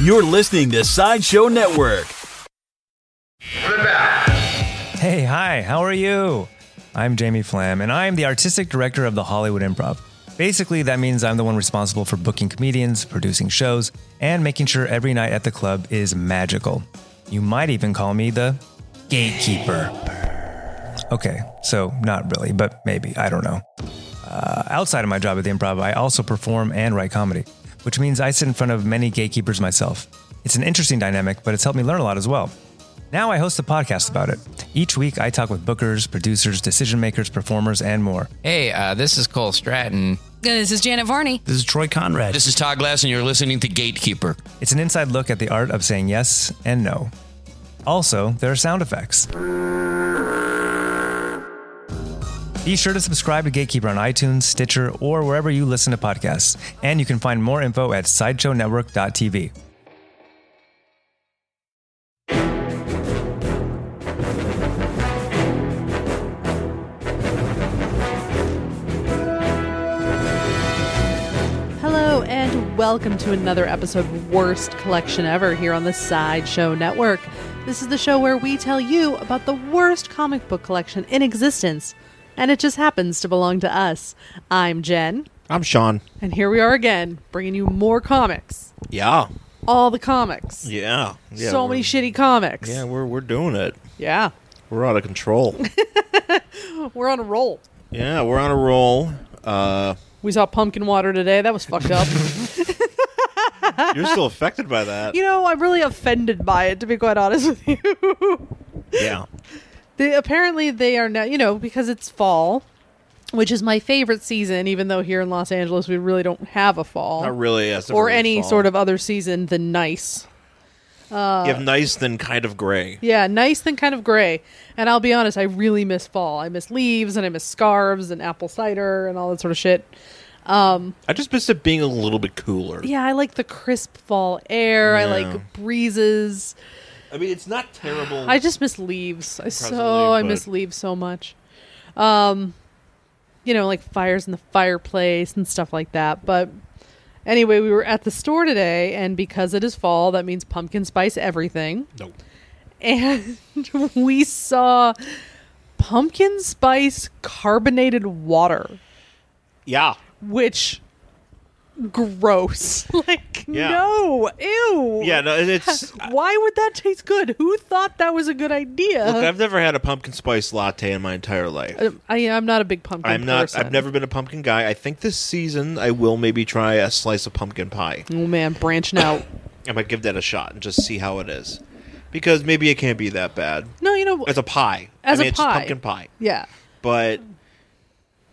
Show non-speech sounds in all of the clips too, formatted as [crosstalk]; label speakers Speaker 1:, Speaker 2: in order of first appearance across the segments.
Speaker 1: You're listening to Sideshow Network.
Speaker 2: Hey, hi, how are you? I'm Jamie Flam, and I'm the artistic director of the Hollywood Improv. Basically, that means I'm the one responsible for booking comedians, producing shows, and making sure every night at the club is magical. You might even call me the gatekeeper. Okay, so not really, but maybe, I don't know. Uh, outside of my job at the improv, I also perform and write comedy, which means I sit in front of many gatekeepers myself. It's an interesting dynamic, but it's helped me learn a lot as well. Now I host a podcast about it. Each week, I talk with bookers, producers, decision makers, performers, and more.
Speaker 3: Hey, uh, this is Cole Stratton.
Speaker 4: This is Janet Varney.
Speaker 5: This is Troy Conrad.
Speaker 6: This is Todd Glass, and you're listening to Gatekeeper.
Speaker 2: It's an inside look at the art of saying yes and no. Also, there are sound effects. Be sure to subscribe to Gatekeeper on iTunes, Stitcher, or wherever you listen to podcasts. And you can find more info at sideshownetwork.tv.
Speaker 7: Hello, and welcome to another episode of Worst Collection Ever here on the Sideshow Network. This is the show where we tell you about the worst comic book collection in existence, and it just happens to belong to us. I'm Jen,
Speaker 5: I'm Sean.
Speaker 7: and here we are again, bringing you more comics.
Speaker 5: Yeah.
Speaker 7: All the comics.
Speaker 5: Yeah. yeah
Speaker 7: so
Speaker 5: we're-
Speaker 7: many shitty comics.
Speaker 5: Yeah, we're we're doing it.
Speaker 7: Yeah.
Speaker 5: We're out of
Speaker 7: [laughs]
Speaker 5: control.
Speaker 7: We're on a roll.
Speaker 5: yeah, we're on a roll. Uh,
Speaker 7: We saw pumpkin water today. That was
Speaker 5: [laughs]
Speaker 7: fucked up.
Speaker 5: you're
Speaker 7: [laughs]
Speaker 5: still affected by that.
Speaker 7: you know, I'm really offended by it, to be quite honest with you.
Speaker 5: Yeah.
Speaker 7: They apparently they are now, you know, because it's fall, which is my favorite season. Even though here in Los Angeles we really don't have a fall,
Speaker 5: Not really. Yes,
Speaker 7: or any sort of other season than nice.
Speaker 5: you have nice then kind of gray.
Speaker 7: Yeah, nice then kind of gray. And I'll be honest, I really miss fall. I miss leaves and I miss scarves and apple cider and all that sort of shit.
Speaker 5: I just miss it being a little bit cooler.
Speaker 7: Yeah, I like the crisp fall air. I
Speaker 5: Yeah.
Speaker 7: like breezes.
Speaker 5: I mean, it's not terrible.
Speaker 7: I just miss leaves. I
Speaker 5: Presently,
Speaker 7: so I miss
Speaker 5: but-
Speaker 7: leaves so much. Um, you know, like fires in the fireplace and stuff like that. But anyway, we were at the store today, and because it is fall, that means pumpkin spice everything. [laughs]
Speaker 5: no.
Speaker 7: And we saw pumpkin spice carbonated water,
Speaker 5: Yeah.
Speaker 7: which gross. [laughs] like
Speaker 5: Yeah.
Speaker 7: no, ew.
Speaker 5: Yeah. No, it- it's.
Speaker 7: [laughs] Why would that taste good? Who thought that was a good idea?
Speaker 5: Look, I've never had a pumpkin spice latte in my entire life.
Speaker 7: Um, I, I'm not a big pumpkin.
Speaker 5: I'm not.
Speaker 7: person.
Speaker 5: I've never been a pumpkin guy. I think this season I will maybe try a slice of pumpkin pie.
Speaker 7: Oh man, branching out.
Speaker 5: I might give that a shot and just see how it is, because maybe it can't be that bad.
Speaker 7: No, you know.
Speaker 5: As a pie,
Speaker 7: As
Speaker 5: I
Speaker 7: a
Speaker 5: mean, it's just
Speaker 7: pie.
Speaker 5: pumpkin pie.
Speaker 7: yeah,
Speaker 5: But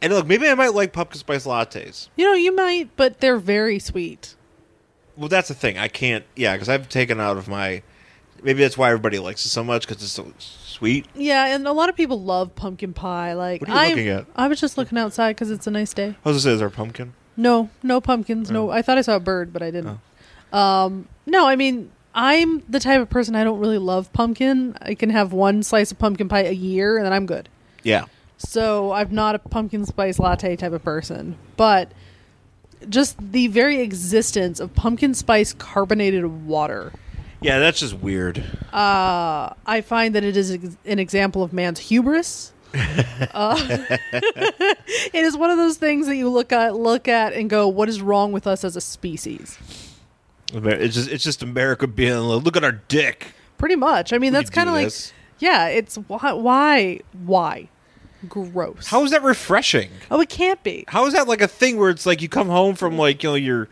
Speaker 5: and look, maybe I might like pumpkin spice lattes.
Speaker 7: you know, you might, but they're very sweet.
Speaker 5: Well, that's the thing. I can't. Yeah, because I've taken out of my. Maybe that's why everybody likes it so much because it's so sweet.
Speaker 7: Yeah, and a lot of people love pumpkin pie. Like,
Speaker 5: What are you
Speaker 7: I'm-
Speaker 5: looking at?
Speaker 7: I was just looking outside because it's a nice
Speaker 5: I
Speaker 7: day.
Speaker 5: was gonna say, is there pumpkin?
Speaker 7: No, no pumpkins.
Speaker 5: Oh.
Speaker 7: No, I thought I saw a bird, but I didn't. Um, no, I mean, I'm the type of person I don't really love pumpkin. I can have one slice of pumpkin pie a year, and then I'm good.
Speaker 5: Yeah.
Speaker 7: So I'm not a pumpkin spice latte type of person, but just the very existence of pumpkin spice carbonated water,
Speaker 5: Yeah, that's just weird.
Speaker 7: I find that it is ex- an example of man's
Speaker 5: [laughs]
Speaker 7: hubris. uh, [laughs] it is one of those things that you look at, look at, and go, "What is wrong with us as a species?"
Speaker 5: Amer- It's just it's just America being like, look at our dick.
Speaker 7: Pretty much. I mean,
Speaker 5: We
Speaker 7: that's
Speaker 5: could do
Speaker 7: kind of like,
Speaker 5: this.
Speaker 7: yeah, it's why, why, why, gross.
Speaker 5: How is that refreshing?
Speaker 7: oh, it can't be.
Speaker 5: How is that like a thing where it's like you come home from like you know you're,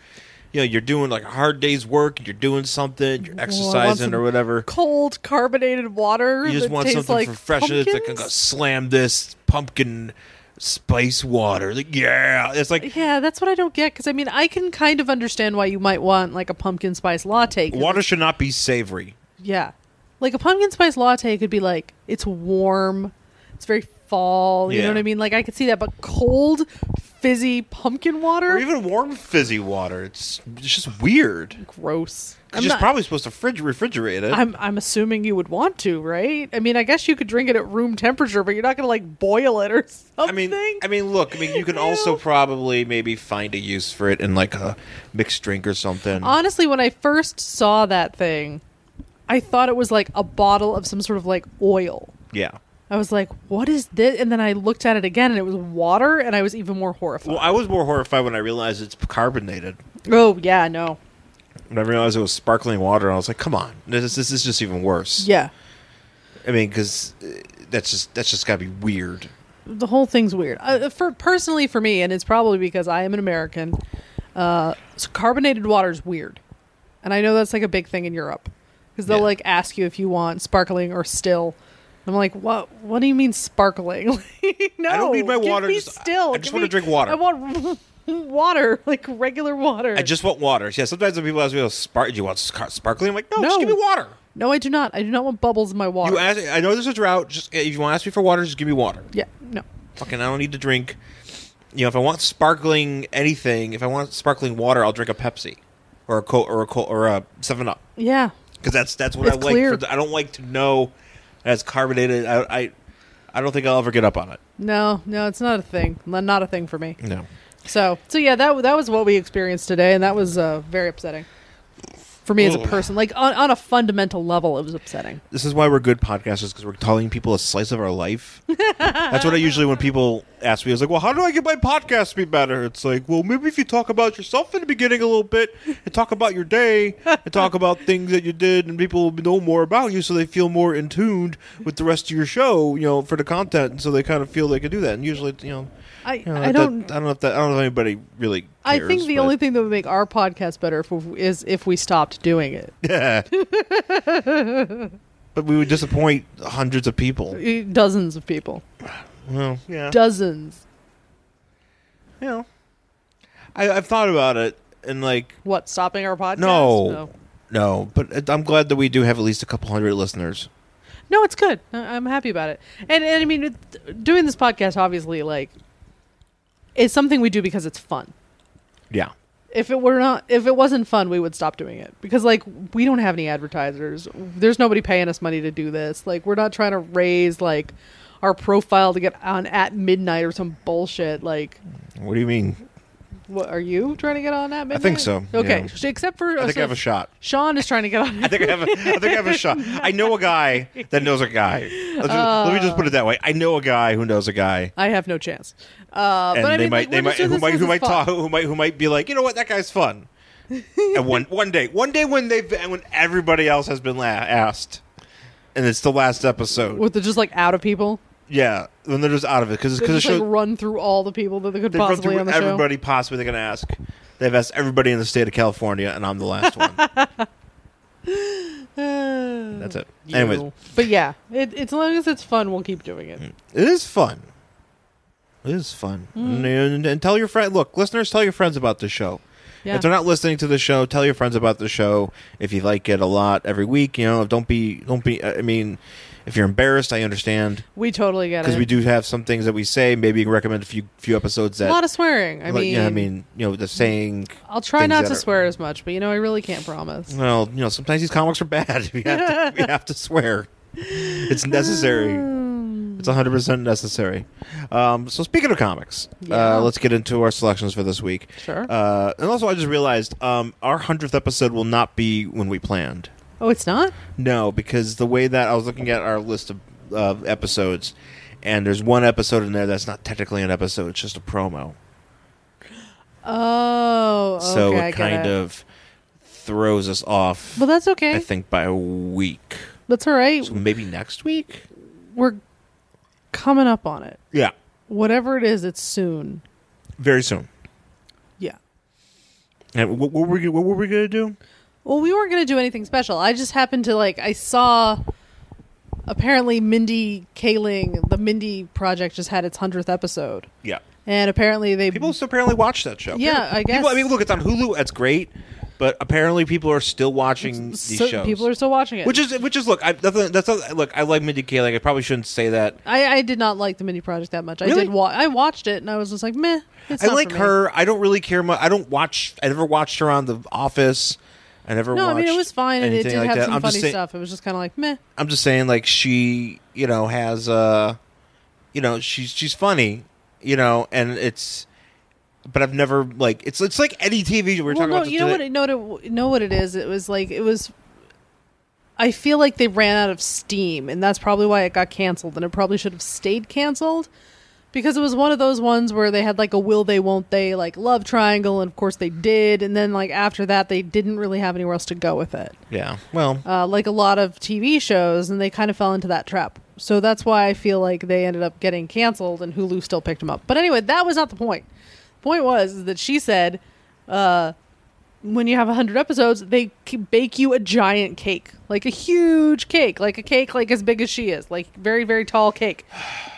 Speaker 5: you know you're doing like a hard day's work and you're doing something, you're exercising
Speaker 7: some
Speaker 5: or whatever.
Speaker 7: cold carbonated water.
Speaker 5: You just
Speaker 7: that
Speaker 5: want
Speaker 7: tastes
Speaker 5: something
Speaker 7: like
Speaker 5: for freshness. Like I'm
Speaker 7: pumpkins?
Speaker 5: gonna slam this pumpkin spice water. Like yeah, it's like
Speaker 7: Yeah, that's what I don't get. Because I mean, I can kind of understand why you might want like a pumpkin spice latte. 'cause-
Speaker 5: water should not be savory.
Speaker 7: Yeah, like a pumpkin spice latte could be like it's warm, it's very fall. You
Speaker 5: Yeah.
Speaker 7: know what I mean? Like I could see that, but cold, fizzy pumpkin water,
Speaker 5: Or even warm fizzy water. It's, it's just weird.
Speaker 7: gross.
Speaker 5: You're just probably supposed to fridge refrigerate it.
Speaker 7: I'm I'm assuming you would want to, right? I mean, I guess you could drink it at room temperature, but you're not going to like boil it or something.
Speaker 5: I mean, I mean, look. I mean, you can also probably maybe find a use for it in like a mixed drink or something.
Speaker 7: honestly, when I first saw that thing, I thought it was like a bottle of some sort of like oil.
Speaker 5: yeah.
Speaker 7: I was like, "What is this?" And then I looked at it again, and it was water, and I was even more horrified.
Speaker 5: Well, I was more horrified when I realized it's carbonated.
Speaker 7: oh yeah, no,
Speaker 5: When I realized it was sparkling water, I was like, "Come on, this is, this is just even worse."
Speaker 7: yeah,
Speaker 5: I mean, because that's just that's just got to be weird.
Speaker 7: the whole thing's weird. Uh, for personally, for me, and it's probably because I am an American. Uh, so carbonated water is weird, and I know that's like a big thing in Europe because they'll
Speaker 5: Yeah.
Speaker 7: like ask you if you want sparkling or still. I'm like, what? What do you mean sparkling? [laughs] Like, no,
Speaker 5: I don't need my
Speaker 7: give
Speaker 5: water,
Speaker 7: me
Speaker 5: just-
Speaker 7: still,
Speaker 5: I just
Speaker 7: give
Speaker 5: wanna
Speaker 7: me-
Speaker 5: drink water.
Speaker 7: I want [laughs] water, like regular water.
Speaker 5: I just want water. Yeah. Sometimes when people ask me, "Oh, spark, do you want scar- sparkling?" I'm like, "No, just
Speaker 7: No.
Speaker 5: give me water."
Speaker 7: no, I do not. I do not want bubbles in my water.
Speaker 5: You ask. I know there's a drought. Just if you want to ask me for water, just give me water.
Speaker 7: yeah, no.
Speaker 5: Fucking, I don't need to drink. You know, if I want sparkling anything, if I want sparkling water, I'll drink a Pepsi, or a co- or a co- or a Seven Up.
Speaker 7: Yeah.
Speaker 5: because that's that's what
Speaker 7: It's
Speaker 5: I like.
Speaker 7: clear.
Speaker 5: For the, I don't like to know that it's carbonated. I, I I don't think I'll ever get up on it.
Speaker 7: No, no, it's not a thing. N- Not a thing for me.
Speaker 5: No.
Speaker 7: So, so yeah, that that was what we experienced today, and that was uh, very upsetting for me as a
Speaker 5: Ugh.
Speaker 7: person. Like on, on a fundamental level, it was upsetting.
Speaker 5: This is why we're good podcasters because we're telling people a slice of our life. that's what I usually when people ask me, I was like, "Well, how do I get my podcast to be better?" It's like, "Well, maybe if you talk about yourself in the beginning a little bit, and talk about your day, and talk about things that you did, and people will know more about you, so they feel more in tuned with the rest of your show, you know, for the content, and so they kind of feel they can do that." And usually, you know.
Speaker 7: I
Speaker 5: you know,
Speaker 7: I
Speaker 5: that-
Speaker 7: don't.
Speaker 5: I don't know if that. I don't know if anybody really. Cares,
Speaker 7: I think the
Speaker 5: but-
Speaker 7: only thing that would make our podcast better if we, is if we stopped doing it.
Speaker 5: But we would disappoint hundreds of people.
Speaker 7: Uh, Dozens of people,
Speaker 5: Well, yeah.
Speaker 7: dozens.
Speaker 5: you know. I, I've thought about it, and like,
Speaker 7: What stopping our podcast?
Speaker 5: No.
Speaker 7: no,
Speaker 5: no, but it- I'm glad that we do have at least a couple hundred listeners.
Speaker 7: No, it's good. I- I'm happy about it. And, and I mean, it- doing this podcast obviously like is something we do because it's fun.
Speaker 5: Yeah.
Speaker 7: if it were not if it wasn't fun we would stop doing it because like we don't have any advertisers there's nobody paying us money to do this like we're not trying to raise like our profile to get on at midnight or some bullshit like
Speaker 5: What do you mean?
Speaker 7: what are you trying to get on at midnight
Speaker 5: think so,
Speaker 7: okay
Speaker 5: yeah.
Speaker 7: sh- except for uh,
Speaker 5: I think I have a shot.
Speaker 7: sean is trying to get on
Speaker 5: I think I have. A, I think I have a shot. I know a guy that knows a guy. Let's just- let me just put it that way. I know a guy who knows a guy,
Speaker 7: [laughs] i have no chance uh
Speaker 5: and
Speaker 7: but I
Speaker 5: they
Speaker 7: mean,
Speaker 5: might,
Speaker 7: like,
Speaker 5: they
Speaker 7: we're
Speaker 5: might,
Speaker 7: just
Speaker 5: who
Speaker 7: doing this
Speaker 5: might,
Speaker 7: 'cause
Speaker 5: who might
Speaker 7: it's fun.
Speaker 5: talk, who might, who might be like, you know what, that guy's
Speaker 7: [laughs]
Speaker 5: fun. and one, one day, one day when they've, and when everybody else has been la- asked, and it's the last episode.
Speaker 7: with the just like out of people
Speaker 5: Yeah, when they're just out of it because
Speaker 7: they
Speaker 5: because the
Speaker 7: just like
Speaker 5: show
Speaker 7: run through all the people that they could
Speaker 5: they've run
Speaker 7: possibly
Speaker 5: through
Speaker 7: on the [sighs] show
Speaker 5: everybody possibly they're gonna ask. They've asked everybody in the state of California, and I'm the last
Speaker 7: [laughs]
Speaker 5: one. That's it. Anyways,
Speaker 7: but yeah it, it's- as long as it's fun we'll keep doing it
Speaker 5: it is fun. It is fun,
Speaker 7: Mm.
Speaker 5: and, and, and tell your friend. Look, listeners, tell your friends about the show.
Speaker 7: yeah
Speaker 5: If they're not listening to the show, tell your friends about the show. If you like it a lot every week, you know, don't be, don't be. I mean, if you're embarrassed, I understand
Speaker 7: we totally get
Speaker 5: because
Speaker 7: it
Speaker 5: we do have some things that we say. Maybe you can recommend a few few episodes that.
Speaker 7: a lot of swearing. I
Speaker 5: like,
Speaker 7: mean,
Speaker 5: yeah, I mean, you know, the saying.
Speaker 7: I'll try
Speaker 5: things
Speaker 7: not
Speaker 5: that
Speaker 7: to
Speaker 5: are-
Speaker 7: swear as much, but you know, I really can't promise.
Speaker 5: Well, you know, sometimes these comics are bad. [laughs] We have to, we have to swear. It's necessary. It's 100% necessary. Um, so, speaking of comics,
Speaker 7: Yeah.
Speaker 5: uh, let's get into our selections for this week.
Speaker 7: Sure.
Speaker 5: Uh, and also, I just realized um, our 100th episode will not be when we planned.
Speaker 7: Oh, it's not?
Speaker 5: No, because the way that I was looking at our list of uh, episodes, and there's one episode in there that's not technically an episode, it's just a promo.
Speaker 7: Oh, okay,
Speaker 5: so,
Speaker 7: I
Speaker 5: it
Speaker 7: get
Speaker 5: kind of throws us off,
Speaker 7: Well, that's okay.
Speaker 5: I think, by a week.
Speaker 7: that's all right.
Speaker 5: So maybe next week.
Speaker 7: We're coming up on it.
Speaker 5: Yeah,
Speaker 7: Whatever it is, it's soon.
Speaker 5: very soon.
Speaker 7: Yeah.
Speaker 5: And what, what were we, what were we gonna do?
Speaker 7: Well, we weren't going to do anything special. I just happened to like I saw apparently Mindy Kaling, the Mindy project just had its 100th episode.
Speaker 5: Yeah,
Speaker 7: And apparently they
Speaker 5: people still apparently watch that show.
Speaker 7: Yeah,
Speaker 5: People-
Speaker 7: I guess.
Speaker 5: People, I mean, look, it's on Hulu. That's great. But apparently, people are still watching these
Speaker 7: So
Speaker 5: shows.
Speaker 7: people are still watching it.
Speaker 5: which is which is look. I, that's, that's not, look. I like Mindy Kaling. I probably shouldn't say that.
Speaker 7: I, I did not like the mini project that much. I
Speaker 5: Really?
Speaker 7: did. Wa- I watched it and I was just like, meh. It's
Speaker 5: I
Speaker 7: not
Speaker 5: like
Speaker 7: for me.
Speaker 5: her. I don't really care much. I don't watch. I never watched her on The Office. I never.
Speaker 7: No, I
Speaker 5: watched
Speaker 7: mean it was fine and it
Speaker 5: anything
Speaker 7: did
Speaker 5: like
Speaker 7: have
Speaker 5: that.
Speaker 7: some
Speaker 5: I'm
Speaker 7: funny
Speaker 5: just saying,
Speaker 7: stuff. It was just kind of like meh.
Speaker 5: I'm just saying, like she, you know, has uh, you know, she's she's funny, you know, and it's. But I've never like it's it's like any TV we were talking
Speaker 7: well, no,
Speaker 5: about.
Speaker 7: you know what?
Speaker 5: today.
Speaker 7: It, know what? It, know what it is? It was like it was. I feel like they ran out of steam, and that's probably why it got canceled. And it probably should have stayed canceled because it was one of those ones where they had like a will they, won't they, like love triangle, and of course they did. And then like after that, they didn't really have anywhere else to go with it.
Speaker 5: yeah. Well,
Speaker 7: uh, like a lot of TV shows, and they kind of fell into that trap. So that's why I feel like they ended up getting canceled, and Hulu still picked them up. But anyway, that was not the point. The point was is that she said, uh, when you have 100 episodes, they c- bake you a giant cake, like a huge cake, like a cake like as big as she is, like very, very tall cake.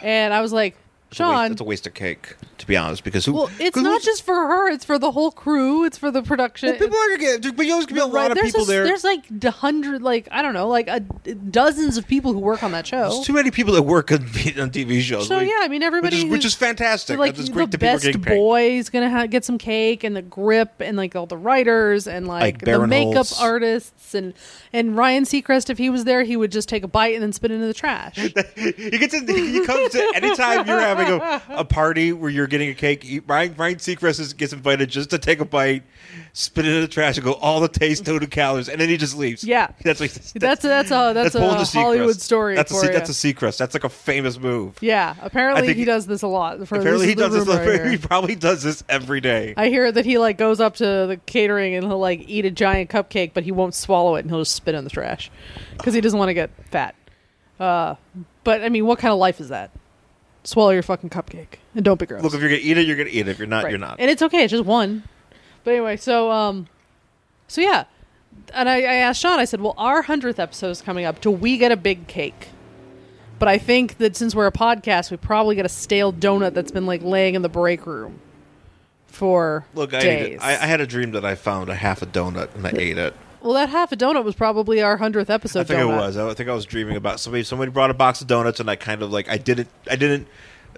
Speaker 7: And I was like,
Speaker 5: it's a waste-
Speaker 7: Sean,
Speaker 5: it's a waste of cake to be honest. Because who?
Speaker 7: well, it's
Speaker 5: 'cause
Speaker 7: not
Speaker 5: who's-
Speaker 7: just for her, it's for the whole crew, it's for the production.
Speaker 5: well, people are gonna get. But you always gonna be a lot
Speaker 7: Right,
Speaker 5: of
Speaker 7: there's
Speaker 5: people
Speaker 7: a-
Speaker 5: there.
Speaker 7: There's like a hundred, like I don't know, like a, dozens of people who work on that show.
Speaker 5: There's too many people that work on, [laughs] on TV shows.
Speaker 7: So,
Speaker 5: like-
Speaker 7: yeah, I mean, everybody
Speaker 5: which is,
Speaker 7: who's-
Speaker 5: which is fantastic.
Speaker 7: like
Speaker 5: That's just great
Speaker 7: the
Speaker 5: that people are
Speaker 7: best
Speaker 5: getting paid.
Speaker 7: boy's gonna ha- get some cake, and the grip, and like all the writers, and like,
Speaker 5: Ike
Speaker 7: the makeup
Speaker 5: Barinholtz.
Speaker 7: artists, and and Ryan Seacrest. If he was there, he would just take a bite and then spit it into
Speaker 5: [laughs]
Speaker 7: the trash.
Speaker 5: He gets in, he comes to anytime you're having a, a party where you're getting a cake. He, Ryan Ryan Seacrest is, gets invited just to take a bite, spit it in the trash, and go all the taste, no to calories, and then he just leaves.
Speaker 7: Yeah.
Speaker 5: [laughs] that's what,
Speaker 7: that's a, that's a that's,
Speaker 5: pulling the
Speaker 7: a
Speaker 5: Seacrest.
Speaker 7: Hollywood story
Speaker 5: That's a
Speaker 7: for
Speaker 5: Se-
Speaker 7: you.
Speaker 5: that's a Seacrest. That's like a famous move.
Speaker 7: yeah, apparently
Speaker 5: think
Speaker 7: he does this a lot. For,
Speaker 5: Apparently,
Speaker 7: this
Speaker 5: he
Speaker 7: is the
Speaker 5: does [laughs] this.
Speaker 7: rumor I hear.
Speaker 5: He probably does this every day.
Speaker 7: [laughs] I hear that he like goes up to the catering and he'll like eat a giant cupcake, but he won't swallow it and he'll just spit in the trash because he doesn't want to get fat. Uh, but I mean, what kind of life is that? Swallow your fucking cupcake and don't be gross.
Speaker 5: Look, if you're gonna eat it, you're gonna eat it. If you're not,
Speaker 7: Right.
Speaker 5: you're not.
Speaker 7: And it's okay. It's just one. But anyway, so um, so yeah, and I, I asked Sean. I said, "Well, our hundredth episode is coming up. Do we get a big cake?" But I think that since we're a podcast, we probably get a stale donut that's been like laying in the break room for
Speaker 5: Look, I, ate
Speaker 7: days.
Speaker 5: it. I, I had a dream that I found a half a donut and I ate it.
Speaker 7: well, that half a donut was probably our hundredth episode.
Speaker 5: I think
Speaker 7: donut.
Speaker 5: it was. I think I was dreaming about somebody. Somebody brought a box of donuts, and I kind of like I didn't. I didn't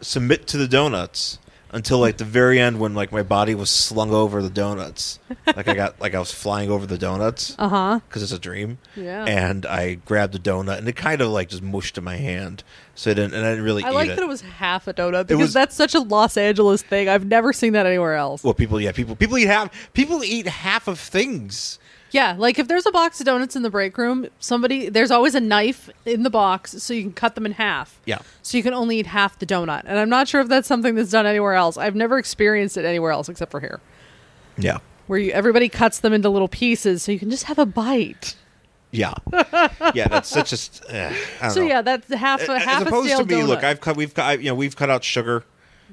Speaker 5: submit to the donuts until like the very end when like my body was slung over the donuts. Like I got like I was flying over the donuts. Uh huh. Because it's a dream.
Speaker 7: Uh-huh. Yeah.
Speaker 5: And I grabbed a donut, and it kind of like just mushed in my hand. So I didn't, and I didn't really.
Speaker 7: I
Speaker 5: eat
Speaker 7: like
Speaker 5: it.
Speaker 7: that it was half a donut because
Speaker 5: was-
Speaker 7: that's such a Los Angeles thing. I've never seen that anywhere else.
Speaker 5: Well, people, yeah, people, people eat half. People eat half of things.
Speaker 7: Yeah, like if there's a box of donuts in the break room, somebody there's always a knife in the box so you can cut them in half.
Speaker 5: Yeah.
Speaker 7: So you can only eat half the donut. And I'm not sure if that's something that's done anywhere else. I've never experienced it anywhere else except for here.
Speaker 5: Yeah.
Speaker 7: Where you everybody cuts them into little pieces so you can just have a bite. [laughs]
Speaker 5: Yeah. yeah. That's such a. Uh, I don't
Speaker 7: So
Speaker 5: know.
Speaker 7: yeah, that's half a
Speaker 5: A-
Speaker 7: half
Speaker 5: as opposed
Speaker 7: a stale
Speaker 5: to me,
Speaker 7: donut.
Speaker 5: look, I've cut, we've cut, I, you know, we've cut out sugar.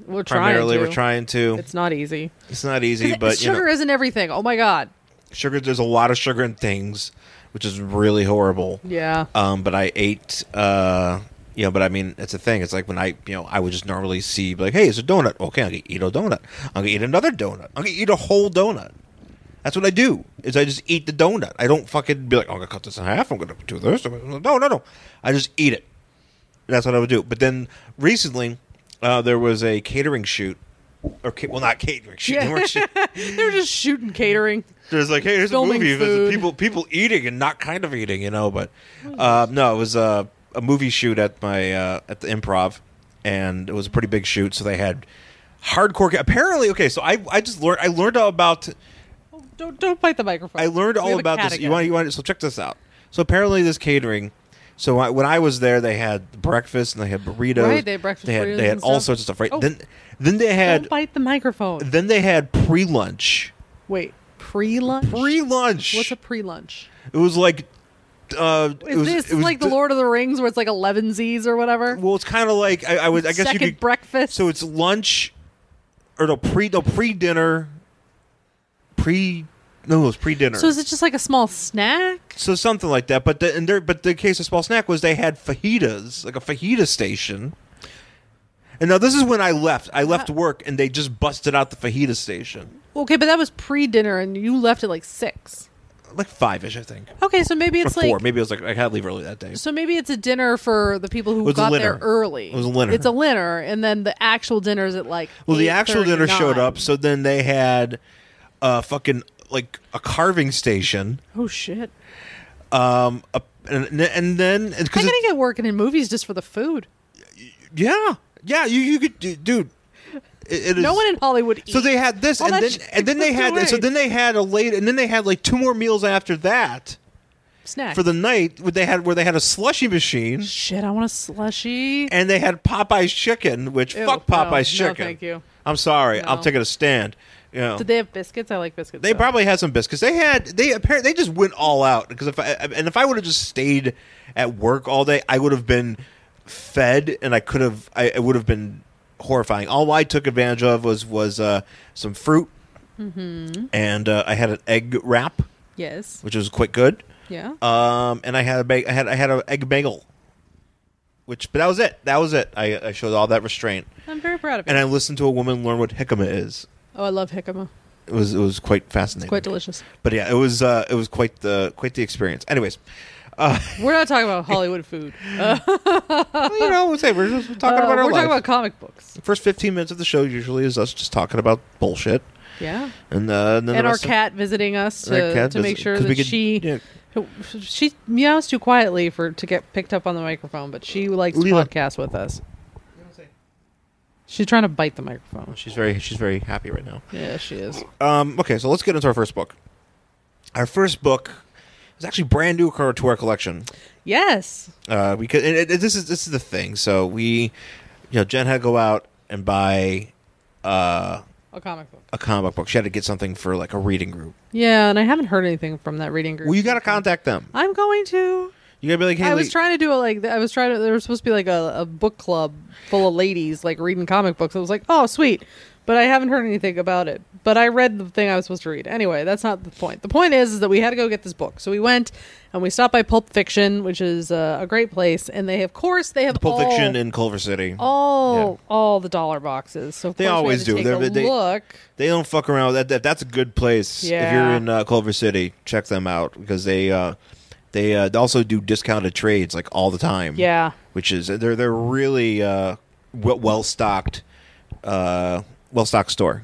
Speaker 7: we're trying
Speaker 5: Primarily,
Speaker 7: to.
Speaker 5: we're trying to. It's,
Speaker 7: It's not easy.
Speaker 5: not
Speaker 7: [laughs]
Speaker 5: easy, but you
Speaker 7: sugar
Speaker 5: know,
Speaker 7: isn't everything. Oh my god.
Speaker 5: sugar. There's a lot of sugar in things, which is really horrible.
Speaker 7: Yeah.
Speaker 5: Um, but I ate. Uh, you know, but I mean, it's a thing. It's like when I, you know, I would just normally see like, hey, it's a donut. Okay, I'm gonna eat a donut. I'm gonna eat another donut. I'm gonna eat a whole donut. That's what I do. Is I just eat the donut. I don't fucking be like, "Oh, I'm gonna cut this in half. I'm gonna do this. No, no, no. I just eat it. That's what I would do. But then recently, uh, there was a catering shoot, or ca- well, not catering shoot. [laughs] They weren't shoot-
Speaker 7: They're just shooting catering.
Speaker 5: There's like, hey, here's a
Speaker 7: Filming
Speaker 5: movie. There's
Speaker 7: food.
Speaker 5: people people eating and not kind of eating, you know. But uh, no, it was a, a movie shoot at my uh, at the Improv, and it was a pretty big shoot. So they had hardcore. ca- Apparently, okay. So I I just learned I learned all about
Speaker 7: Don't don't bite the microphone.
Speaker 5: I learned
Speaker 7: We have
Speaker 5: all
Speaker 7: a
Speaker 5: about
Speaker 7: cat
Speaker 5: this. You
Speaker 7: again.
Speaker 5: want you want so check this out. So apparently this catering. So I, when I was there, they had breakfast and they had burritos.
Speaker 7: Right, they had breakfast
Speaker 5: They
Speaker 7: burritos
Speaker 5: had, they had
Speaker 7: and
Speaker 5: all
Speaker 7: stuff.
Speaker 5: sorts of stuff. Right
Speaker 7: Oh.
Speaker 5: then, then they had
Speaker 7: Don't bite the microphone.
Speaker 5: then they had pre lunch.
Speaker 7: Wait, pre lunch?
Speaker 5: Pre lunch.
Speaker 7: What's a pre lunch?
Speaker 5: It was like. Uh,
Speaker 7: Is
Speaker 5: it was,
Speaker 7: this
Speaker 5: it was
Speaker 7: like the
Speaker 5: d-
Speaker 7: Lord of the Rings where it's like 11 Z's or whatever?
Speaker 5: Well, it's kind of like I, I would. I guess
Speaker 7: Second
Speaker 5: you could.
Speaker 7: breakfast.
Speaker 5: so it's lunch, or no pre no pre dinner. Pre no, it was pre dinner.
Speaker 7: So
Speaker 5: So,
Speaker 7: is it just like a small snack?
Speaker 5: something like that. But the and there but the case of small snack was they had fajitas like a fajita station.
Speaker 7: Uh,
Speaker 5: And now this is when I left. I left work and they just busted out the fajita station.
Speaker 7: Okay, but that was pre dinner and you left at like six.
Speaker 5: Like five ish, I think.
Speaker 7: Okay, so maybe it's
Speaker 5: or
Speaker 7: like
Speaker 5: four. Maybe it was like I had to leave early that day.
Speaker 7: so maybe it's a dinner for the people who
Speaker 5: was a
Speaker 7: got there
Speaker 5: dinner.
Speaker 7: early.
Speaker 5: It was a dinner.
Speaker 7: It's a dinner, and then the actual dinner is at like
Speaker 5: Well, the actual
Speaker 7: 8:30 or
Speaker 5: dinner showed
Speaker 7: 9.
Speaker 5: up, so then they had a fucking like a carving station.
Speaker 7: Oh shit!
Speaker 5: Um, a, and, and then
Speaker 7: I'm
Speaker 5: because
Speaker 7: gonna get working in movies just for the food.
Speaker 5: yeah, yeah, you you could do- dude. It, it
Speaker 7: No
Speaker 5: is-
Speaker 7: one in Hollywood. Eats.
Speaker 5: So they had this,
Speaker 7: All
Speaker 5: and
Speaker 7: that
Speaker 5: then
Speaker 7: shit
Speaker 5: and then they
Speaker 7: goes
Speaker 5: had
Speaker 7: away.
Speaker 5: so then they had a late, and then they had like two more meals after that
Speaker 7: snack
Speaker 5: for the night. Where they had where they had a slushy machine,
Speaker 7: shit. I want a slushy.
Speaker 5: and they had Popeye's chicken, which
Speaker 7: Ew,
Speaker 5: fuck
Speaker 7: no,
Speaker 5: Popeye's
Speaker 7: no,
Speaker 5: chicken.
Speaker 7: thank you.
Speaker 5: I'm sorry,
Speaker 7: No.
Speaker 5: I'm taking a stand. You know.
Speaker 7: Did they have biscuits? I like biscuits.
Speaker 5: They
Speaker 7: though.
Speaker 5: probably had some biscuits. They had they apparently they just went all out because if I and if I would have just stayed at work all day, I would have been fed and I could have I it would have been horrifying. All I took advantage of was was uh, some fruit and uh, I had an egg wrap,
Speaker 7: yes.
Speaker 5: which was quite good.
Speaker 7: Yeah.
Speaker 5: Um, and I had a bag, I had I had an egg bagel, which but that was it. That was it. I, I showed all that restraint
Speaker 7: I'm very proud of it.
Speaker 5: and I listened to a woman learn what jicama is.
Speaker 7: oh, I love jicama.
Speaker 5: It was it was quite fascinating.
Speaker 7: Quite delicious.
Speaker 5: But yeah, it was uh, it was quite the quite the experience. Anyways,
Speaker 7: We're not talking about Hollywood
Speaker 5: [laughs]
Speaker 7: food. Uh,
Speaker 5: well, you know, say we're just talking
Speaker 7: we're
Speaker 5: about our
Speaker 7: talking
Speaker 5: life.
Speaker 7: about comic books.
Speaker 5: First fifteen minutes of the show usually is us just talking about bullshit,
Speaker 7: Yeah.
Speaker 5: and, uh, and then the
Speaker 7: and our
Speaker 5: rest of-
Speaker 7: cat visiting us
Speaker 5: and our
Speaker 7: to,
Speaker 5: cat
Speaker 7: to make
Speaker 5: does-
Speaker 7: sure
Speaker 5: 'cause
Speaker 7: that
Speaker 5: we could-
Speaker 7: she
Speaker 5: yeah,
Speaker 7: she meows too quietly for to get picked up on the microphone, but she likes to
Speaker 5: Leela.
Speaker 7: podcast with us. She's trying to bite the microphone.
Speaker 5: she's very she's very happy right now.
Speaker 7: Yeah, she is.
Speaker 5: Um, okay, so let's get into our first book. Our first book is actually brand new cor- to our collection.
Speaker 7: Yes.
Speaker 5: uh, because and it, it- this is this is the thing. So we, you know, Jen had to go out and buy uh,
Speaker 7: A comic book.
Speaker 5: a comic book. She had to get something for like a reading group.
Speaker 7: Yeah, and I haven't heard anything from that reading group.
Speaker 5: Well, you got to contact them.
Speaker 7: I'm going to.
Speaker 5: You got to be like, hey,
Speaker 7: I was
Speaker 5: Lee-
Speaker 7: trying to do a like. I was trying to. There was supposed to be like a, a book club full of ladies like reading comic books. I was like, oh sweet, but I haven't heard anything about it. But I read the thing I was supposed to read anyway. That's not the point. The point is, is that we had to go get this book. So we went and we stopped by Pulp Fiction, which is uh, a great place, and they of course they have
Speaker 5: Pulp
Speaker 7: all,
Speaker 5: Fiction in Culver City.
Speaker 7: Oh. all all the dollar boxes. So of
Speaker 5: They
Speaker 7: course we had
Speaker 5: always
Speaker 7: to
Speaker 5: do.
Speaker 7: Take
Speaker 5: They're-
Speaker 7: a
Speaker 5: they-
Speaker 7: look.
Speaker 5: They don't fuck around. With that, that that's a good place. If you're
Speaker 7: Yeah.
Speaker 5: in uh, Culver City, check them out because they uh, they uh, they also do discounted trades like all the time.
Speaker 7: Yeah.
Speaker 5: which is they're they're really uh, well stocked, uh, well stocked store.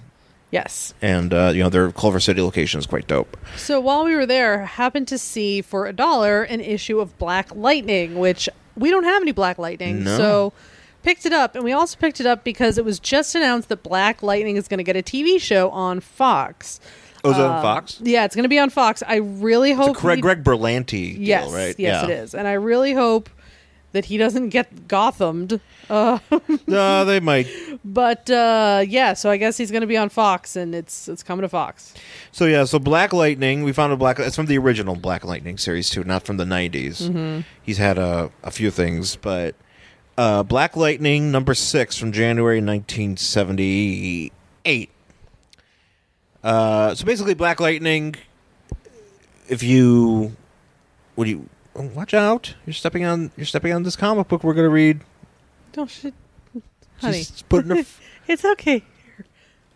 Speaker 7: Yes.
Speaker 5: and uh, you know their Culver City location is quite dope.
Speaker 7: So while we were there, happened to see for a dollar an issue of Black Lightning, which we don't have any Black Lightning.
Speaker 5: No.
Speaker 7: So picked it up, and we also picked it up because it was just announced that Black Lightning is going to get a TV show on Fox. Um,
Speaker 5: Oh, is that
Speaker 7: Uh,
Speaker 5: on Fox?
Speaker 7: Yeah, it's going to be on Fox. I really hope
Speaker 5: Greg
Speaker 7: he-
Speaker 5: Greg Berlanti, deal,
Speaker 7: Yes,
Speaker 5: right?
Speaker 7: yes,
Speaker 5: Yeah.
Speaker 7: it is, and I really hope that he doesn't get Gothamed. Uh,
Speaker 5: No, they might.
Speaker 7: but uh, yeah, so I guess he's going to be on Fox, and it's it's coming to Fox.
Speaker 5: So yeah, so Black Lightning, we found a Black. It's from the original Black Lightning series too, not from the '90s.
Speaker 7: Mm-hmm.
Speaker 5: He's had a a few things, but uh, Black Lightning number six from January 1978. Uh, so basically, Black Lightning. If you, what do you? oh, Watch out! You're stepping on. You're stepping on this comic book we're gonna read.
Speaker 7: Don't shit, honey.
Speaker 5: Just
Speaker 7: [laughs]
Speaker 5: putting her
Speaker 7: It's okay.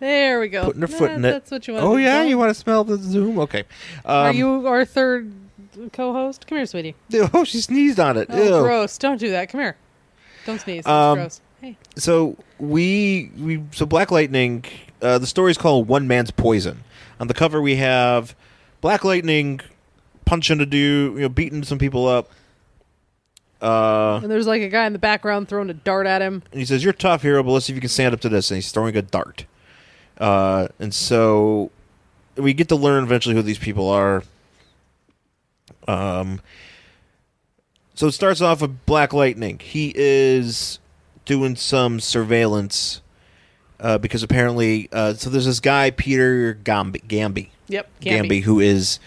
Speaker 7: There we go.
Speaker 5: putting her foot
Speaker 7: That-
Speaker 5: in it.
Speaker 7: That's what you want.
Speaker 5: Oh
Speaker 7: to
Speaker 5: yeah,
Speaker 7: do.
Speaker 5: you want to smell the Zoom? Okay. Um,
Speaker 7: Are you our third co-host? Come here, sweetie.
Speaker 5: [laughs] Oh, she sneezed on it.
Speaker 7: Oh,
Speaker 5: Ew.
Speaker 7: gross! Don't do that. Come here. Don't sneeze. That's
Speaker 5: Um,
Speaker 7: gross. Hey.
Speaker 5: So we we so Black Lightning. Uh, the story's called One Man's Poison. On the cover, we have Black Lightning punching a dude, you know, beating some people up. Uh,
Speaker 7: And there's like a guy in the background throwing a dart at him.
Speaker 5: and he says, "You're a tough hero, but let's see if you can stand up to this." And he's throwing a dart. Uh, and so we get to learn eventually who these people are. Um, so it starts off with Black Lightning. He is doing some surveillance uh, because apparently, uh, so there's this guy Peter Gambi, Gambi,
Speaker 7: Yep.
Speaker 5: Gambi,
Speaker 7: Gambi.
Speaker 5: who is,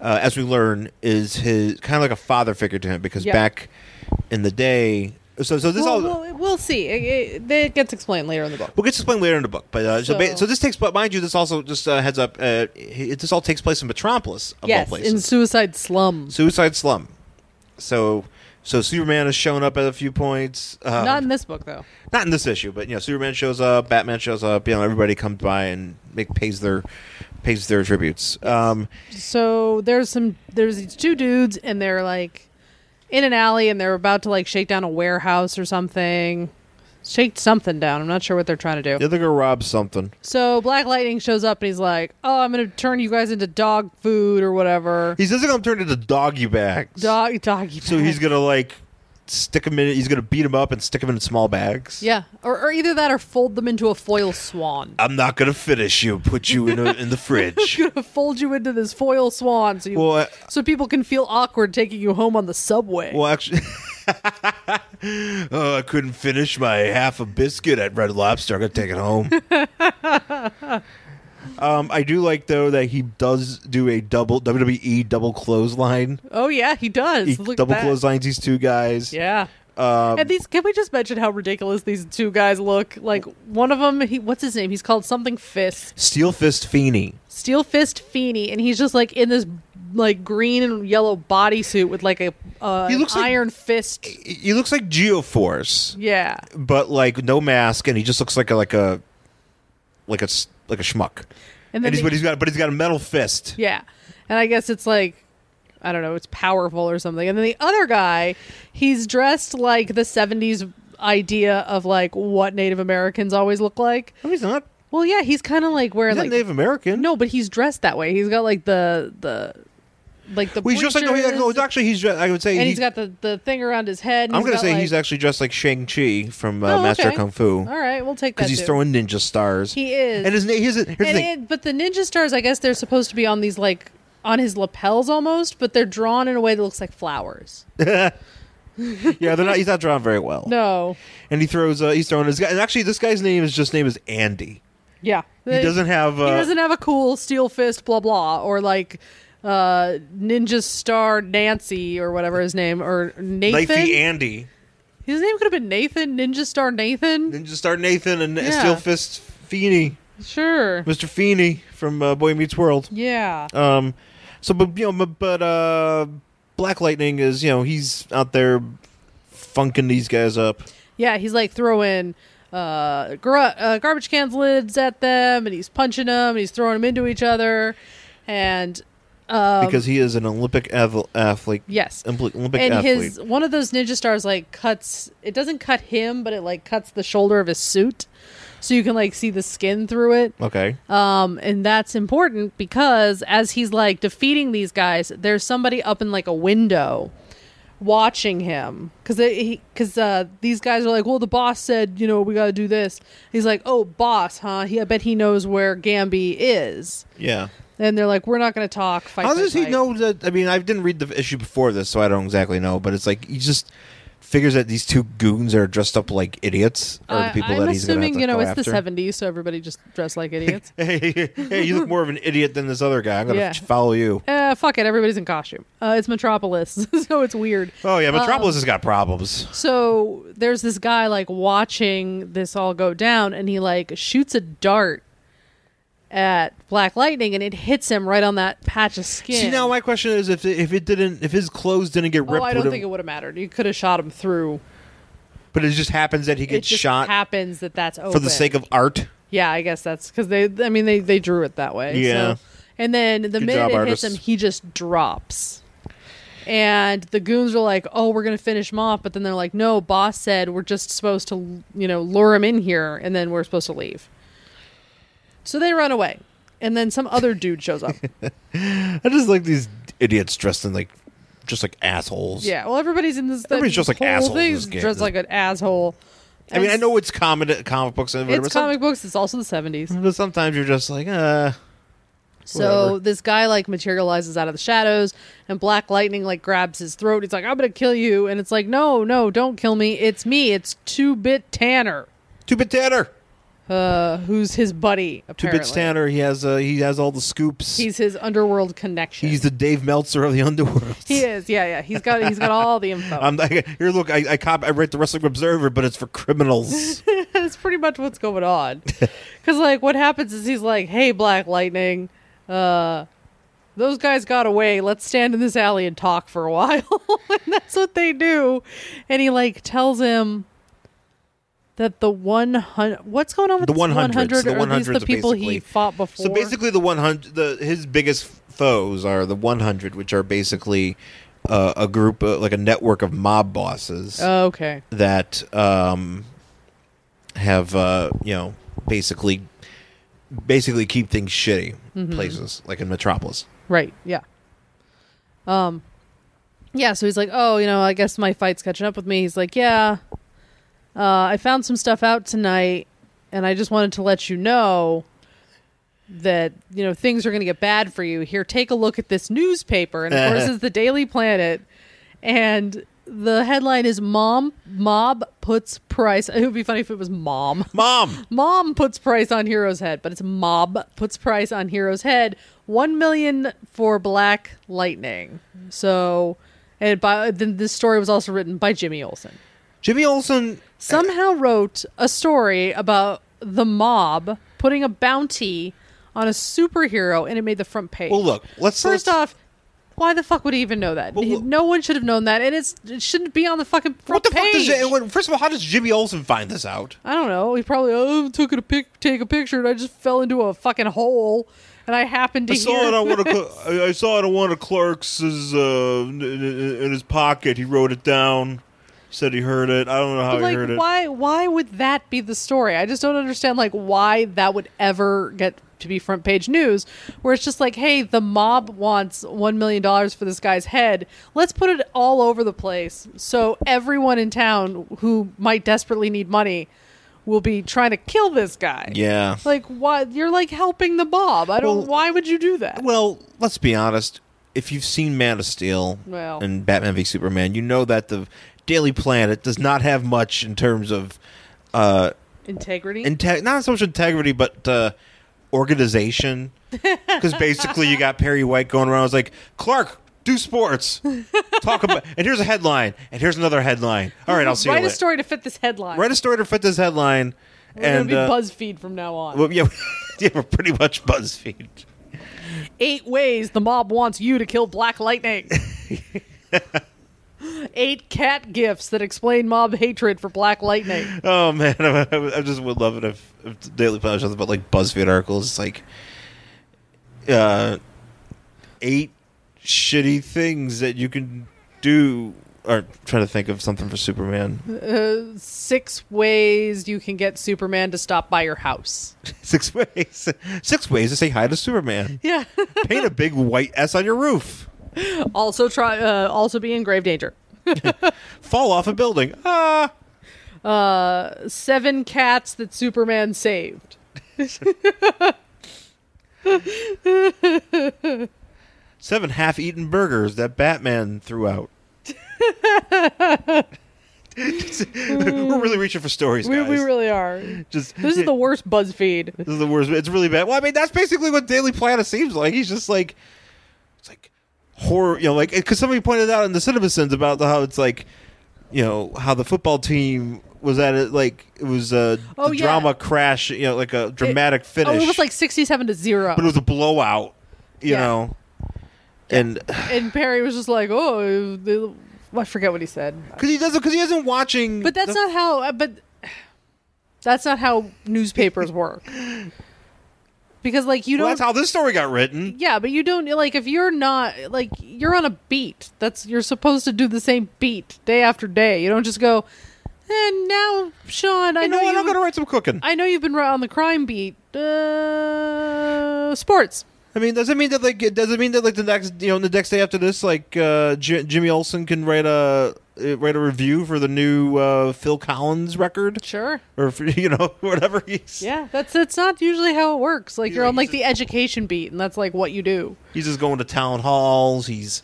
Speaker 5: uh, as we learn, is his kind of like a father figure to him because
Speaker 7: Yep.
Speaker 5: back in the day, so so this
Speaker 7: Well,
Speaker 5: all
Speaker 7: we'll, we'll see. It, it, it gets explained later in the book.
Speaker 5: We'll get to explain later in the book, but uh, so, ba-
Speaker 7: So-
Speaker 5: so this takes. But mind you, this also just uh, heads up. Uh, it, this all takes place in Metropolis, of all
Speaker 7: yes,
Speaker 5: places,
Speaker 7: in Suicide Slum.
Speaker 5: Suicide Slum. So So Superman has shown up at a few points. Uh,
Speaker 7: Not in this book, though.
Speaker 5: not in this issue, but you know, Superman shows up, Batman shows up. You know, everybody comes by and make, pays their pays their tributes. Um,
Speaker 7: So there's some there's these two dudes and they're like in an alley and they're about to like shake down a warehouse or something. Shake something down. I'm not sure what they're trying to do.
Speaker 5: they're gonna rob something.
Speaker 7: So Black Lightning shows up and he's like, "Oh, I'm going to turn you guys into dog food or whatever."
Speaker 5: He says they're gonna turn into doggy bags.
Speaker 7: Dog doggy.
Speaker 5: so
Speaker 7: bag.
Speaker 5: he's gonna like stick him in. He's gonna beat him up and stick him in small bags.
Speaker 7: Yeah, or, or either that or fold them into a foil swan.
Speaker 5: [laughs]
Speaker 7: [laughs]
Speaker 5: I'm not gonna finish you. Put you in a, in the fridge.
Speaker 7: fold you into this foil swan so you,
Speaker 5: Well, I-
Speaker 7: so people can feel awkward taking you home on the subway.
Speaker 5: Well, actually, [laughs] oh, I couldn't finish my half a biscuit at Red Lobster. I'm gonna take it
Speaker 7: [laughs]
Speaker 5: home. um, I do like though that he does do a double WWE double clothesline.
Speaker 7: Oh yeah, he does.
Speaker 5: He
Speaker 7: Look at
Speaker 5: double
Speaker 7: that.
Speaker 5: clotheslines these two guys.
Speaker 7: Yeah.
Speaker 5: Um,
Speaker 7: and these, can we just mention how ridiculous these two guys look? Like one of them, he what's his name? He's called something Fist,
Speaker 5: Steel Fist Feeney.
Speaker 7: Steel Fist Feeney, and he's just like in this like green and yellow bodysuit with like a uh,
Speaker 5: He looks
Speaker 7: an
Speaker 5: like-
Speaker 7: iron fist.
Speaker 5: He- He looks like Geoforce,
Speaker 7: Yeah,
Speaker 5: but like no mask, and he just looks like a like a like a s- like a schmuck.
Speaker 7: and
Speaker 5: And he's,
Speaker 7: they-
Speaker 5: but he's got but he's got a metal fist.
Speaker 7: Yeah. And I guess it's like I don't know, it's powerful or something. And then the other guy, he's dressed like the 70s idea of like what Native Americans always look like.
Speaker 5: No, he's not.
Speaker 7: Well, yeah, he's kind of like wearing
Speaker 5: He's
Speaker 7: like
Speaker 5: not Native American.
Speaker 7: No, but he's dressed that way. He's got like the the like the
Speaker 5: Well, he's just like no, he-
Speaker 7: breeches,
Speaker 5: no, actually he's dressed- I would say
Speaker 7: and
Speaker 5: he-
Speaker 7: he's got the the thing around his head. and
Speaker 5: I'm gonna
Speaker 7: got,
Speaker 5: say
Speaker 7: like-
Speaker 5: he's actually dressed like Shang Chi from uh,
Speaker 7: Oh,
Speaker 5: Master
Speaker 7: okay.
Speaker 5: Kung Fu
Speaker 7: All right, we'll take that.
Speaker 5: because he's
Speaker 7: too.
Speaker 5: throwing ninja stars.
Speaker 7: He is.
Speaker 5: And his name. Here's, the- here's the
Speaker 7: And
Speaker 5: thing.
Speaker 7: it, but the ninja stars, I guess they're supposed to be on these like on his lapels almost, but they're drawn in a way that looks like flowers.
Speaker 5: yeah, they're not. He's
Speaker 7: [laughs]
Speaker 5: not drawn very well.
Speaker 7: No,
Speaker 5: And he throws. Uh, he's throwing his guy. And actually, this guy's name is just name is Andy.
Speaker 7: Yeah.
Speaker 5: He doesn't have. Uh,
Speaker 7: he doesn't have a cool steel fist, blah blah, or like uh ninja star Nancy or whatever his name or Nathan.
Speaker 5: Knifey Andy.
Speaker 7: his name could have been Nathan, ninja star Nathan.
Speaker 5: Ninja Star Nathan and
Speaker 7: Yeah.
Speaker 5: Steel Fist Feeney,
Speaker 7: Sure.
Speaker 5: Mr. Feeney from uh, Boy Meets World.
Speaker 7: Yeah.
Speaker 5: Um, so but you know, but, but uh, Black Lightning is you know he's out there funking these guys up.
Speaker 7: Yeah, he's like throwing uh, gar- uh garbage cans lids at them and he's punching them, he's throwing them into each other and Um,
Speaker 5: because he is an Olympic ath- athlete.
Speaker 7: yes.
Speaker 5: Olympic Olympic
Speaker 7: and
Speaker 5: athlete.
Speaker 7: his one of those ninja stars like cuts it doesn't cut him but it like cuts the shoulder of his suit so you can like see the skin through it
Speaker 5: okay.
Speaker 7: Um, and that's important because as he's like defeating these guys, there's somebody up in like a window watching him because because uh, these guys are like, well, the boss said, you know, we got to do this. He's like, oh, boss, huh? He, I bet he knows where Gambi is.
Speaker 5: yeah.
Speaker 7: And they're like, we're not going to talk. Fight,
Speaker 5: How
Speaker 7: fight,
Speaker 5: does he
Speaker 7: fight."
Speaker 5: know that? I mean, I didn't read the issue before this, so I don't exactly know. But it's like he just figures that these two goons are dressed up like idiots, or
Speaker 7: I-
Speaker 5: the people
Speaker 7: I'm
Speaker 5: that he's going to have
Speaker 7: assuming
Speaker 5: to
Speaker 7: you know
Speaker 5: go
Speaker 7: it's
Speaker 5: after.
Speaker 7: the '70s, so everybody just dressed like idiots.
Speaker 5: [laughs] hey, hey, you look more of an idiot than this other guy. I'm going to
Speaker 7: Yeah.
Speaker 5: follow you.
Speaker 7: uh, fuck it, everybody's in costume. Uh, it's Metropolis, [laughs] so it's weird.
Speaker 5: Oh yeah,
Speaker 7: Um,
Speaker 5: Metropolis has got problems.
Speaker 7: So there's this guy like watching this all go down, and he like shoots a dart at Black Lightning, and it hits him right on that patch of skin.
Speaker 5: See, now my question is if if it didn't, if his clothes didn't get ripped,
Speaker 7: oh, I
Speaker 5: would
Speaker 7: don't
Speaker 5: it-
Speaker 7: think it would have mattered. You could have shot him through.
Speaker 5: but it just happens that he
Speaker 7: It
Speaker 5: gets
Speaker 7: just
Speaker 5: shot
Speaker 7: happens that that's open.
Speaker 5: for the sake of art.
Speaker 7: yeah, I guess that's because they. I mean, they they drew it that way.
Speaker 5: Yeah.
Speaker 7: So. And then the
Speaker 5: Good
Speaker 7: minute
Speaker 5: job,
Speaker 7: it
Speaker 5: artists.
Speaker 7: hits him, he just drops. And the goons are like, "Oh, we're gonna finish him off," but then they're like, "No, boss said we're just supposed to, you know, lure him in here, and then we're supposed to leave." So they run away, and then some other dude
Speaker 5: [laughs]
Speaker 7: shows up.
Speaker 5: I just like these idiots dressed in like just like assholes.
Speaker 7: yeah, well, everybody's in this.
Speaker 5: Everybody's just like
Speaker 7: whole
Speaker 5: assholes in
Speaker 7: thing's
Speaker 5: this game.
Speaker 7: Dressed like an asshole.
Speaker 5: I mean,
Speaker 7: And
Speaker 5: I know it's common uh, comic books and whatever.
Speaker 7: it's
Speaker 5: some-
Speaker 7: comic books. It's also the seventies.
Speaker 5: but sometimes you're just like, uh,
Speaker 7: So
Speaker 5: Whatever.
Speaker 7: this guy like materializes out of the shadows, and Black Lightning like grabs his throat. He's like, "I'm gonna kill you," and it's like, "No, no, don't kill me. It's me. It's Two Bit Tanner,
Speaker 5: two bit Tanner.
Speaker 7: uh, who's his buddy.
Speaker 5: Two
Speaker 7: Apparently,
Speaker 5: bit Tanner. He has uh, he has all the scoops.
Speaker 7: He's his underworld connection.
Speaker 5: He's the Dave Meltzer of the underworld. [laughs]
Speaker 7: he is. Yeah, yeah. He's got he's got all the info.
Speaker 5: I'm like, here. Look, I I, cop, I write the Wrestling Observer, but it's for
Speaker 7: [laughs]
Speaker 5: criminals.
Speaker 7: That's pretty much what's going [laughs] on. Because like what happens is he's like, "Hey, Black Lightning, uh, those guys got away. Let's stand in this alley and talk for a [laughs] while. and that's what they do. And he like tells him that the 100 what's going on with
Speaker 5: The
Speaker 7: this
Speaker 5: 100s,
Speaker 7: 100
Speaker 5: the
Speaker 7: or at least the
Speaker 5: 100s
Speaker 7: people he
Speaker 5: basically.
Speaker 7: fought before.
Speaker 5: So basically, the 100, the his biggest foes are the 100, which are basically uh, a group, uh, like a network of mob bosses
Speaker 7: Oh, okay.
Speaker 5: that um, have, uh, you know, basically, basically keep things shitty
Speaker 7: Mm-hmm.
Speaker 5: places, like in Metropolis.
Speaker 7: Right. Yeah. Um yeah, so he's like, "Oh, you know, I guess my fight's catching up with me." He's like, "Yeah. Uh I found some stuff out tonight and I just wanted to let you know that, you know, things are going to get bad for you. Here, take a look at this newspaper." And of course, it's the Daily Planet. And the headline is Mom Mob puts price. It would be funny if it was Mom.
Speaker 5: Mom,
Speaker 7: Mom puts price on Hero's head, but it's Mob puts price on Hero's head. One million for Black Lightning. So, and by, then this story was also written by Jimmy Olsen.
Speaker 5: Jimmy Olsen.
Speaker 7: Somehow wrote a story about the mob putting a bounty on a superhero, and it made the front page.
Speaker 5: Well, look, let's
Speaker 7: First
Speaker 5: let's-
Speaker 7: off, why the fuck would he even know that?
Speaker 5: Well,
Speaker 7: He-
Speaker 5: look-
Speaker 7: no one should have known that, and it's it shouldn't be on the fucking
Speaker 5: What
Speaker 7: front
Speaker 5: the fuck
Speaker 7: page.
Speaker 5: does Jimmy? First of all, how does Jimmy Olsen find this out?
Speaker 7: I don't know. He probably oh, took a pic, take a picture, and I just fell into a fucking hole, and I happened to
Speaker 5: I
Speaker 7: hear.
Speaker 5: saw it on one of
Speaker 7: [laughs]
Speaker 5: Cl- I I saw it on one of Clark's uh, in, in in his pocket. He wrote it down. Said he heard it. I don't know how
Speaker 7: But,
Speaker 5: he heard
Speaker 7: like,
Speaker 5: it.
Speaker 7: why? Why would that be the story? I just don't understand. Like, why that would ever get to be front page news, where it's just like, hey, the mob wants one million dollars for this guy's head. Let's put it all over the place, so everyone in town who might desperately need money will be trying to kill this guy.
Speaker 5: Yeah.
Speaker 7: Like, why? You're like helping the mob. I don't.
Speaker 5: Well-
Speaker 7: why would you do that?
Speaker 5: Well, let's be honest. If you've seen Man of Steel
Speaker 7: Well.
Speaker 5: and Batman v Superman, you know that the Daily Planet does not have much in terms of uh,
Speaker 7: Integrity.
Speaker 5: inte- not so much integrity, but uh,
Speaker 7: [laughs]
Speaker 5: organization. Because basically, you got Perry White going around. I was like, Clark, do sports. Talk
Speaker 7: [laughs]
Speaker 5: about. And here's a headline. And here's another headline. All right, I'll see
Speaker 7: Write
Speaker 5: you
Speaker 7: a
Speaker 5: later.
Speaker 7: story to fit this headline.
Speaker 5: Write a story to fit this headline.
Speaker 7: We're
Speaker 5: and
Speaker 7: gonna be
Speaker 5: uh,
Speaker 7: BuzzFeed from now on.
Speaker 5: well, yeah, [laughs] yeah, we're pretty much BuzzFeed.
Speaker 7: Eight ways the mob wants you to kill
Speaker 5: [laughs]
Speaker 7: Black Lightning. Eight cat gifts that explain mob hatred for Black Lightning.
Speaker 5: [laughs] Oh man, I, I just would love it if, if the Daily Planet shows about like BuzzFeed articles. It's like uh, eight shitty things that you can do. Or try to think of something for Superman. [laughs]
Speaker 7: Six ways you can get Superman to stop by your house.
Speaker 5: Six ways, six ways to say hi to
Speaker 7: [laughs]
Speaker 5: Superman.
Speaker 7: Yeah.
Speaker 5: Paint a big white S on your roof.
Speaker 7: also try. Uh, also be in grave danger.
Speaker 5: Fall off a building. Ah,
Speaker 7: Seven cats that Superman saved.
Speaker 5: seven half-eaten burgers that Batman threw
Speaker 7: [laughs]
Speaker 5: out. [laughs] We're really reaching for stories,
Speaker 7: We,
Speaker 5: guys.
Speaker 7: we really are.
Speaker 5: just
Speaker 7: This is the worst BuzzFeed.
Speaker 5: This is the worst. It's really bad. Well, I mean, that's basically what Daily Planet seems like. He's just like, it's like horror, you know, like because somebody pointed out in the CinemaSins about the, how it's like, you know, how the football team was at it like it was a
Speaker 7: Oh,
Speaker 5: the
Speaker 7: yeah.
Speaker 5: drama crash, you know, like a dramatic finish.
Speaker 7: Oh, it was like sixty-seven to zero.
Speaker 5: but it was a blowout, you
Speaker 7: Yeah.
Speaker 5: know, and
Speaker 7: and Perry was just like, "Oh, they- I forget what he said."
Speaker 5: because he doesn't because he isn't watching.
Speaker 7: But that's
Speaker 5: the-
Speaker 7: not how. uh, But that's not how
Speaker 5: [laughs]
Speaker 7: newspapers work. Because like you
Speaker 5: Well,
Speaker 7: don't.
Speaker 5: that's how this story got written.
Speaker 7: yeah, but you don't like if you're not like you're on a beat. That's you're supposed to do the same beat day after day. You don't just go. And now, Sean, I
Speaker 5: You know
Speaker 7: know
Speaker 5: what? I'm
Speaker 7: you.
Speaker 5: gonna write some cooking.
Speaker 7: I know you've been right on the crime beat. Uh, sports.
Speaker 5: I mean, does it mean that like it does it mean that like the next you know the next day after this like uh, J- Jimmy Olsen can write a uh, write a review for the new uh, Phil Collins record
Speaker 7: Sure.
Speaker 5: or [laughs] for, you know whatever he's
Speaker 7: Yeah, that's it's not usually how it works. Like
Speaker 5: He's
Speaker 7: you're
Speaker 5: like-
Speaker 7: on like the education beat, and that's like what you do.
Speaker 5: he's just going to town halls he's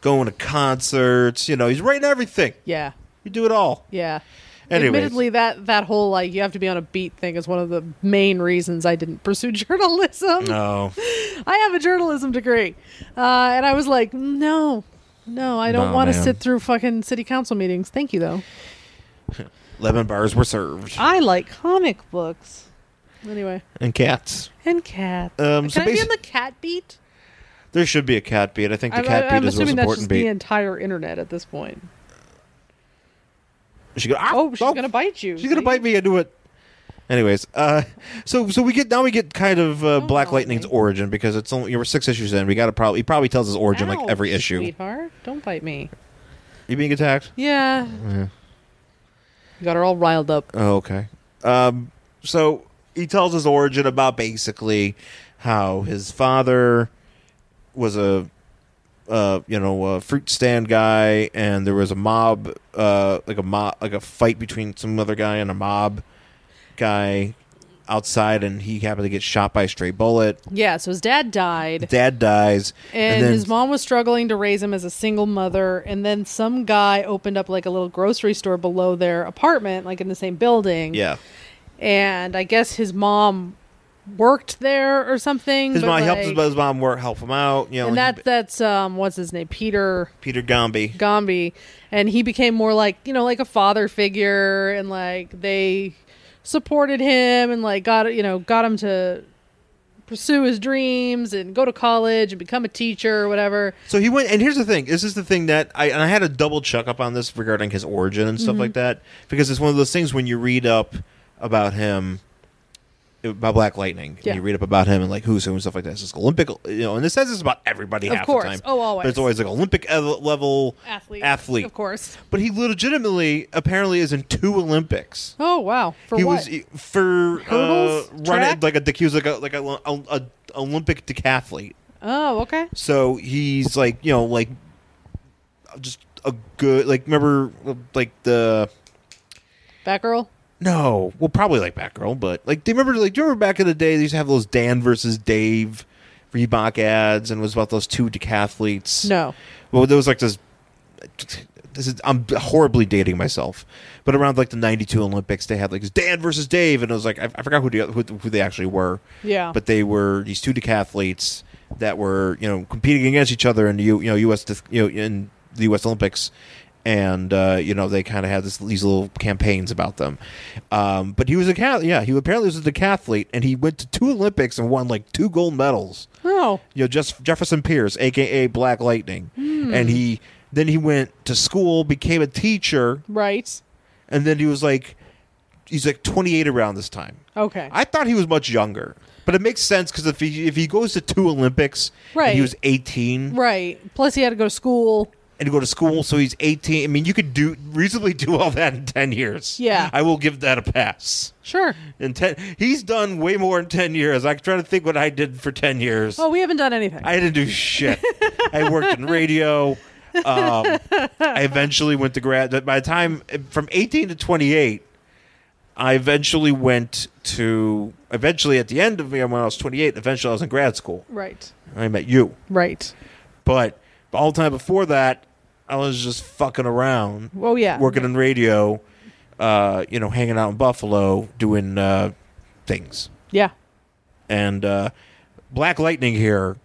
Speaker 5: going to concerts you know he's writing everything
Speaker 7: Yeah,
Speaker 5: you do it all
Speaker 7: yeah.
Speaker 5: Anyways.
Speaker 7: Admittedly, that that whole like you have to be on a beat thing is one of the main reasons I didn't pursue [laughs] journalism.
Speaker 5: no
Speaker 7: I have a journalism degree, uh, and I was like, no, no, I don't
Speaker 5: No,
Speaker 7: want to
Speaker 5: man.
Speaker 7: sit through fucking city council meetings. Thank you though.
Speaker 5: lemon bars were served
Speaker 7: I like comic books. Anyway,
Speaker 5: and cats
Speaker 7: and cats.
Speaker 5: Um,
Speaker 7: Can
Speaker 5: so
Speaker 7: I be
Speaker 5: basi-
Speaker 7: on the cat beat?
Speaker 5: There should be a cat beat. I think the
Speaker 7: I'm,
Speaker 5: cat
Speaker 7: I'm
Speaker 5: beat is the most
Speaker 7: assuming that's
Speaker 5: important
Speaker 7: just
Speaker 5: beat.
Speaker 7: the entire internet at this point.
Speaker 5: She go, "Ah,
Speaker 7: Oh, she's
Speaker 5: no,
Speaker 7: gonna bite you.
Speaker 5: She's gonna
Speaker 7: see?
Speaker 5: bite me. I knew it. Anyways, uh, so so we get now we get kind of uh, Black
Speaker 7: no,
Speaker 5: Lightning's
Speaker 7: mate.
Speaker 5: origin because it's only we're six issues in. We got to probably he probably tells his origin
Speaker 7: Ouch,
Speaker 5: like every issue.
Speaker 7: Sweetheart, don't bite me.
Speaker 5: You being attacked?
Speaker 7: Yeah. You got her all riled up.
Speaker 5: Oh, okay. Um, so he tells his origin about basically how his father was a uh, you know a fruit stand guy, and there was a mob uh, like a mob like a fight between some other guy and a mob guy outside, and he happened to get shot by a stray
Speaker 7: [laughs]
Speaker 5: bullet.
Speaker 7: Yeah, so his dad died,
Speaker 5: Dad dies,
Speaker 7: and,
Speaker 5: then
Speaker 7: his mom was struggling to raise him as a single mother. And then some guy opened up like a little grocery store below their apartment, like in the same building.
Speaker 5: yeah.
Speaker 7: And I guess his mom worked there or something.
Speaker 5: His
Speaker 7: but,
Speaker 5: mom helps his,
Speaker 7: like-
Speaker 5: but his mom work help him out. You know,
Speaker 7: And
Speaker 5: he-
Speaker 7: that that's um what's his name Peter
Speaker 5: Peter Gombe.
Speaker 7: Gombe, and he became more like you know like a father figure, and like they supported him and like got you know got him to pursue his dreams and go to college and become a teacher or whatever.
Speaker 5: So he went, and here's the thing. This is the thing that I and I had a double check up on this regarding his origin and stuff like
Speaker 7: Mm-hmm.
Speaker 5: that because it's one of those things when you read up about him about Black Lightning,
Speaker 7: Yeah.
Speaker 5: and you read up about him and like who's who and stuff like that. It's just Olympic, you know. And this says it's about everybody
Speaker 7: Of
Speaker 5: half
Speaker 7: course.
Speaker 5: the time.
Speaker 7: Oh, always.
Speaker 5: But it's always like Olympic ev- level
Speaker 7: Athlete,
Speaker 5: athlete.
Speaker 7: of course.
Speaker 5: But he legitimately apparently is in two Olympics.
Speaker 7: Oh wow, for
Speaker 5: he
Speaker 7: what?
Speaker 5: was e for uh,
Speaker 7: Hurdles?
Speaker 5: running
Speaker 7: Track?
Speaker 5: like a dic- he was like a like a, a, a Olympic decathlete.
Speaker 7: oh okay.
Speaker 5: So he's like, you know, like just a good like remember like the
Speaker 7: Batgirl.
Speaker 5: no, well probably like Batgirl, but like do you remember like do you remember back in the day they used to have those Dan versus Dave Reebok ads and it was about those two decathletes.
Speaker 7: No.
Speaker 5: Well there was like this this is I'm horribly dating myself, but around like the '92 Olympics, they had like this Dan versus Dave, and it was like I, I forgot who, the, who who they actually were.
Speaker 7: Yeah.
Speaker 5: But they were these two decathletes that were you know competing against each other in the U, you know U.S. dis- you know in the U.S. Olympics, and uh, you know they kind of had this, these little campaigns about them. Um, but he was a cat. Yeah, he apparently was a decathlete, and he went to two Olympics and won like two gold medals
Speaker 7: Oh
Speaker 5: you know, just Jefferson Pierce, aka Black Lightning,
Speaker 7: Hmm.
Speaker 5: and he then he went to school, became a teacher,
Speaker 7: right.
Speaker 5: and then he was like, he's like 28 around this time.
Speaker 7: Okay.
Speaker 5: I thought he was much younger, but it makes sense because if he if he goes to two Olympics, and
Speaker 7: Right.
Speaker 5: he was 18
Speaker 7: right. Plus he had to go to school.
Speaker 5: and go to school, so he's 18. I mean, you could do reasonably do all that in 10 years.
Speaker 7: Yeah.
Speaker 5: I will give that a pass.
Speaker 7: Sure.
Speaker 5: In 10, he's done way more in 10 years. I'm trying to think what I did for 10 years.
Speaker 7: Oh, we haven't done anything.
Speaker 5: I didn't do shit. I worked in radio. Um, I eventually went to grad. By the time from eighteen to twenty eight, I eventually went to. Eventually, at the end of when I was twenty eight, eventually I was in grad school.
Speaker 7: right.
Speaker 5: I met you,
Speaker 7: Right.
Speaker 5: but all the time before that, I was just fucking around.
Speaker 7: Oh, yeah.
Speaker 5: working in radio. Uh, you know, hanging out in Buffalo, doing uh, things
Speaker 7: Yeah.
Speaker 5: and uh, Black Lightning here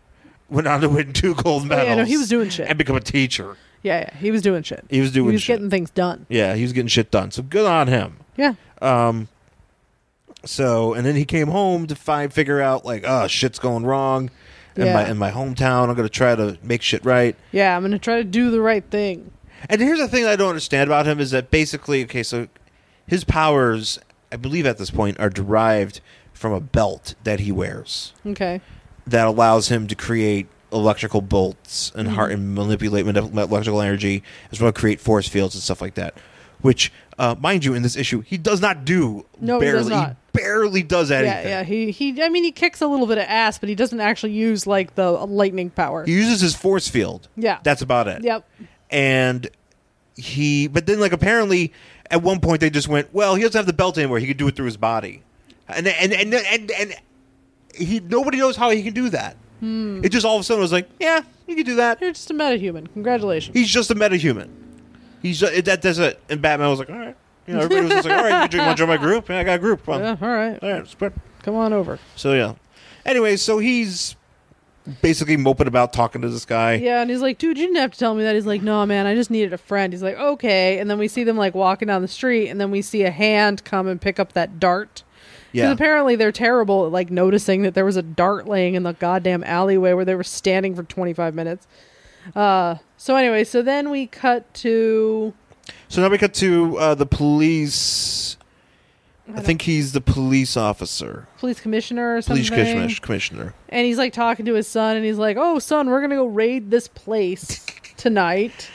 Speaker 5: went on to win two gold medals.
Speaker 7: Oh, yeah, no, he was doing shit.
Speaker 5: and become a teacher.
Speaker 7: Yeah, yeah. He was doing shit.
Speaker 5: He was doing
Speaker 7: He was
Speaker 5: shit.
Speaker 7: getting things done.
Speaker 5: Yeah, he was getting shit done. So good on him.
Speaker 7: Yeah.
Speaker 5: So and then he came home to find figure out like, oh, shit's going wrong in
Speaker 7: Yeah.
Speaker 5: my in my hometown. I'm gonna try to make shit right.
Speaker 7: Yeah, I'm gonna try to do the right thing.
Speaker 5: And here's the thing I don't understand about him is that basically, okay, so his powers, I believe at this point, are derived from a belt that he wears.
Speaker 7: Okay.
Speaker 5: that allows him to create electrical bolts and
Speaker 7: Mm-hmm.
Speaker 5: heart and manipulate man- electrical energy as well as create force fields and stuff like that. Which, uh, mind you, in this issue, he does not do.
Speaker 7: No, he
Speaker 5: barely,
Speaker 7: does not.
Speaker 5: barely does anything.
Speaker 7: Yeah, yeah. He he. I mean, he kicks a little bit of ass, but he doesn't actually use like the lightning power.
Speaker 5: He uses his force field.
Speaker 7: Yeah.
Speaker 5: that's about it.
Speaker 7: Yep.
Speaker 5: and he but then like apparently at one point they just went well he doesn't have the belt anymore he could do it through his body and and and and, and he nobody knows how he can do that
Speaker 7: Hmm.
Speaker 5: it just all of a sudden was like yeah you can do that
Speaker 7: You're just a metahuman. Congratulations.
Speaker 5: he's just a metahuman he's just, it- that does it and batman was like all right you know everybody was just like all right you can want to join my group yeah, i got a group Fun.
Speaker 7: yeah, all right.
Speaker 5: all right it's good.
Speaker 7: Come on over.
Speaker 5: so yeah anyway so he's basically moping about talking to this guy
Speaker 7: Yeah, and he's like, dude, you didn't have to tell me that. He's like, no, man, I just needed a friend. He's like, okay. And then we see them like walking down the street, and then we see a hand come and pick up that dart.
Speaker 5: Yeah.
Speaker 7: apparently they're terrible at like noticing that there was a dart laying in the goddamn alleyway where they were standing for 25 minutes. Uh, so anyway, so then we cut to
Speaker 5: So now we cut to uh, the police. I think he's the police officer,
Speaker 7: police commissioner or something.
Speaker 5: police commissioner. commissioner.
Speaker 7: And he's like talking to his son and he's like, "Oh, son, we're going to go raid this place tonight."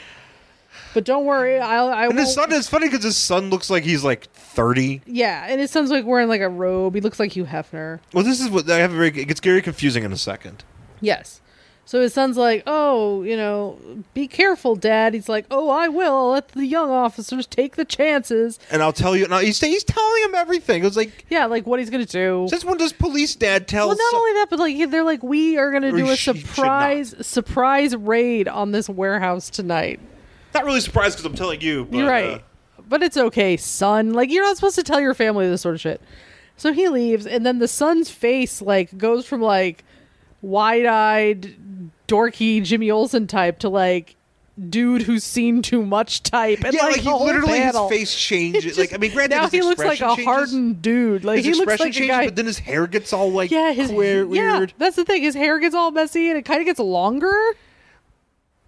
Speaker 7: But don't worry, I'll, I
Speaker 5: And
Speaker 7: won't.
Speaker 5: his son is funny because his son looks like he's like thirty.
Speaker 7: yeah, and his son's like wearing like a robe. He looks like Hugh Hefner.
Speaker 5: Well, this is what I have. A very, it gets very confusing in a second.
Speaker 7: Yes. So his son's like, "Oh, you know, be careful, Dad." He's like, "Oh, I will. I'll let the young officers take the chances."
Speaker 5: And I'll tell you. Now he's he's telling him everything. It was like
Speaker 7: Yeah, like what he's gonna do.
Speaker 5: since when does police dad tell?
Speaker 7: Well, not
Speaker 5: son-
Speaker 7: only that, but like they're like, "We are gonna
Speaker 5: Or
Speaker 7: do a
Speaker 5: she should not.
Speaker 7: surprise surprise raid on this warehouse tonight."
Speaker 5: not really surprised because I'm telling you. But,
Speaker 7: You're right.
Speaker 5: uh,
Speaker 7: but it's okay, son. Like you're not supposed to tell your family this sort of shit. So he leaves and then the son's face like goes from like wide-eyed dorky Jimmy Olsen type to like dude who's seen too much type and
Speaker 5: yeah,
Speaker 7: like,
Speaker 5: like, he
Speaker 7: the whole
Speaker 5: literally
Speaker 7: panel.
Speaker 5: his face changes.
Speaker 7: [laughs] It
Speaker 5: like
Speaker 7: just-
Speaker 5: I mean, granted,
Speaker 7: now
Speaker 5: his
Speaker 7: he looks like
Speaker 5: expression
Speaker 7: a
Speaker 5: changes.
Speaker 7: hardened dude. Like
Speaker 5: His
Speaker 7: he looks
Speaker 5: expression
Speaker 7: like
Speaker 5: changes,
Speaker 7: a guy.
Speaker 5: but then his hair gets all like
Speaker 7: yeah, his
Speaker 5: weird.
Speaker 7: yeah.
Speaker 5: weird.
Speaker 7: That's the thing. His hair gets all messy and it kind of gets longer.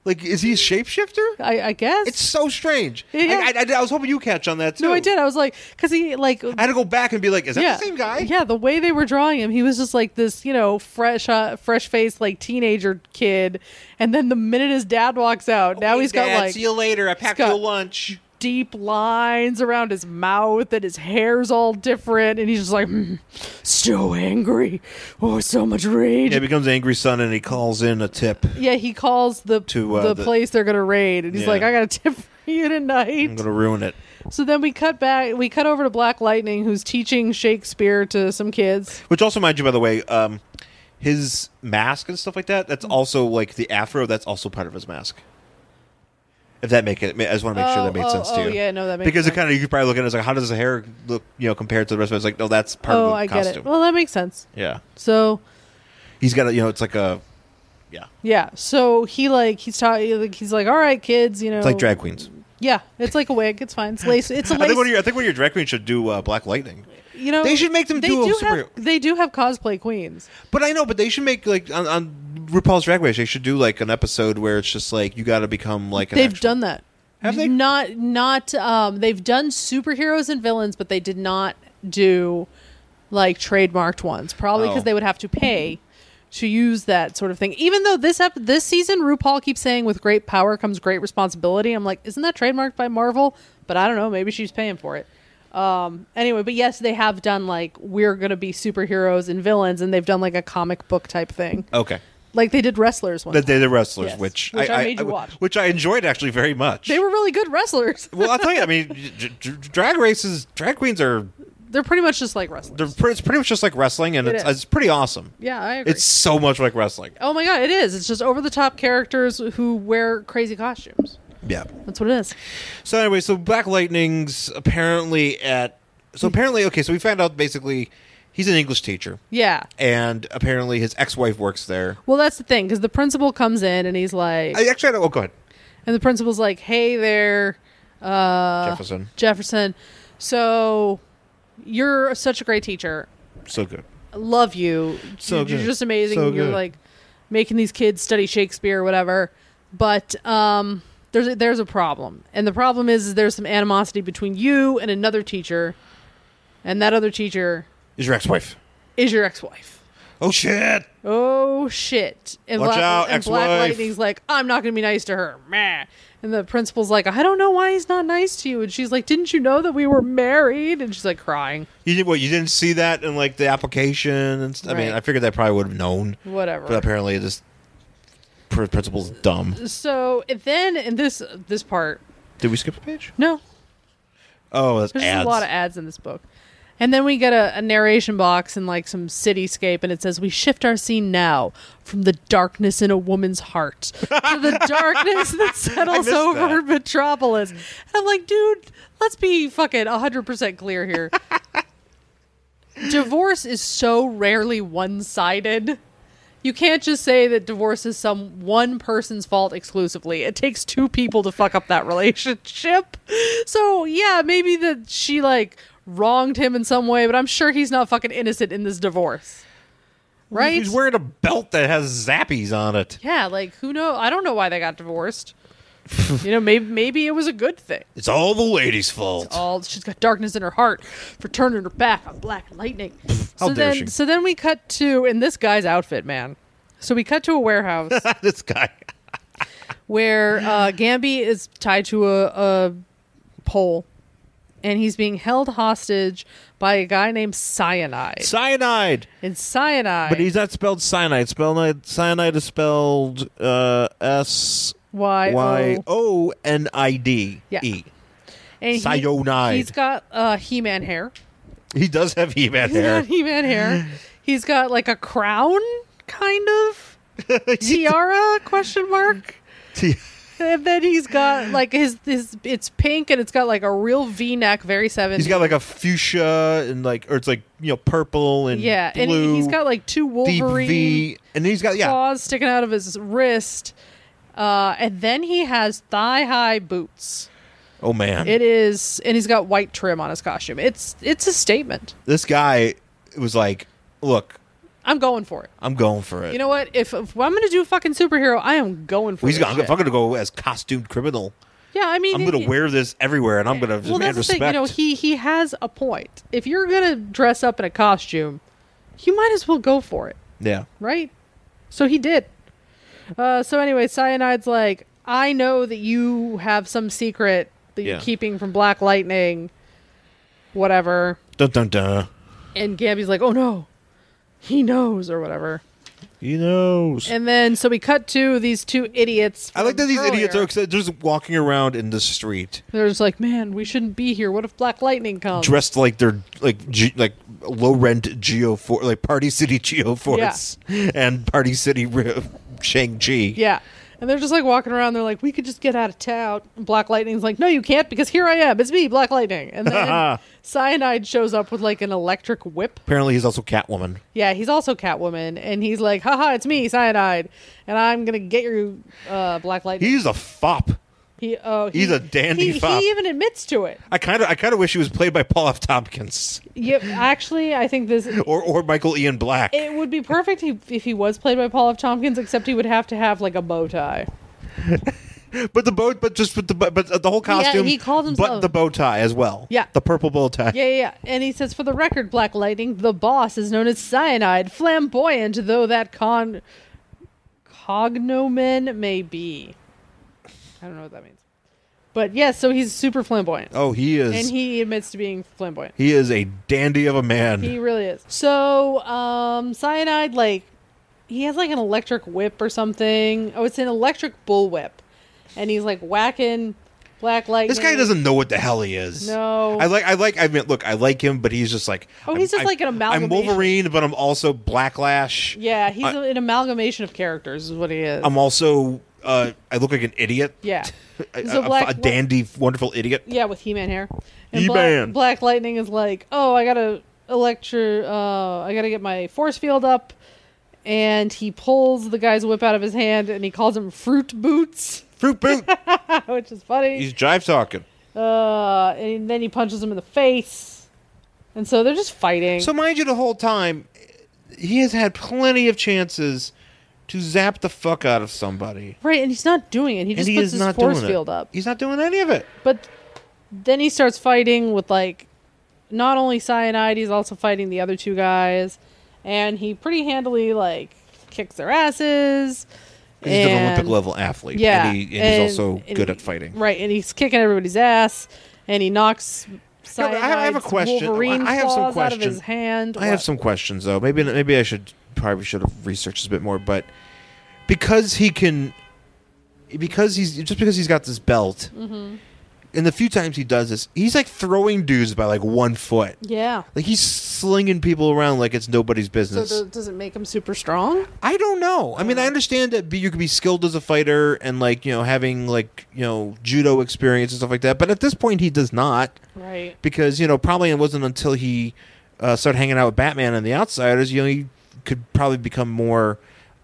Speaker 5: Like, is he a shapeshifter?
Speaker 7: I, I guess.
Speaker 5: It's so strange.
Speaker 7: Yeah.
Speaker 5: I, I, I was hoping you catch on that too.
Speaker 7: no, I did. I was like, because he like
Speaker 5: I had to go back and be like, is that the same guy?
Speaker 7: Yeah, the way they were drawing him, he was just like this, you know, fresh, uh, fresh faced like teenager kid. And then the minute his dad walks out, now
Speaker 5: Hey,
Speaker 7: he's
Speaker 5: Dad,
Speaker 7: got like
Speaker 5: See you later. I packed
Speaker 7: got-
Speaker 5: you lunch.
Speaker 7: deep lines around his mouth, and his hair's all different, and he's just like, "Mm, so angry, oh, so much rage.
Speaker 5: Yeah,
Speaker 7: Yeah,
Speaker 5: he becomes angry son and he calls in a tip.
Speaker 7: he calls the
Speaker 5: To, uh,
Speaker 7: the,
Speaker 5: the-
Speaker 7: place they're gonna raid, and he's
Speaker 5: Yeah.
Speaker 7: like, I got a tip for you tonight.
Speaker 5: I'm gonna ruin it.
Speaker 7: So then we cut back, we cut over to Black Lightning, who's teaching Shakespeare to some kids.
Speaker 5: Which also, mind you, by the way, um, his mask and stuff like that.
Speaker 7: Mm.
Speaker 5: That's also like the afro. That's also part of his mask. If that make it, I just want to make sure
Speaker 7: Oh,
Speaker 5: that made
Speaker 7: oh,
Speaker 5: sense to
Speaker 7: oh,
Speaker 5: you.
Speaker 7: yeah, no, that makes
Speaker 5: because
Speaker 7: sense.
Speaker 5: it kind of you could probably look at it as like, how does the hair look? You know, compared to the rest of it, it's like, no, that's part
Speaker 7: oh,
Speaker 5: of the
Speaker 7: I
Speaker 5: costume.
Speaker 7: get it. Well, that makes sense.
Speaker 5: yeah,
Speaker 7: So
Speaker 5: he's got a, you know, it's like a, yeah,
Speaker 7: yeah, so he like he's talking like he's like, all right, kids, you know,
Speaker 5: it's like drag queens.
Speaker 7: Yeah, it's like a wig. It's fine. It's lace. It's a
Speaker 5: [laughs] I
Speaker 7: lace.
Speaker 5: think one of your, I think one of your drag queens should do uh, Black Lightning.
Speaker 7: you know,
Speaker 5: they should make them
Speaker 7: they
Speaker 5: do a
Speaker 7: have,
Speaker 5: superhero.
Speaker 7: They do have cosplay queens.
Speaker 5: But I know, but they should make like on, on RuPaul's Drag Race. They should do like an episode where it's just like you got to become like an
Speaker 7: They've
Speaker 5: actual-
Speaker 7: done that.
Speaker 5: Have they?
Speaker 7: Not not um. They've done superheroes and villains, but they did not do like trademarked ones. Probably because
Speaker 5: Oh.
Speaker 7: they would have to pay to use that sort of thing. Even though this ep- this season, RuPaul keeps saying with great power comes great responsibility. I'm like, isn't that trademarked by Marvel? But I don't know. Maybe she's paying for it. Um. Anyway, but yes, they have done like we're gonna be superheroes and villains, and they've done like a comic book type thing,
Speaker 5: Okay.
Speaker 7: like they did wrestlers one.
Speaker 5: Uh, That
Speaker 7: time.
Speaker 5: they the wrestlers,
Speaker 7: Yes,
Speaker 5: which,
Speaker 7: which I
Speaker 5: I,
Speaker 7: made you watch.
Speaker 5: which I enjoyed actually very much.
Speaker 7: They were really
Speaker 5: [laughs]
Speaker 7: good wrestlers.
Speaker 5: well, I'll tell you. I mean, d- d- drag races, drag queens are
Speaker 7: They're pretty much just like wrestlers.
Speaker 5: they're pre- it's pretty much just like wrestling, and
Speaker 7: It
Speaker 5: it's,
Speaker 7: is.
Speaker 5: it's pretty awesome.
Speaker 7: Yeah, I agree.
Speaker 5: It's so much like wrestling.
Speaker 7: oh my god, it is. It's just over the top characters who wear crazy costumes.
Speaker 5: Yeah.
Speaker 7: That's what it is.
Speaker 5: So anyway, so Black Lightning's apparently at so apparently okay. So we found out basically he's an English teacher,
Speaker 7: Yeah.
Speaker 5: and apparently his ex-wife works there.
Speaker 7: Well, that's the thing because the principal comes in and he's like,
Speaker 5: I actually, I don't, oh, go ahead,
Speaker 7: and the principal's like, "Hey there, uh,
Speaker 5: Jefferson.
Speaker 7: Jefferson. So you're such a great teacher.
Speaker 5: So good.
Speaker 7: love you.
Speaker 5: So
Speaker 7: you're, you're
Speaker 5: good.
Speaker 7: just amazing.
Speaker 5: So
Speaker 7: you're
Speaker 5: good.
Speaker 7: like making these kids study Shakespeare or whatever. But um, there's a, there's a problem, and the problem is, is there's some animosity between you and another teacher, and that other teacher
Speaker 5: Is your ex-wife?
Speaker 7: is your ex-wife.
Speaker 5: Oh shit!
Speaker 7: Oh shit! And
Speaker 5: Watch
Speaker 7: Black,
Speaker 5: out,
Speaker 7: and Black
Speaker 5: ex-wife.
Speaker 7: Lightning's like, I'm not gonna be nice to her. Meh. And the principal's like, I don't know why he's not nice to you. And she's like, Didn't you know that we were married? And she's like crying.
Speaker 5: You did what? You didn't see that in like the application and stuff. I mean,
Speaker 7: Right.
Speaker 5: I figured that probably would have known.
Speaker 7: Whatever.
Speaker 5: But apparently, this pr- principal's dumb.
Speaker 7: So and then in this this part,
Speaker 5: Did we skip a page?
Speaker 7: no,
Speaker 5: Oh, that's
Speaker 7: There's just
Speaker 5: ads.
Speaker 7: a lot of ads in this book. And then we get a, a narration box and like some cityscape, and it says, We shift our scene now from the darkness in a woman's heart to
Speaker 5: [laughs]
Speaker 7: the darkness that settles
Speaker 5: missed
Speaker 7: over
Speaker 5: that.
Speaker 7: Metropolis. And I'm like, dude, let's be fucking 100% clear here. divorce is so rarely one sided. You can't just say that divorce is some one person's fault exclusively. It takes two people to fuck up that relationship. So, yeah, maybe that she like wronged him in some way, but I'm sure he's not fucking innocent in this divorce. Right?
Speaker 5: He's wearing a belt that has zappies on it.
Speaker 7: yeah, like who know? I don't know why they got divorced. you know, maybe maybe it was a good thing.
Speaker 5: It's all the lady's fault.
Speaker 7: all she's got darkness in her heart for turning her back on black lightning.
Speaker 5: How
Speaker 7: so
Speaker 5: dare
Speaker 7: then
Speaker 5: she.
Speaker 7: so then we cut to in this guy's outfit, man. So we cut to
Speaker 5: [laughs]
Speaker 7: a warehouse
Speaker 5: [laughs] this guy.
Speaker 7: where uh Gambi is tied to a, a pole and he's being held hostage by a guy named Cyanide.
Speaker 5: Cyanide.
Speaker 7: And Cyanide
Speaker 5: But he's not spelled cyanide. Spelled cyanide is spelled uh, S
Speaker 7: why
Speaker 5: Y O N I D
Speaker 7: Yeah.
Speaker 5: E.
Speaker 7: and he,
Speaker 5: Cyanide.
Speaker 7: He's got uh He-Man hair.
Speaker 5: He does have he man
Speaker 7: He's
Speaker 5: hair.
Speaker 7: got He-Man hair. He's got like a crown kind
Speaker 5: [laughs]
Speaker 7: of tiara question mark. And then he's got like his his it's pink and it's got like a real V neck, very seven.
Speaker 5: He's got like a fuchsia and like, or it's like you know purple and
Speaker 7: yeah,
Speaker 5: blue,
Speaker 7: and he- he's got like two
Speaker 5: deep
Speaker 7: Wolverine
Speaker 5: V, and then he's got yeah.
Speaker 7: claws sticking out of his wrist, uh, and then he has thigh high boots.
Speaker 5: Oh man,
Speaker 7: It is, and he's got white trim on his costume. It's it's a statement.
Speaker 5: this guy was like, look,
Speaker 7: I'm going for it.
Speaker 5: I'm going for it.
Speaker 7: You know what? If, if I'm going to do a fucking superhero, I am going for
Speaker 5: Well, he's
Speaker 7: this
Speaker 5: gonna,
Speaker 7: shit.
Speaker 5: if I'm gonna go as costumed criminal,
Speaker 7: Yeah, I mean,
Speaker 5: I'm gonna
Speaker 7: he-
Speaker 5: wear this everywhere, and I'm gonna
Speaker 7: Well,
Speaker 5: demand
Speaker 7: that's the thing. You
Speaker 5: respect.
Speaker 7: know, he he has a point. If you're gonna dress up in a costume, you might as well go for it,
Speaker 5: yeah,
Speaker 7: right? So he did. Uh, so anyway, Cyanide's like, I know that you have some secret that you're
Speaker 5: Yeah.
Speaker 7: keeping from Black Lightning, whatever.
Speaker 5: dun dun dun.
Speaker 7: And Gambi's like, Oh no, he knows or whatever.
Speaker 5: He knows.
Speaker 7: And then so we cut to these two idiots.
Speaker 5: I like that
Speaker 7: from
Speaker 5: these idiots
Speaker 7: earlier.
Speaker 5: are 'cause they're just walking around in the street
Speaker 7: They're just like, man, we shouldn't be here. What if Black Lightning comes?
Speaker 5: dressed like they're like G, like low rent Geo Force, like Party City Geo Force and Party City Shang Chi.
Speaker 7: Yeah. And they're just like walking around. They're like, we could just get out of town. And Black Lightning's like, no, you can't because here I am. It's me, Black Lightning.
Speaker 5: [laughs]
Speaker 7: And then Cyanide shows up with like an electric whip.
Speaker 5: Apparently, he's also Catwoman.
Speaker 7: Yeah, he's also Catwoman. And he's like, haha, it's me, Cyanide. And I'm going to get you, uh, Black Lightning.
Speaker 5: He's a fop.
Speaker 7: he, oh, he-
Speaker 5: he's a dandy
Speaker 7: he,
Speaker 5: fop.
Speaker 7: He even admits to it.
Speaker 5: I kind of I kind of wish he was played by Paul F. Tompkins
Speaker 7: Yep. Actually, I think this.
Speaker 5: or or Michael Ian Black.
Speaker 7: It would be perfect if if he was played by Paul F. Tompkins, except he would have to have like a bow tie.
Speaker 5: But the bow, but just with the bu- but the whole costume.
Speaker 7: he called himself-
Speaker 5: But the bow tie as well.
Speaker 7: Yeah.
Speaker 5: the purple bow tie.
Speaker 7: Yeah, yeah, yeah. And he says, for the record, Black Lightning, the boss is known as Cyanide, flamboyant though that con cognomen may be. I don't know what that means. But yes, so he's super flamboyant.
Speaker 5: Oh, he is.
Speaker 7: and
Speaker 5: he,
Speaker 7: he admits to being flamboyant.
Speaker 5: is a dandy of a man.
Speaker 7: He really is. So, um, Cyanide, like, he has like an electric whip or something. Oh, it's an electric bullwhip. And he's like whacking Black Lightning.
Speaker 5: this guy doesn't know what the hell he is.
Speaker 7: No.
Speaker 5: I like. I like. I mean, look, I like him, but he's just like.
Speaker 7: Oh, he's just like an
Speaker 5: I'm
Speaker 7: amalgamation.
Speaker 5: Wolverine, but I'm also Blacklash.
Speaker 7: Yeah, he's
Speaker 5: I-
Speaker 7: an amalgamation of characters, is what he is.
Speaker 5: I'm also. Uh, I look like an idiot. [laughs]
Speaker 7: Yeah.
Speaker 5: A,
Speaker 7: So
Speaker 5: a-
Speaker 7: Black-
Speaker 5: a dandy, wonderful idiot.
Speaker 7: Yeah, with He Man hair.
Speaker 5: He-Man.
Speaker 7: Black, Black Lightning is like, oh, I gotta electro, uh, I gotta get my force field up, and he pulls the guy's whip out of his hand and he calls him fruit boots, [laughs]
Speaker 5: Fruit boot.
Speaker 7: which is funny.
Speaker 5: he's jive talking.
Speaker 7: Uh, and then he punches him in the face, and so they're just fighting.
Speaker 5: So mind you, the whole time, he has had plenty of chances to zap the fuck out of somebody.
Speaker 7: right, and he's not doing it. He
Speaker 5: and
Speaker 7: just
Speaker 5: he
Speaker 7: puts
Speaker 5: is
Speaker 7: his
Speaker 5: not
Speaker 7: force
Speaker 5: doing
Speaker 7: field
Speaker 5: it.
Speaker 7: up.
Speaker 5: He's not doing any of it.
Speaker 7: But then he starts fighting with like not only cyanide, he's also fighting the other two guys, and he pretty handily like kicks their asses.
Speaker 5: He's an
Speaker 7: and-
Speaker 5: Olympic level athlete.
Speaker 7: Yeah,
Speaker 5: and, he, and, he's
Speaker 7: and-
Speaker 5: also
Speaker 7: and
Speaker 5: good
Speaker 7: he-
Speaker 5: at fighting.
Speaker 7: Right, and he's kicking everybody's ass, and he knocks.
Speaker 5: No, but I- I have a
Speaker 7: Cyanide's
Speaker 5: question.
Speaker 7: Wolverine
Speaker 5: I have some
Speaker 7: claws out of
Speaker 5: question.
Speaker 7: his hand.
Speaker 5: I have
Speaker 7: What?
Speaker 5: some questions though. Maybe maybe I should probably should have researched this a bit more. But because he can, because he's just because he's got this belt, and the few times he does this, he's like throwing dudes by like one foot.
Speaker 7: Yeah.
Speaker 5: Like he's slinging people around like it's nobody's
Speaker 7: So
Speaker 5: business.
Speaker 7: does, does it make him super strong?
Speaker 5: I don't know. I mean, I understand that you could be skilled as a fighter and like you know having like you know judo experience and stuff like that. But at this point, he does not
Speaker 7: Right.
Speaker 5: because you know probably it wasn't until he uh, started hanging out with Batman and the Outsiders, you know, he could probably become more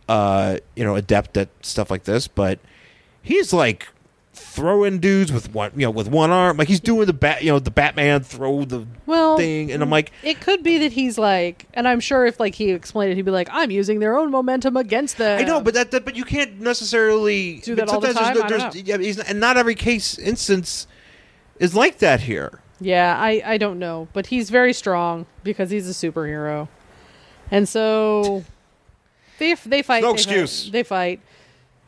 Speaker 5: uh, you know adept at stuff like this. But he's like throwing dudes with one you know with one arm, like he's doing the bat you know the Batman throw the
Speaker 7: Well,
Speaker 5: something, and I'm like,
Speaker 7: It could be that he's like, and I'm sure if like he explained it, he'd be like, "I'm using their own momentum against them."
Speaker 5: I know, but that, that but you can't necessarily
Speaker 7: Do that all the
Speaker 5: sometimes there's
Speaker 7: time?
Speaker 5: no-
Speaker 7: I don't
Speaker 5: there's-
Speaker 7: know.
Speaker 5: yeah, he's not- and not every case instance is like that here.
Speaker 7: yeah, I I don't know, but he's very strong because he's a superhero, and so they they fight.
Speaker 5: No
Speaker 7: they fight,
Speaker 5: excuse.
Speaker 7: they fight.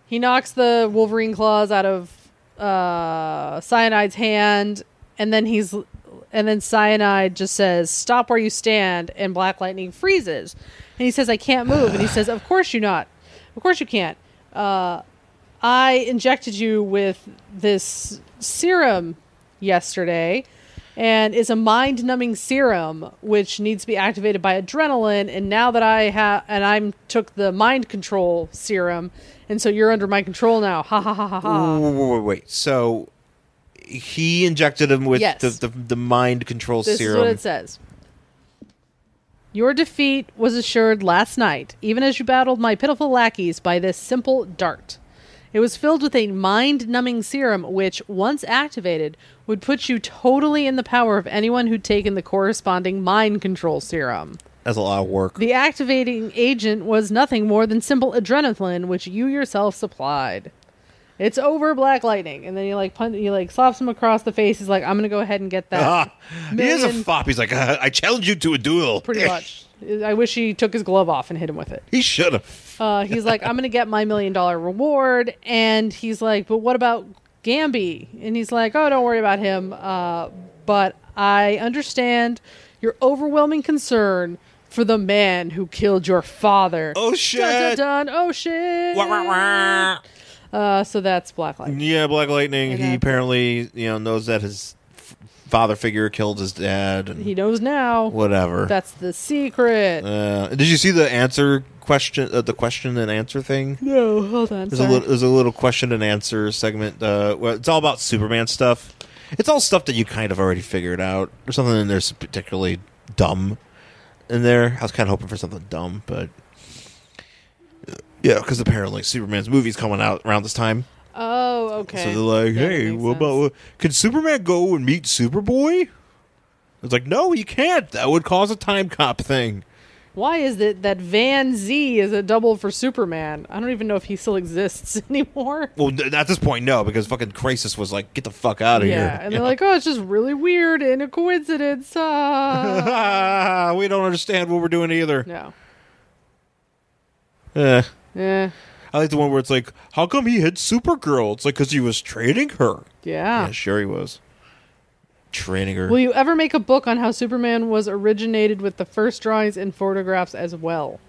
Speaker 7: He knocks the Wolverine claws out of uh, Cyanide's hand, and then he's and then Cyanide just says, "Stop where you stand," and Black Lightning freezes, and he says, "I can't move," and he says, "Of course you not, of course you can't. Uh, I injected you with this serum yesterday." And it's a mind-numbing serum which needs to be activated by adrenaline. And now that I have, and I'm took the mind control serum, and so you're under my control now. Ha ha ha ha ha.
Speaker 5: Wait, wait, wait, wait. So he injected him with
Speaker 7: Yes.
Speaker 5: the, the the mind control
Speaker 7: This
Speaker 5: serum.
Speaker 7: is what it says. Your defeat was assured last night, even as you battled my pitiful lackeys by this simple dart. It was filled with a mind numbing serum, which, once activated, would put you totally in the power of anyone who'd taken the corresponding mind control serum.
Speaker 5: That's a lot of work.
Speaker 7: The activating agent was nothing more than simple adrenaline, which you yourself supplied. It's over, Black Lightning, and then he like pun- he like slaps him across the face. He's like, "I'm gonna go ahead and get that."
Speaker 5: Ah, [laughs] he is a
Speaker 7: million-
Speaker 5: fop. He's like, "Ah, I challenge you to a duel.
Speaker 7: pretty much. I wish he took his glove off and hit him with it.
Speaker 5: [laughs] He should have.
Speaker 7: Uh, he's like, I'm going to get my million dollar reward. And he's like, but what about Gambi? And he's like, oh, don't worry about him. Uh, but I understand your overwhelming concern for the man who killed your father.
Speaker 5: Oh
Speaker 7: Dun,
Speaker 5: shit!
Speaker 7: dun, dun. Oh, shit.
Speaker 5: Wah, wah, wah.
Speaker 7: Uh, so that's Black Lightning.
Speaker 5: Yeah, Black Lightning.
Speaker 7: And
Speaker 5: he
Speaker 7: that's-
Speaker 5: apparently you know knows that his f- father figure killed his dad and
Speaker 7: He knows now.
Speaker 5: whatever.
Speaker 7: That's the secret.
Speaker 5: Uh, did you see the answer question? Uh, the question and answer thing.
Speaker 7: no, hold on.
Speaker 5: There's a
Speaker 7: Sorry.
Speaker 5: little, there's a little question and answer segment. Uh, well, it's all about Superman stuff. It's all stuff that you kind of already figured out. There's something in there's particularly dumb in there. I was kind of hoping for something dumb, but yeah, because apparently Superman's movie's coming out around this time.
Speaker 7: oh, okay.
Speaker 5: So they're like,
Speaker 7: That
Speaker 5: "Hey,
Speaker 7: makes
Speaker 5: what
Speaker 7: sense.
Speaker 5: about can Superman go and meet Superboy?" It's like, "No, he can't. That would cause a time cop thing."
Speaker 7: Why is it that Van Z is a double for Superman? I don't even know if he still exists [laughs] anymore.
Speaker 5: Well, th- at this point, no, because fucking Crisis was like, "Get the fuck out of here!"
Speaker 7: Yeah, and they're like, oh, it's just really weird and a coincidence. Ah.
Speaker 5: [laughs] Ah, we don't understand what we're doing either.
Speaker 7: no.
Speaker 5: Eh.
Speaker 7: Yeah.
Speaker 5: I like the one where it's like, how come he hit Supergirl? It's like because he was training her.
Speaker 7: Yeah.
Speaker 5: Yeah, sure he was training her.
Speaker 7: Will you ever make a book on how Superman was originated with the first drawings and photographs as well?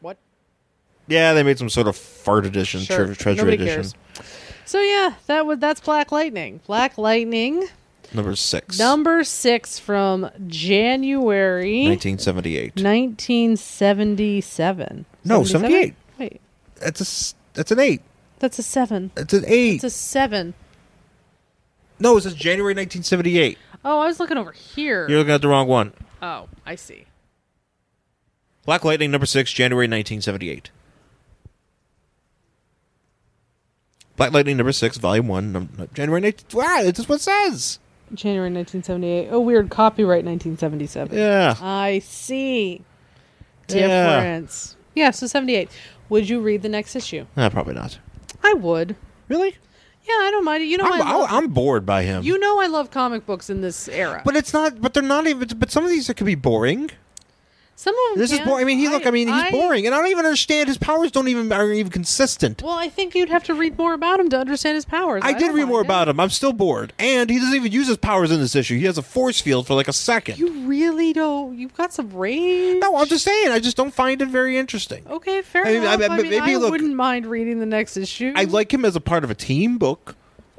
Speaker 7: What?
Speaker 5: yeah, they made some sort of fart edition,
Speaker 7: Sure.
Speaker 5: tre- treasure
Speaker 7: Nobody
Speaker 5: edition,
Speaker 7: cares. So yeah, that would that's Black Lightning. Black Lightning
Speaker 5: number six,
Speaker 7: number 6 from January
Speaker 5: nineteen seventy-eight.
Speaker 7: 1977.
Speaker 5: No, 78.
Speaker 7: Wait,
Speaker 5: That's a s- that's an eight.
Speaker 7: that's a seven.
Speaker 5: That's an eight.
Speaker 7: It's a seven.
Speaker 5: no, it says January nineteen seventy-eight.
Speaker 7: Oh, I was looking over here.
Speaker 5: You're looking at the wrong one.
Speaker 7: oh, I see.
Speaker 5: Black Lightning number six, January nineteen seventy-eight. Black Lightning number six, volume one, num- January 19. Wow, that's just what it says.
Speaker 7: January 1978. Oh, weird. Copyright 1977.
Speaker 5: Yeah.
Speaker 7: I see.
Speaker 5: Yeah.
Speaker 7: Difference. Yeah. so 78. Would you read the next issue?
Speaker 5: Nah, probably not.
Speaker 7: I would.
Speaker 5: Really?
Speaker 7: Yeah, I don't mind it. You know, i
Speaker 5: I'm,
Speaker 7: love,
Speaker 5: I'm bored by him.
Speaker 7: you know, I love comic books in this era.
Speaker 5: but it's not. But they're not even. But some of these could be boring.
Speaker 7: some of them
Speaker 5: This is
Speaker 7: can.
Speaker 5: boring. I mean, he look. I mean, he's
Speaker 7: I-
Speaker 5: boring, and I don't even understand his powers. Don't even aren't even consistent.
Speaker 7: Well, I think you'd have to read more about him to understand his powers.
Speaker 5: I did
Speaker 7: don't
Speaker 5: read more
Speaker 7: mind it.
Speaker 5: about him. I'm still bored, and he doesn't even use his powers in this issue. He has a force field for like a second.
Speaker 7: You really don't. You've got some rage.
Speaker 5: no, I'm just saying. I just don't find it very interesting.
Speaker 7: Okay, fair
Speaker 5: I mean, I-
Speaker 7: enough. I,
Speaker 5: I-
Speaker 7: mean,
Speaker 5: maybe,
Speaker 7: I
Speaker 5: look-
Speaker 7: wouldn't mind reading the next issue.
Speaker 5: I like him as a part of a team book.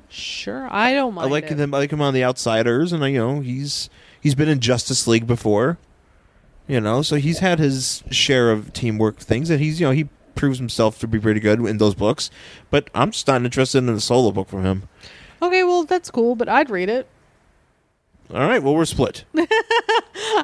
Speaker 7: Sure, I don't
Speaker 5: I
Speaker 7: mind.
Speaker 5: like
Speaker 7: it.
Speaker 5: him. I like him on the Outsiders, and I, you know he's he's been in Justice League before, you know, so he's had his share of teamwork things, and he's you know he proves himself to be pretty good in those books. But I'm just not interested in a solo book from him.
Speaker 7: Okay, well that's cool, but I'd read it.
Speaker 5: All right. Well, we're split.
Speaker 7: [laughs]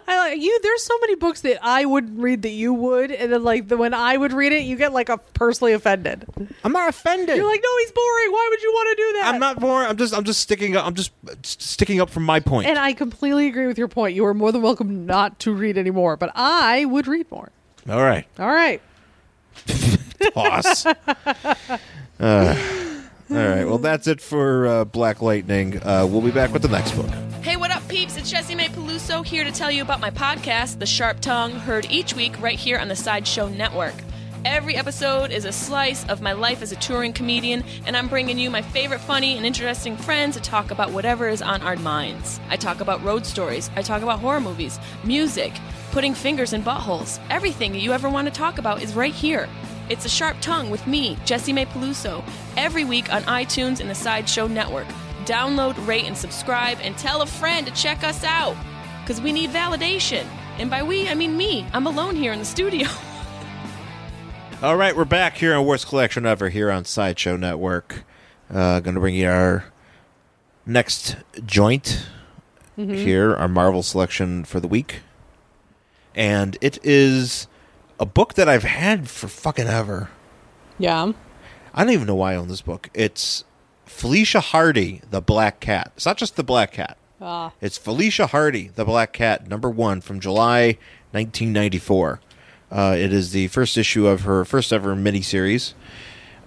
Speaker 7: I like you. There's so many books that I would read that you would, and then like the, when I would read it, you get like a personally offended.
Speaker 5: I'm not offended.
Speaker 7: You're like, no, he's boring. Why would you want to do that?
Speaker 5: I'm not more. I'm just. I'm just sticking up. I'm just uh, s- sticking up from my point.
Speaker 7: And I completely agree with your point. You are more than welcome not to read anymore, but I would read more.
Speaker 5: All right.
Speaker 7: All right. [laughs]
Speaker 5: Pause. uh, all right. Well, that's it for uh, Black Lightning. Uh, we'll be back with the next book.
Speaker 8: Hey, what up, peeps? It's Jessie Mae Peluso here to tell you about my podcast, The Sharp Tongue, heard each week right here on the Sideshow Network. Every episode is a slice of my life as a touring comedian, and I'm bringing you my favorite funny and interesting friends to talk about whatever is on our minds. I talk about road stories, I talk about horror movies, music, putting fingers in buttholes. Everything that you ever want to talk about is right here. It's The Sharp Tongue with me, Jessie Mae Peluso, every week on iTunes and the Sideshow Network download, rate, and subscribe, and tell a friend to check us out. Because we need validation. And by we, I mean me. I'm alone here in the studio.
Speaker 5: All right, we're back here on Worst Collection Ever here on Sideshow Network. Uh, going to bring you our next joint here, our Marvel selection for the week. And it is a book that I've had for fucking ever.
Speaker 7: Yeah.
Speaker 5: I don't even know why I own this book. It's Felicia Hardy, The Black Cat. It's not just The Black Cat.
Speaker 7: Ah.
Speaker 5: It's Felicia Hardy, The Black Cat, number one from July 1994. Uh, it is the first issue of her first ever miniseries.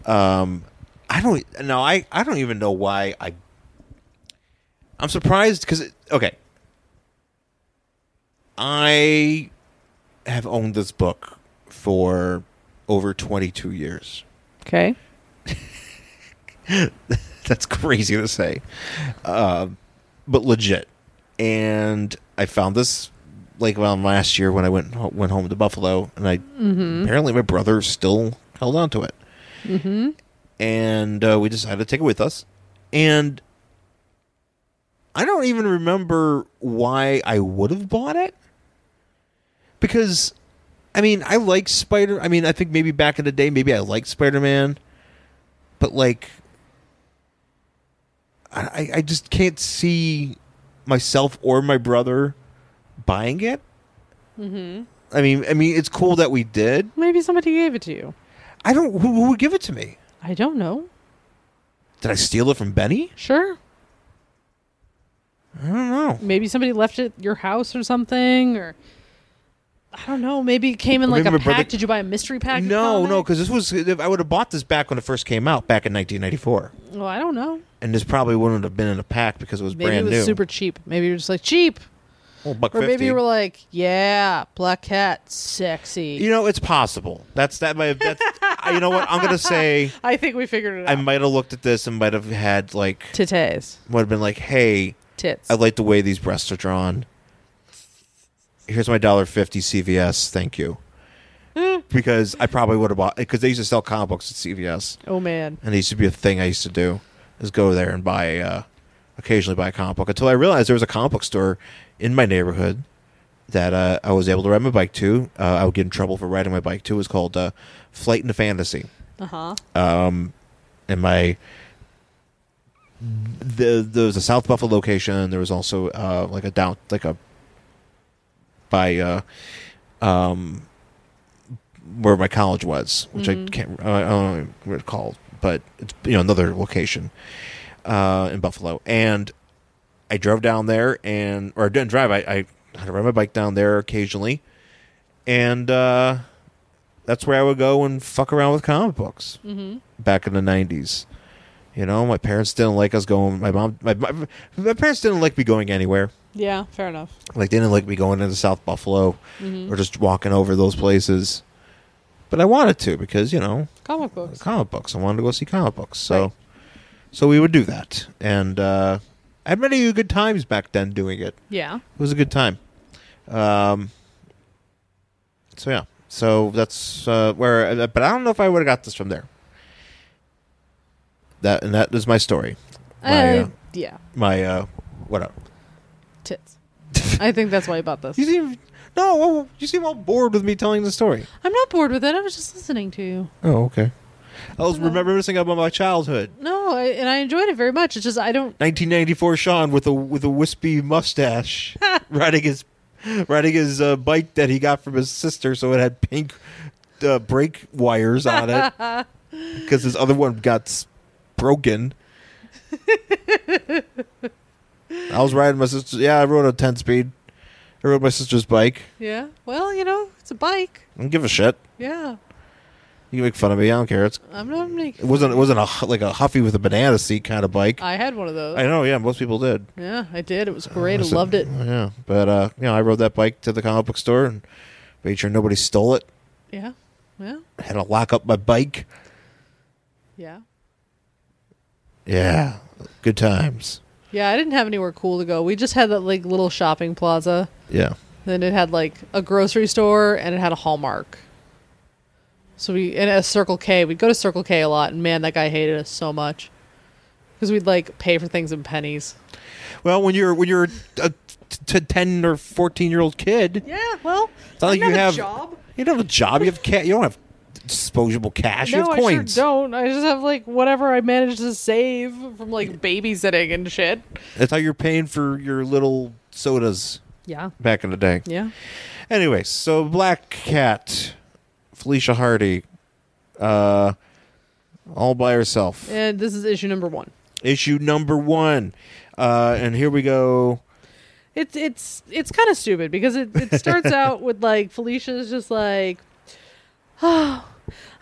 Speaker 5: Um, I don't no, I, I don't even know why I. I'm surprised because okay, I have owned this book for over 22 years.
Speaker 7: Okay.
Speaker 5: [laughs] That's crazy to say, uh, but legit. And I found this like around last year when I went went home to Buffalo, and I apparently my brother still held on to it, mm-hmm. and uh, we decided to take it with us. And I don't even remember why I would have bought it because, I mean, I like Spider. I mean, I think maybe back in the day, maybe I liked Spider Man, but like I, I just can't see myself or my brother buying it. Mm-hmm. I mean, I mean, it's cool that we did.
Speaker 7: Maybe somebody gave it to you.
Speaker 5: I don't. Who, who would give it to me?
Speaker 7: I don't know.
Speaker 5: Did I steal it from Benny?
Speaker 7: Sure.
Speaker 5: I don't know.
Speaker 7: Maybe somebody left it at your house or something, or I don't know. Maybe it came in like
Speaker 5: Remember,
Speaker 7: a pack.
Speaker 5: brother-
Speaker 7: Did you buy a mystery pack?
Speaker 5: No, no, because this was. I would have bought this back when it first came out, back in 1994,
Speaker 7: Well, I don't know.
Speaker 5: and this probably wouldn't have been in a pack because it was
Speaker 7: Maybe
Speaker 5: brand
Speaker 7: it was
Speaker 5: new.
Speaker 7: super cheap. Maybe you're just like cheap,
Speaker 5: Well, buck
Speaker 7: or
Speaker 5: 50.
Speaker 7: maybe you were like, yeah, black cat, sexy.
Speaker 5: You know, it's possible. That's that. might- That's. you know what? I'm gonna
Speaker 7: [laughs]
Speaker 5: say.
Speaker 7: I think we figured it
Speaker 5: I
Speaker 7: out.
Speaker 5: might have looked at this and might have had like
Speaker 7: Titties,
Speaker 5: would have been like, hey,
Speaker 7: tits.
Speaker 5: I like the way these breasts are drawn. Here's my dollar fifty CVS. Thank you. because I probably would have bought because they used to sell comic books at CVS,
Speaker 7: oh man.
Speaker 5: and it used to be a thing I used to do is go there and buy uh, occasionally buy a comic book until I realized there was a comic book store in my neighborhood that uh, I was able to ride my bike to. Uh, I would get in trouble for riding my bike to. It was called uh, Flight into Fantasy Um,
Speaker 7: Uh huh.
Speaker 5: and my the there was a South Buffalo location. There was also uh, like a down like a by uh, um where my college was, which I can't I don't know what it's called, but it's you know another location uh, in Buffalo. And I drove down there and or I didn't drive. I, I had to ride my bike down there occasionally, and uh, that's where I would go and fuck around with comic books back in the nineties. You know, my parents didn't like us going. My mom, my, my, my parents didn't like me going anywhere.
Speaker 7: Yeah, fair enough.
Speaker 5: Like they didn't like me going into South Buffalo or just walking over those places. But I wanted to because you know
Speaker 7: Comic books.
Speaker 5: comic books. I wanted to go see comic books. So,
Speaker 7: Right.
Speaker 5: so we would do that, and uh, I had many good times back then doing it.
Speaker 7: Yeah.
Speaker 5: It was a good time. Um. So yeah, so that's uh, where. But I don't know if I would have got this from there. That and that is my story. My
Speaker 7: Uh,
Speaker 5: uh,
Speaker 7: yeah.
Speaker 5: my uh, what up?
Speaker 7: Tits. I think that's why you bought this.
Speaker 5: [laughs] You seem no. well, You seem all bored with me telling the story.
Speaker 7: I'm not bored with it. I was just listening to you.
Speaker 5: Oh okay. I was remember missing out on my childhood.
Speaker 7: No, I, and I enjoyed it very much. It's just I don't.
Speaker 5: 1994 Sean with a with a wispy mustache riding his riding his uh, bike that he got from his sister, so it had pink uh, brake wires on it because his other one got s- broken. I was riding my sister. Yeah, I rode a 10 speed. I rode my sister's bike.
Speaker 7: Yeah. Well, you know, it's a bike.
Speaker 5: I don't give a shit.
Speaker 7: Yeah.
Speaker 5: You can make fun of me. I don't care. It's,
Speaker 7: I'm not
Speaker 5: it
Speaker 7: making.
Speaker 5: wasn't it wasn't a hu- like a huffy with a banana seat kind of bike.
Speaker 7: I had one of those.
Speaker 5: I know. Yeah, most people did.
Speaker 7: yeah, I did. It was great. I
Speaker 5: said-
Speaker 7: loved it.
Speaker 5: Yeah, but uh, you know, I rode that bike to the comic book store and made sure nobody stole it.
Speaker 7: Yeah. Yeah.
Speaker 5: Had to lock up my bike.
Speaker 7: Yeah.
Speaker 5: Yeah, good times.
Speaker 7: Yeah. I didn't have anywhere cool to go. We just had that like little shopping plaza.
Speaker 5: Yeah,
Speaker 7: Then it had like a grocery store and it had a Hallmark. So we and a Circle K. We'd go to Circle K a lot, and man, that guy hated us so much because we'd like pay for things in pennies.
Speaker 5: Well, when you're when you're a t- t- ten or fourteen year old kid,
Speaker 7: Yeah. Well,
Speaker 5: it's not like you have you don't have a job. You have cat. You don't have disposable cash. you
Speaker 7: No,
Speaker 5: have
Speaker 7: I sure
Speaker 5: coins.
Speaker 7: don't. I just have like whatever I managed to save from like babysitting and shit.
Speaker 5: That's how you're paying for your little sodas
Speaker 7: Yeah.
Speaker 5: back in the day.
Speaker 7: Yeah.
Speaker 5: Anyway, so Black Cat, Felicia Hardy, uh, all by herself.
Speaker 7: And this is issue number one.
Speaker 5: issue number one. Uh, and here we go.
Speaker 7: It's it's it's kind of stupid because it, it
Speaker 5: [laughs]
Speaker 7: starts out with like Felicia's just like, "Oh,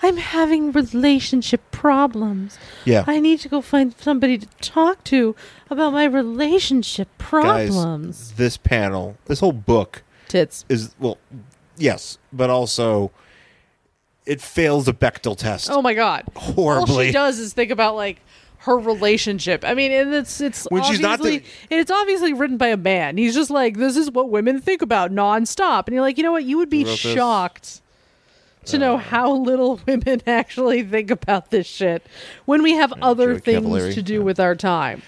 Speaker 9: I'm having relationship problems.
Speaker 5: Yeah.
Speaker 9: I need to go find somebody to talk to about my relationship problems.
Speaker 5: Guys, this panel, this whole book
Speaker 7: tits.
Speaker 5: is, well, yes, but also it fails the Bechtel test
Speaker 7: Oh my god. All
Speaker 5: horribly.
Speaker 7: she does is think about like her relationship. I mean, and it's it's
Speaker 5: When she's
Speaker 7: obviously
Speaker 5: not the-
Speaker 7: and it's obviously written by a man. He's just like, this is what women think about nonstop. And you're like, you know what? You would be
Speaker 5: Who wrote this? Uh,
Speaker 7: shocked to know how little [laughs] women actually think about this shit when we have other
Speaker 5: Joey
Speaker 7: things
Speaker 5: Cavallari,
Speaker 7: to do
Speaker 5: yeah.
Speaker 7: with our time.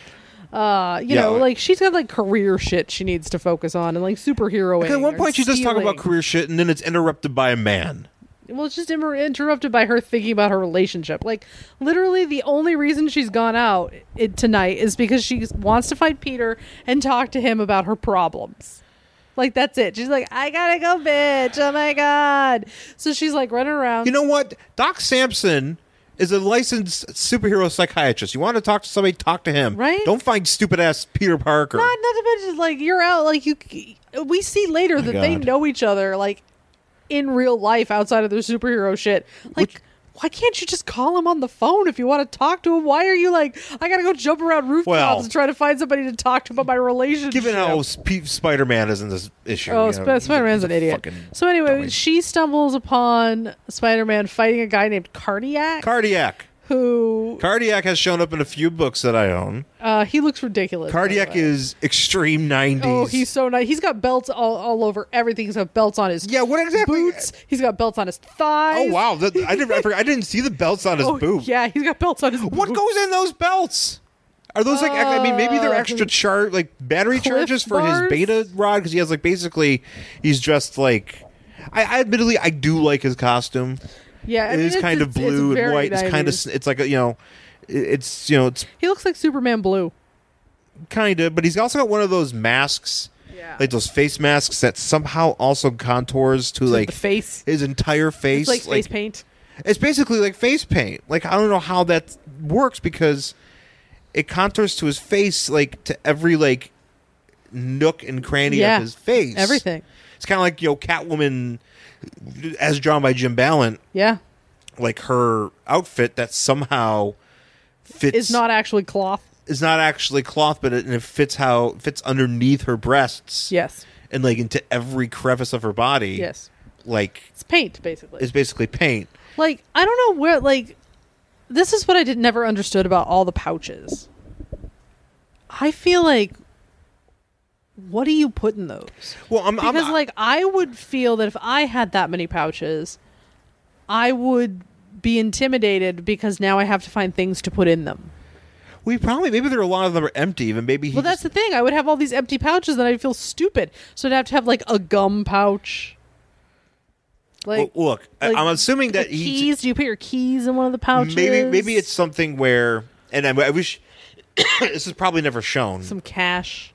Speaker 7: Uh, you
Speaker 5: Yeah,
Speaker 7: know,
Speaker 5: like-
Speaker 7: like she's got like career shit she needs to focus on, and like superheroing.
Speaker 5: At one
Speaker 7: or
Speaker 5: point, she's just talking about
Speaker 7: stealing.
Speaker 5: career shit, and then it's interrupted by a man.
Speaker 7: Well, it's just inter- interrupted by her thinking about her relationship. Like, literally, the only reason she's gone out it, tonight is because she wants to fight Peter and talk to him about her problems. Like, that's it. She's like, I gotta go, bitch. Oh my God. So she's like running around.
Speaker 5: You know what? Doc Sampson is a licensed superhero psychiatrist. You want to talk to somebody, talk to him.
Speaker 7: Right?
Speaker 5: Don't find stupid ass Peter Parker.
Speaker 7: not, not to mention, like, you're out. Like, you. we see later that they
Speaker 5: Oh God.
Speaker 7: know each other, like, in real life outside of their superhero shit. Like, why can't you just call him on the phone if you want to talk to him? Why are you like, I gotta go jump around rooftops
Speaker 5: Well-
Speaker 7: and try to find somebody to talk to about my relationship?
Speaker 5: Given how Sp- Spider Man is in this issue.
Speaker 7: Oh,
Speaker 5: you
Speaker 7: Sp-
Speaker 5: know, he's a-
Speaker 7: Spider Man's
Speaker 5: he's
Speaker 7: an
Speaker 5: a
Speaker 7: idiot.
Speaker 5: fucking
Speaker 7: So anyway,
Speaker 5: dummy.
Speaker 7: she stumbles upon Spider Man fighting a guy named Cardiac,
Speaker 5: Cardiac.
Speaker 7: who
Speaker 5: Cardiac has shown up in a few books that I own.
Speaker 7: uh, he looks ridiculous. by the
Speaker 5: Cardiac
Speaker 7: way.
Speaker 5: is extreme 90s.
Speaker 7: Oh, he's so nice. He's got belts all, all over everything. He's got belts on his
Speaker 5: Yeah, what exactly-
Speaker 7: boots. He's got belts on his thighs.
Speaker 5: Oh, wow. That- I, didn't, I, forgot- I didn't see the belts on his
Speaker 7: Oh,
Speaker 5: boot.
Speaker 7: Yeah, he's got belts on his
Speaker 5: What
Speaker 7: boot.
Speaker 5: goes in those belts? Are those like, I mean, maybe they're extra char like battery
Speaker 7: Uh, Cliff
Speaker 5: charges for
Speaker 7: bars?
Speaker 5: his beta rod because he has like basically, he's dressed like. I, I admittedly, I do like his costume.
Speaker 7: Yeah, I
Speaker 5: it
Speaker 7: mean,
Speaker 5: is
Speaker 7: it's-
Speaker 5: kind of
Speaker 7: it's- it's
Speaker 5: blue and
Speaker 7: very
Speaker 5: white. It's kind
Speaker 7: 90s.
Speaker 5: of, it's like, a, you know, it- it's, you know, it's
Speaker 7: He looks like Superman blue.
Speaker 5: kind of, but he's also got one of those masks,
Speaker 7: Yeah.
Speaker 5: like those face masks that somehow also contours to like
Speaker 7: the face.
Speaker 5: his entire face.
Speaker 7: It's like face paint.
Speaker 5: It's basically like face paint. Like I don't know how that works because it contours to his face, like to every like nook and cranny
Speaker 7: Yeah.
Speaker 5: of his face.
Speaker 7: Everything.
Speaker 5: It's kind of like you know, Catwoman, as drawn by Jim Ballant,
Speaker 7: Yeah.
Speaker 5: like her outfit that somehow fits
Speaker 7: It's not actually cloth.
Speaker 5: is not actually cloth, but it, and it fits how fits underneath her breasts.
Speaker 7: Yes.
Speaker 5: and like into every crevice of her body.
Speaker 7: Yes.
Speaker 5: like
Speaker 7: It's paint, basically.
Speaker 5: it's basically paint.
Speaker 7: Like I don't know where like this is what I did never understood about all the pouches. I feel like what do you put in those?
Speaker 5: Well, I'm, I'm
Speaker 7: Because like I would feel that if I had that many pouches, I would be intimidated because now I have to find things to put in them.
Speaker 5: we probably maybe there are a lot of them are empty, and maybe he
Speaker 7: Well, that's
Speaker 5: just-
Speaker 7: the thing. I would have all these empty pouches and I'd feel stupid. So I'd have to have like a gum pouch. Like,
Speaker 5: Well, look, I-
Speaker 7: like
Speaker 5: I'm assuming
Speaker 7: the
Speaker 5: that he
Speaker 7: keys. Do you put your keys in one of the pouches?
Speaker 5: maybe maybe it's something where, and I, I wish [coughs] this is probably never shown,
Speaker 7: some cash.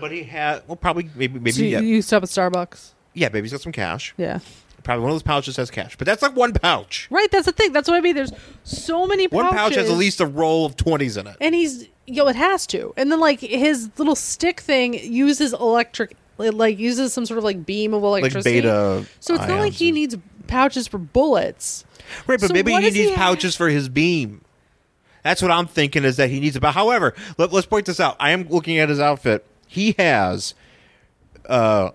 Speaker 5: but he had well probably maybe maybe
Speaker 7: So you,
Speaker 5: yeah,
Speaker 7: you stop at Starbucks.
Speaker 5: yeah maybe he's got some cash.
Speaker 7: Yeah.
Speaker 5: Probably one of those pouches has cash, but that's like one pouch.
Speaker 7: Right. That's the thing. That's what I mean. There's so many pouches.
Speaker 5: One pouch has at least a roll of twenties in it.
Speaker 7: And he's yo, it has to. And then like his little stick thing uses electric, it, like uses some sort of like beam of electricity.
Speaker 5: beta
Speaker 7: So it's not like
Speaker 5: ions
Speaker 7: he
Speaker 5: or-
Speaker 7: needs pouches for bullets.
Speaker 5: Right, but
Speaker 7: So
Speaker 5: maybe
Speaker 7: what
Speaker 5: he
Speaker 7: does he
Speaker 5: needs
Speaker 7: have?
Speaker 5: pouches for his beam. That's what I'm thinking is that he needs about. However, let, let's point this out. I am looking at his outfit. He has uh,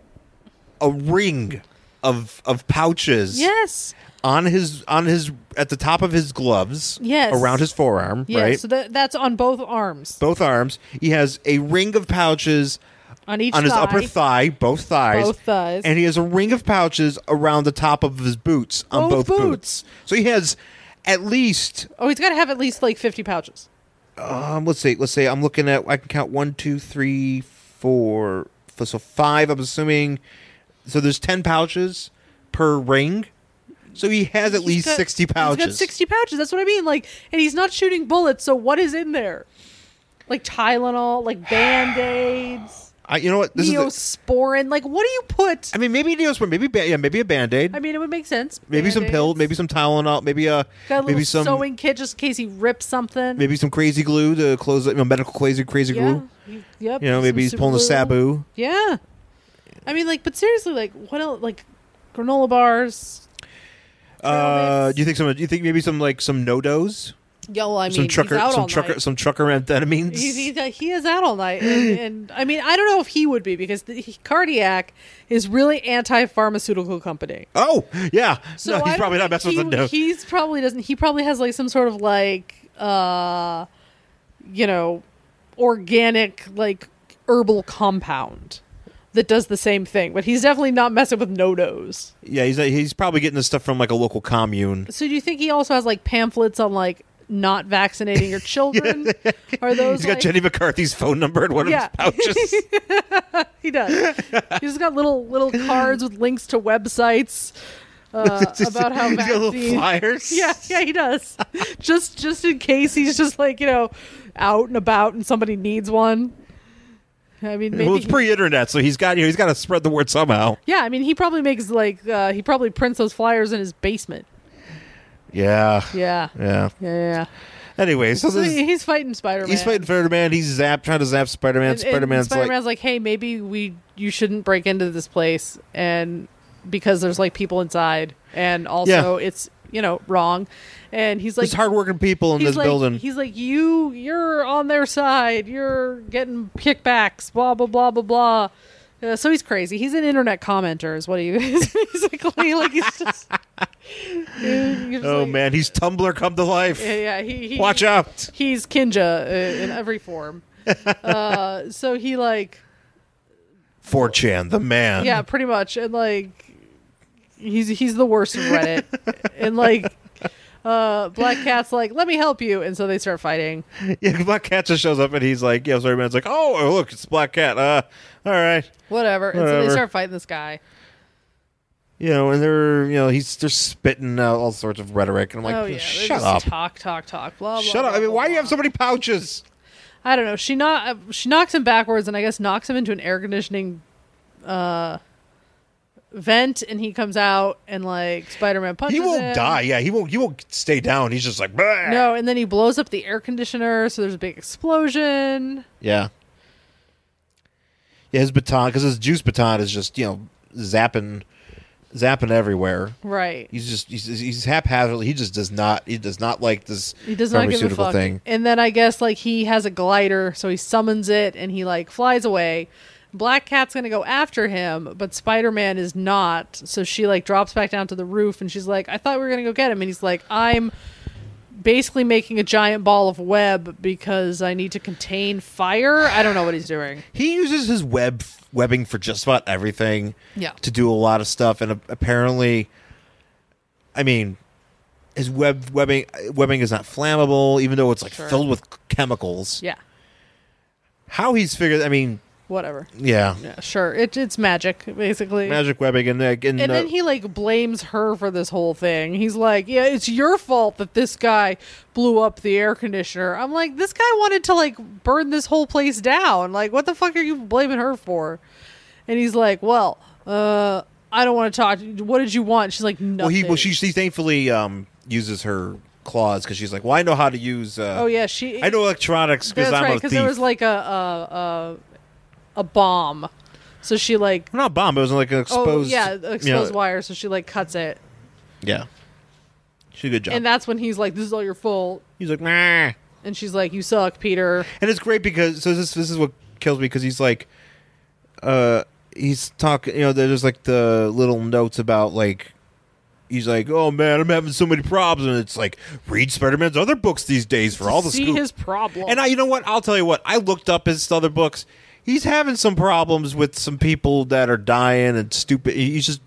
Speaker 5: a ring of of pouches
Speaker 7: Yes.
Speaker 5: on his on his at the top of his gloves.
Speaker 7: Yes.
Speaker 5: around his forearm.
Speaker 7: Yeah.
Speaker 5: right,
Speaker 7: So that, that's on both arms.
Speaker 5: both arms. He has a ring of pouches
Speaker 7: On each
Speaker 5: on his
Speaker 7: thigh.
Speaker 5: upper thigh, both thighs,
Speaker 7: Both thighs.
Speaker 5: and he has a ring of pouches around the top of his boots on both,
Speaker 7: Both boots.
Speaker 5: boots. So he has at least
Speaker 7: Oh, he's got to have at least like 50 pouches.
Speaker 5: um. Let's see. Let's say I'm looking at. I can count one, two, three, four. f- So five. I'm assuming. So there's ten pouches per ring. So he has at least
Speaker 7: He's got-
Speaker 5: sixty pouches.
Speaker 7: He's got 60 pouches. That's what I mean. Like, and he's not shooting bullets. So what is in there? Like Tylenol,
Speaker 5: [sighs]
Speaker 7: like Band Aids,
Speaker 5: I, you know what? This is. The,
Speaker 7: Neosporin. Like, what do you put?
Speaker 5: I mean, maybe neosporin. Maybe ba- yeah. Maybe a band aid.
Speaker 7: I mean, it would make sense.
Speaker 5: Maybe some
Speaker 7: Band-Aids.
Speaker 5: pills. Maybe some Tylenol. Maybe a.
Speaker 7: Got a little
Speaker 5: maybe some.
Speaker 7: sewing kit just in case he rips something.
Speaker 5: Maybe some crazy glue to close. You know, medical crazy crazy
Speaker 7: yeah.
Speaker 5: glue.
Speaker 7: He- Yep.
Speaker 5: You know,
Speaker 7: some
Speaker 5: maybe he's
Speaker 7: super
Speaker 5: pulling a
Speaker 7: glue.
Speaker 5: sabu.
Speaker 7: Yeah. I mean, like, but seriously, like, what else? Like, granola bars.
Speaker 5: Uh,
Speaker 7: mix.
Speaker 5: do you think some? Do you think maybe some like some no dos?
Speaker 7: Yo, I mean,
Speaker 5: some trucker,
Speaker 7: he's out
Speaker 5: some
Speaker 7: all
Speaker 5: trucker,
Speaker 7: night.
Speaker 5: some trucker amphetamines.
Speaker 7: He's, he's, he is out all
Speaker 5: [laughs]
Speaker 7: night, and, and I mean, I don't know if he would be because the, he, Cardiac is really anti-pharmaceutical company.
Speaker 5: Oh, yeah.
Speaker 7: So
Speaker 5: no,
Speaker 7: I
Speaker 5: he's
Speaker 7: don't
Speaker 5: probably not
Speaker 7: think
Speaker 5: messing
Speaker 7: he,
Speaker 5: with the no.
Speaker 7: He's probably doesn't. He probably has like some sort of like, uh, you know, organic like herbal compound that does the same thing, but he's definitely not messing with no-dos.
Speaker 5: yeah, he's he's probably getting this stuff from like a local commune.
Speaker 7: So do you think he also has like pamphlets on like not
Speaker 5: [laughs]
Speaker 7: vaccinating your children? Are those
Speaker 5: He's got
Speaker 7: like-
Speaker 5: Jenny McCarthy's phone number in one
Speaker 7: Yeah. [laughs]
Speaker 5: of his pouches. [laughs]
Speaker 7: He does. He's got little little cards with links
Speaker 5: [laughs]
Speaker 7: to websites uh, about how
Speaker 5: he's got little
Speaker 7: vaccine.
Speaker 5: flyers.
Speaker 7: [laughs] Yeah, yeah,
Speaker 5: [laughs]
Speaker 7: he does. just just in case he's just like you know out and about and somebody needs one. I mean, maybe.
Speaker 5: Well, it's
Speaker 7: he-
Speaker 5: pre-internet, so he's got you know, he's got to spread the word somehow.
Speaker 7: yeah, I mean, he probably makes like uh, he probably prints those flyers in his basement.
Speaker 5: Yeah,
Speaker 7: Yeah, yeah,
Speaker 5: yeah.
Speaker 7: yeah. yeah.
Speaker 5: Anyway, so,
Speaker 7: So
Speaker 5: this,
Speaker 7: he- he's fighting Spider-Man.
Speaker 5: he's fighting Spider-Man. He's zap trying to zap Spider-Man.
Speaker 7: And- and
Speaker 5: Spider-Man's like,
Speaker 7: Spider-Man's like, hey, maybe we you shouldn't break into this place, and because there's like people inside, and also it's you know wrong, and he's like,
Speaker 5: there's hardworking people in
Speaker 7: he's
Speaker 5: this
Speaker 7: like,
Speaker 5: building.
Speaker 7: he's like, you you're on their side, you're getting kickbacks, blah blah blah blah blah. Uh, so he's crazy. He's an internet commenter, is what he [laughs] is. Basically, like he's just. you're just
Speaker 5: oh
Speaker 7: like-
Speaker 5: man, he's Tumblr come to life.
Speaker 7: Yeah, yeah. He, he,
Speaker 5: Watch out.
Speaker 7: he's Kinja uh, in
Speaker 5: [laughs]
Speaker 7: every form. uh, so he like
Speaker 5: 4chan, the man.
Speaker 7: yeah, pretty much. And like he's he's the worst of Reddit. and like uh Black Cat's like, let me help you and so they start fighting.
Speaker 5: [laughs] Yeah, Black Cat just shows up and he's like, yeah, Spider Man's like, oh, look, it's Black Cat. Uh, all right.
Speaker 7: Whatever. And so they
Speaker 5: Whatever.
Speaker 7: start fighting this guy.
Speaker 5: You know, and they're, you know, he's, they're spitting out all sorts of rhetoric. And I'm like,
Speaker 7: oh yeah. they
Speaker 5: shut
Speaker 7: just
Speaker 5: up.
Speaker 7: Talk, talk, talk, blah, blah.
Speaker 5: Shut up. I mean, why do you have so many pouches?
Speaker 7: I don't know. She not uh, she knocks him backwards and I guess knocks him into an air conditioning uh vent and he comes out and like Spider Man
Speaker 5: He
Speaker 7: punches
Speaker 5: won't
Speaker 7: him.
Speaker 5: die. Yeah, he won't, he won't stay down. He's just like, "Bah."
Speaker 7: No, and then he blows up the air conditioner, so there's a big explosion.
Speaker 5: Yeah. Yeah, his baton, because his juice baton is just, you know, zapping, zapping everywhere.
Speaker 7: Right.
Speaker 5: He's just, he's, he's haphazardly. He just does not, he does not like this
Speaker 7: He does not give a
Speaker 5: pharmaceutical
Speaker 7: fuck.
Speaker 5: thing.
Speaker 7: And then I guess like he has a glider, so he summons it and he like flies away. Black Cat's gonna go after him, but Spider Man is not. So she like drops back down to the roof and she's like, "I thought we were gonna go get him," and he's like, "I'm." Basically, making a giant ball of web because I need to contain fire. I don't know what he's doing.
Speaker 5: he uses his web webbing for just about everything.
Speaker 7: Yeah.
Speaker 5: To do a lot of stuff, and a- apparently, I mean, his web webbing webbing is not flammable, even though it's like filled with chemicals.
Speaker 7: Yeah,
Speaker 5: How he's figured? I mean,
Speaker 7: whatever.
Speaker 5: Yeah.
Speaker 7: Yeah, sure. It, it's magic, basically.
Speaker 5: Magic webbing and that. And,
Speaker 7: And
Speaker 5: uh,
Speaker 7: then he like blames her for this whole thing. He's like, "Yeah, it's your fault that this guy blew up the air conditioner." I'm like, "This guy wanted to like burn this whole place down. Like, what the fuck are you blaming her for?" And he's like, "Well, uh, I don't want to talk. to you. What did you want?" She's like, "Nothing."
Speaker 5: well, he well, she, she thankfully um, uses her claws because she's like, well, I know how to use. Uh,
Speaker 7: Oh yeah, she.
Speaker 5: I know electronics because
Speaker 7: That's
Speaker 5: I'm
Speaker 7: right.
Speaker 5: a thief.
Speaker 7: there was like a a, a a bomb, so she like.
Speaker 5: not a bomb. It was like an exposed.
Speaker 7: oh yeah, exposed
Speaker 5: you know,
Speaker 7: wire. So she like cuts it,
Speaker 5: Yeah. She did a good job.
Speaker 7: and that's when he's like, "This is all your fault."
Speaker 5: he's like, nah.
Speaker 7: And she's like, "You suck, Peter."
Speaker 5: and it's great because so this this is what kills me because he's like, uh, he's talking. You know, there's like the little notes about like. He's like, oh man, I'm having so many problems, and it's like read Spider-Man's other books these days for all the
Speaker 7: see
Speaker 5: scoop.
Speaker 7: his problem.
Speaker 5: and I, you know what? I'll tell you what. I looked up his other books. He's having some problems with some people that are dying and stupid. He- He's just,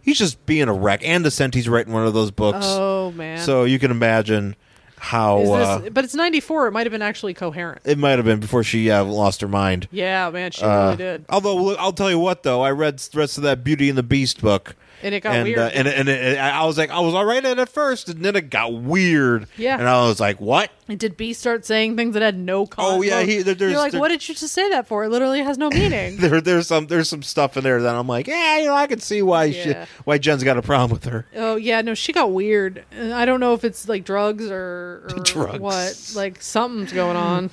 Speaker 5: he's just being a wreck. And Ascenti's writing one of those books,
Speaker 7: oh man.
Speaker 5: so you can imagine how
Speaker 7: Is
Speaker 5: uh,
Speaker 7: this, but it's ninety four. It might have been actually coherent.
Speaker 5: it might have been before she uh, lost her mind.
Speaker 7: Yeah, man, she
Speaker 5: Uh,
Speaker 7: really did,
Speaker 5: Although look, I'll tell you what, though, I read the rest of that Beauty and the Beast book,
Speaker 7: and it got
Speaker 5: and
Speaker 7: weird.
Speaker 5: Uh, and and it, I I was like, I was all right at it at first, and then it got weird.
Speaker 7: Yeah.
Speaker 5: and I was like, what? [laughs]
Speaker 7: and did B start saying things that had no? Cause?
Speaker 5: Oh, yeah, he- there- there's-
Speaker 7: you're like,
Speaker 5: there-
Speaker 7: what did you just say that for? It literally has no
Speaker 5: [laughs]
Speaker 7: meaning.
Speaker 5: There, there's some there's some stuff in there that I'm like, yeah, you know, I can see why
Speaker 7: Yeah.
Speaker 5: she, why Jen's got a problem with her. [laughs]
Speaker 7: oh yeah, no, she got weird. And I don't know if it's like
Speaker 5: [laughs]
Speaker 7: drugs or, or
Speaker 5: Drugs.
Speaker 7: what. Like something's going on.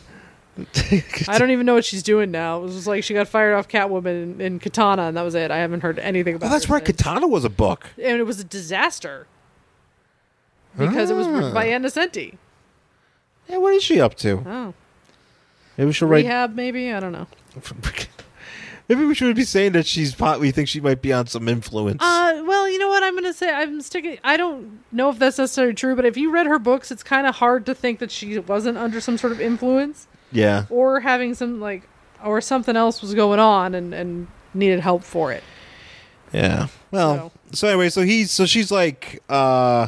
Speaker 7: I don't even know what she's doing now. It was just like she got fired off Catwoman and, and Katana, and that was it. I haven't heard anything about.
Speaker 5: Oh, that's
Speaker 7: her
Speaker 5: right.
Speaker 7: since.
Speaker 5: Katana was a book.
Speaker 7: and it was a disaster because it was written by Anna Senti.
Speaker 5: Yeah, what is she up to?
Speaker 7: Oh,
Speaker 5: Maybe she'll write.
Speaker 7: rehab maybe. I don't know.
Speaker 5: [laughs] Maybe we should be saying that she's. pot- We think she might be on some influence.
Speaker 7: Uh, well, you know what? I'm gonna say I'm sticking. I don't know if that's necessarily true, but if you read her books, it's kind of hard to think that she wasn't under some sort of influence
Speaker 5: yeah.
Speaker 7: or having some like or something else was going on and and needed help for it.
Speaker 5: Yeah. Well, so, anyway, so he's so she's like, uh,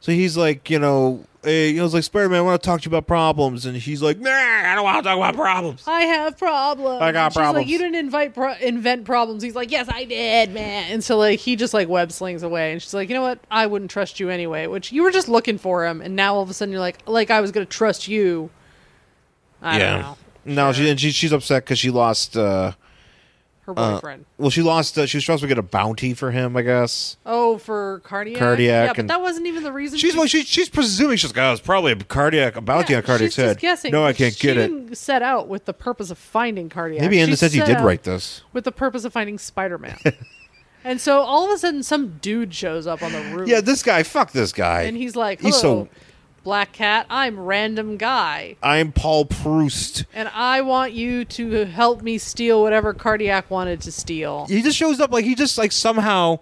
Speaker 5: so he's like, you know, hey, you know, it's like Spider Man, I want to talk to you about problems, and he's like, nah, I don't want to talk about problems.
Speaker 7: I have problems.
Speaker 5: I got
Speaker 7: And she's Like
Speaker 5: problems.
Speaker 7: you didn't invite pro- invent problems. He's like, yes, I did, man. And so like he just like web slings away, and she's like, you know what? I wouldn't trust you anyway. Which you were just looking for him, and now all of a sudden you're like, like I was gonna trust you. I
Speaker 5: Yeah.
Speaker 7: don't know
Speaker 5: No, she and she, she's upset because she lost. uh
Speaker 7: her boyfriend.
Speaker 5: Well, she lost. Uh, she was supposed to get a bounty for him, I guess.
Speaker 7: oh, for cardiac.
Speaker 5: Cardiac
Speaker 7: Yeah, but
Speaker 5: and-
Speaker 7: that wasn't even the reason.
Speaker 5: She's
Speaker 7: she-
Speaker 5: well, she, she's presuming she's like, oh, it's probably a cardiac, a bounty
Speaker 7: yeah,
Speaker 5: on cardiac's
Speaker 7: she's
Speaker 5: head.
Speaker 7: Just guessing.
Speaker 5: no, I
Speaker 7: because
Speaker 5: can't
Speaker 7: she
Speaker 5: get it.
Speaker 7: didn't Set out with the purpose of finding cardiac.
Speaker 5: Maybe
Speaker 7: She
Speaker 5: Anna said he
Speaker 7: set
Speaker 5: did
Speaker 7: out-
Speaker 5: write this.
Speaker 7: with the purpose of finding
Speaker 5: [laughs]
Speaker 7: Spider Man. and so all of a sudden, some dude shows up on the roof.
Speaker 5: Yeah, this guy. Fuck this guy.
Speaker 7: and he's like, "Oh." "Hello,
Speaker 5: he's so-
Speaker 7: Black Cat. I'm random guy,
Speaker 5: I'm Paul Proust.
Speaker 7: and I want you to help me steal whatever Cardiac wanted to steal."
Speaker 5: He just shows up like he just like somehow.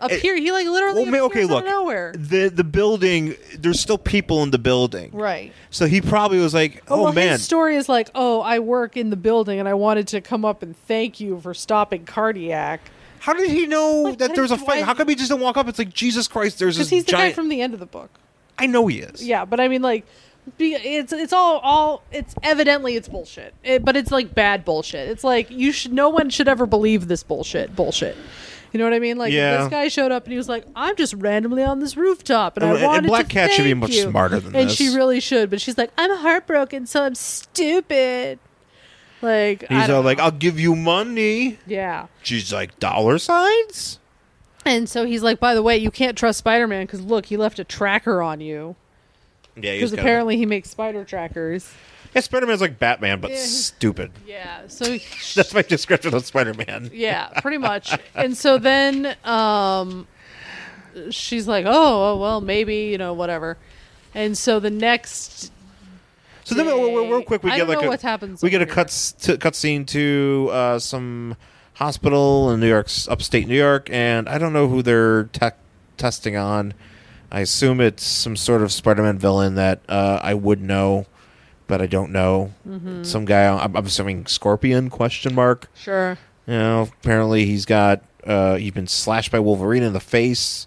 Speaker 7: Appear, he like
Speaker 5: eh,
Speaker 7: literally
Speaker 5: Well, ma- okay,
Speaker 7: appears out
Speaker 5: look.
Speaker 7: of nowhere.
Speaker 5: The the building. There's still people in the building.
Speaker 7: Right.
Speaker 5: So he probably was like,
Speaker 7: Oh
Speaker 5: "Oh
Speaker 7: well,
Speaker 5: man,
Speaker 7: his story is like, "Oh, I work in the building, and I wanted to come up and thank you for stopping Cardiac."
Speaker 5: how did he know
Speaker 7: Like,
Speaker 5: that
Speaker 7: I-
Speaker 5: there was a
Speaker 7: do
Speaker 5: fight?
Speaker 7: I-
Speaker 5: how come he just didn't walk up?" It's like Jesus Christ. There's this
Speaker 7: Because he's the
Speaker 5: giant.
Speaker 7: guy from the end of the book.
Speaker 5: I know he is.
Speaker 7: Yeah, but I mean, like, be, it's it's all all it's evidently it's bullshit, it, but it's like bad bullshit. It's like you should no one should ever believe this bullshit. Bullshit. You know what I mean? Like
Speaker 5: Yeah.
Speaker 7: this guy showed up and he was like, "I'm just randomly on this rooftop, and,
Speaker 5: And-
Speaker 7: I
Speaker 5: and
Speaker 7: wanted
Speaker 5: Black
Speaker 7: to
Speaker 5: Cat should be
Speaker 7: thank
Speaker 5: much
Speaker 7: you."
Speaker 5: smarter than
Speaker 7: and
Speaker 5: this.
Speaker 7: she really should, but she's like, "I'm heartbroken, so I'm stupid." Like I
Speaker 5: He's
Speaker 7: don't
Speaker 5: all like, "Oh."
Speaker 7: know.
Speaker 5: "I'll give you money."
Speaker 7: yeah.
Speaker 5: She's like, "Dollar signs."
Speaker 7: And so he's like, "By the way, you can't trust Spider-Man because look, he left a tracker on you
Speaker 5: Yeah,
Speaker 7: because apparently he makes spider trackers."
Speaker 5: yeah, Spider Man's like Batman, but
Speaker 7: Yeah, he's-
Speaker 5: stupid. [laughs]
Speaker 7: Yeah. So
Speaker 5: That's my description of Spider Man.
Speaker 7: yeah pretty much and so then um she's like oh oh, well maybe you know whatever and so the next
Speaker 5: So then, real, real- real quick, we
Speaker 7: I
Speaker 5: get
Speaker 7: don't
Speaker 5: like
Speaker 7: know
Speaker 5: a,
Speaker 7: what happens
Speaker 5: we get a
Speaker 7: over
Speaker 5: cut s- to, cut scene to uh, some hospital in New York's upstate New York, and I don't know who they're te- testing on. I assume it's some sort of Spider-Man villain that uh, I would know, but I don't know.
Speaker 7: Mm-hmm.
Speaker 5: Some guy, I'm, I'm assuming Scorpion? Question mark.
Speaker 7: sure
Speaker 5: You know, apparently he's got uh, he's been slashed by Wolverine in the face,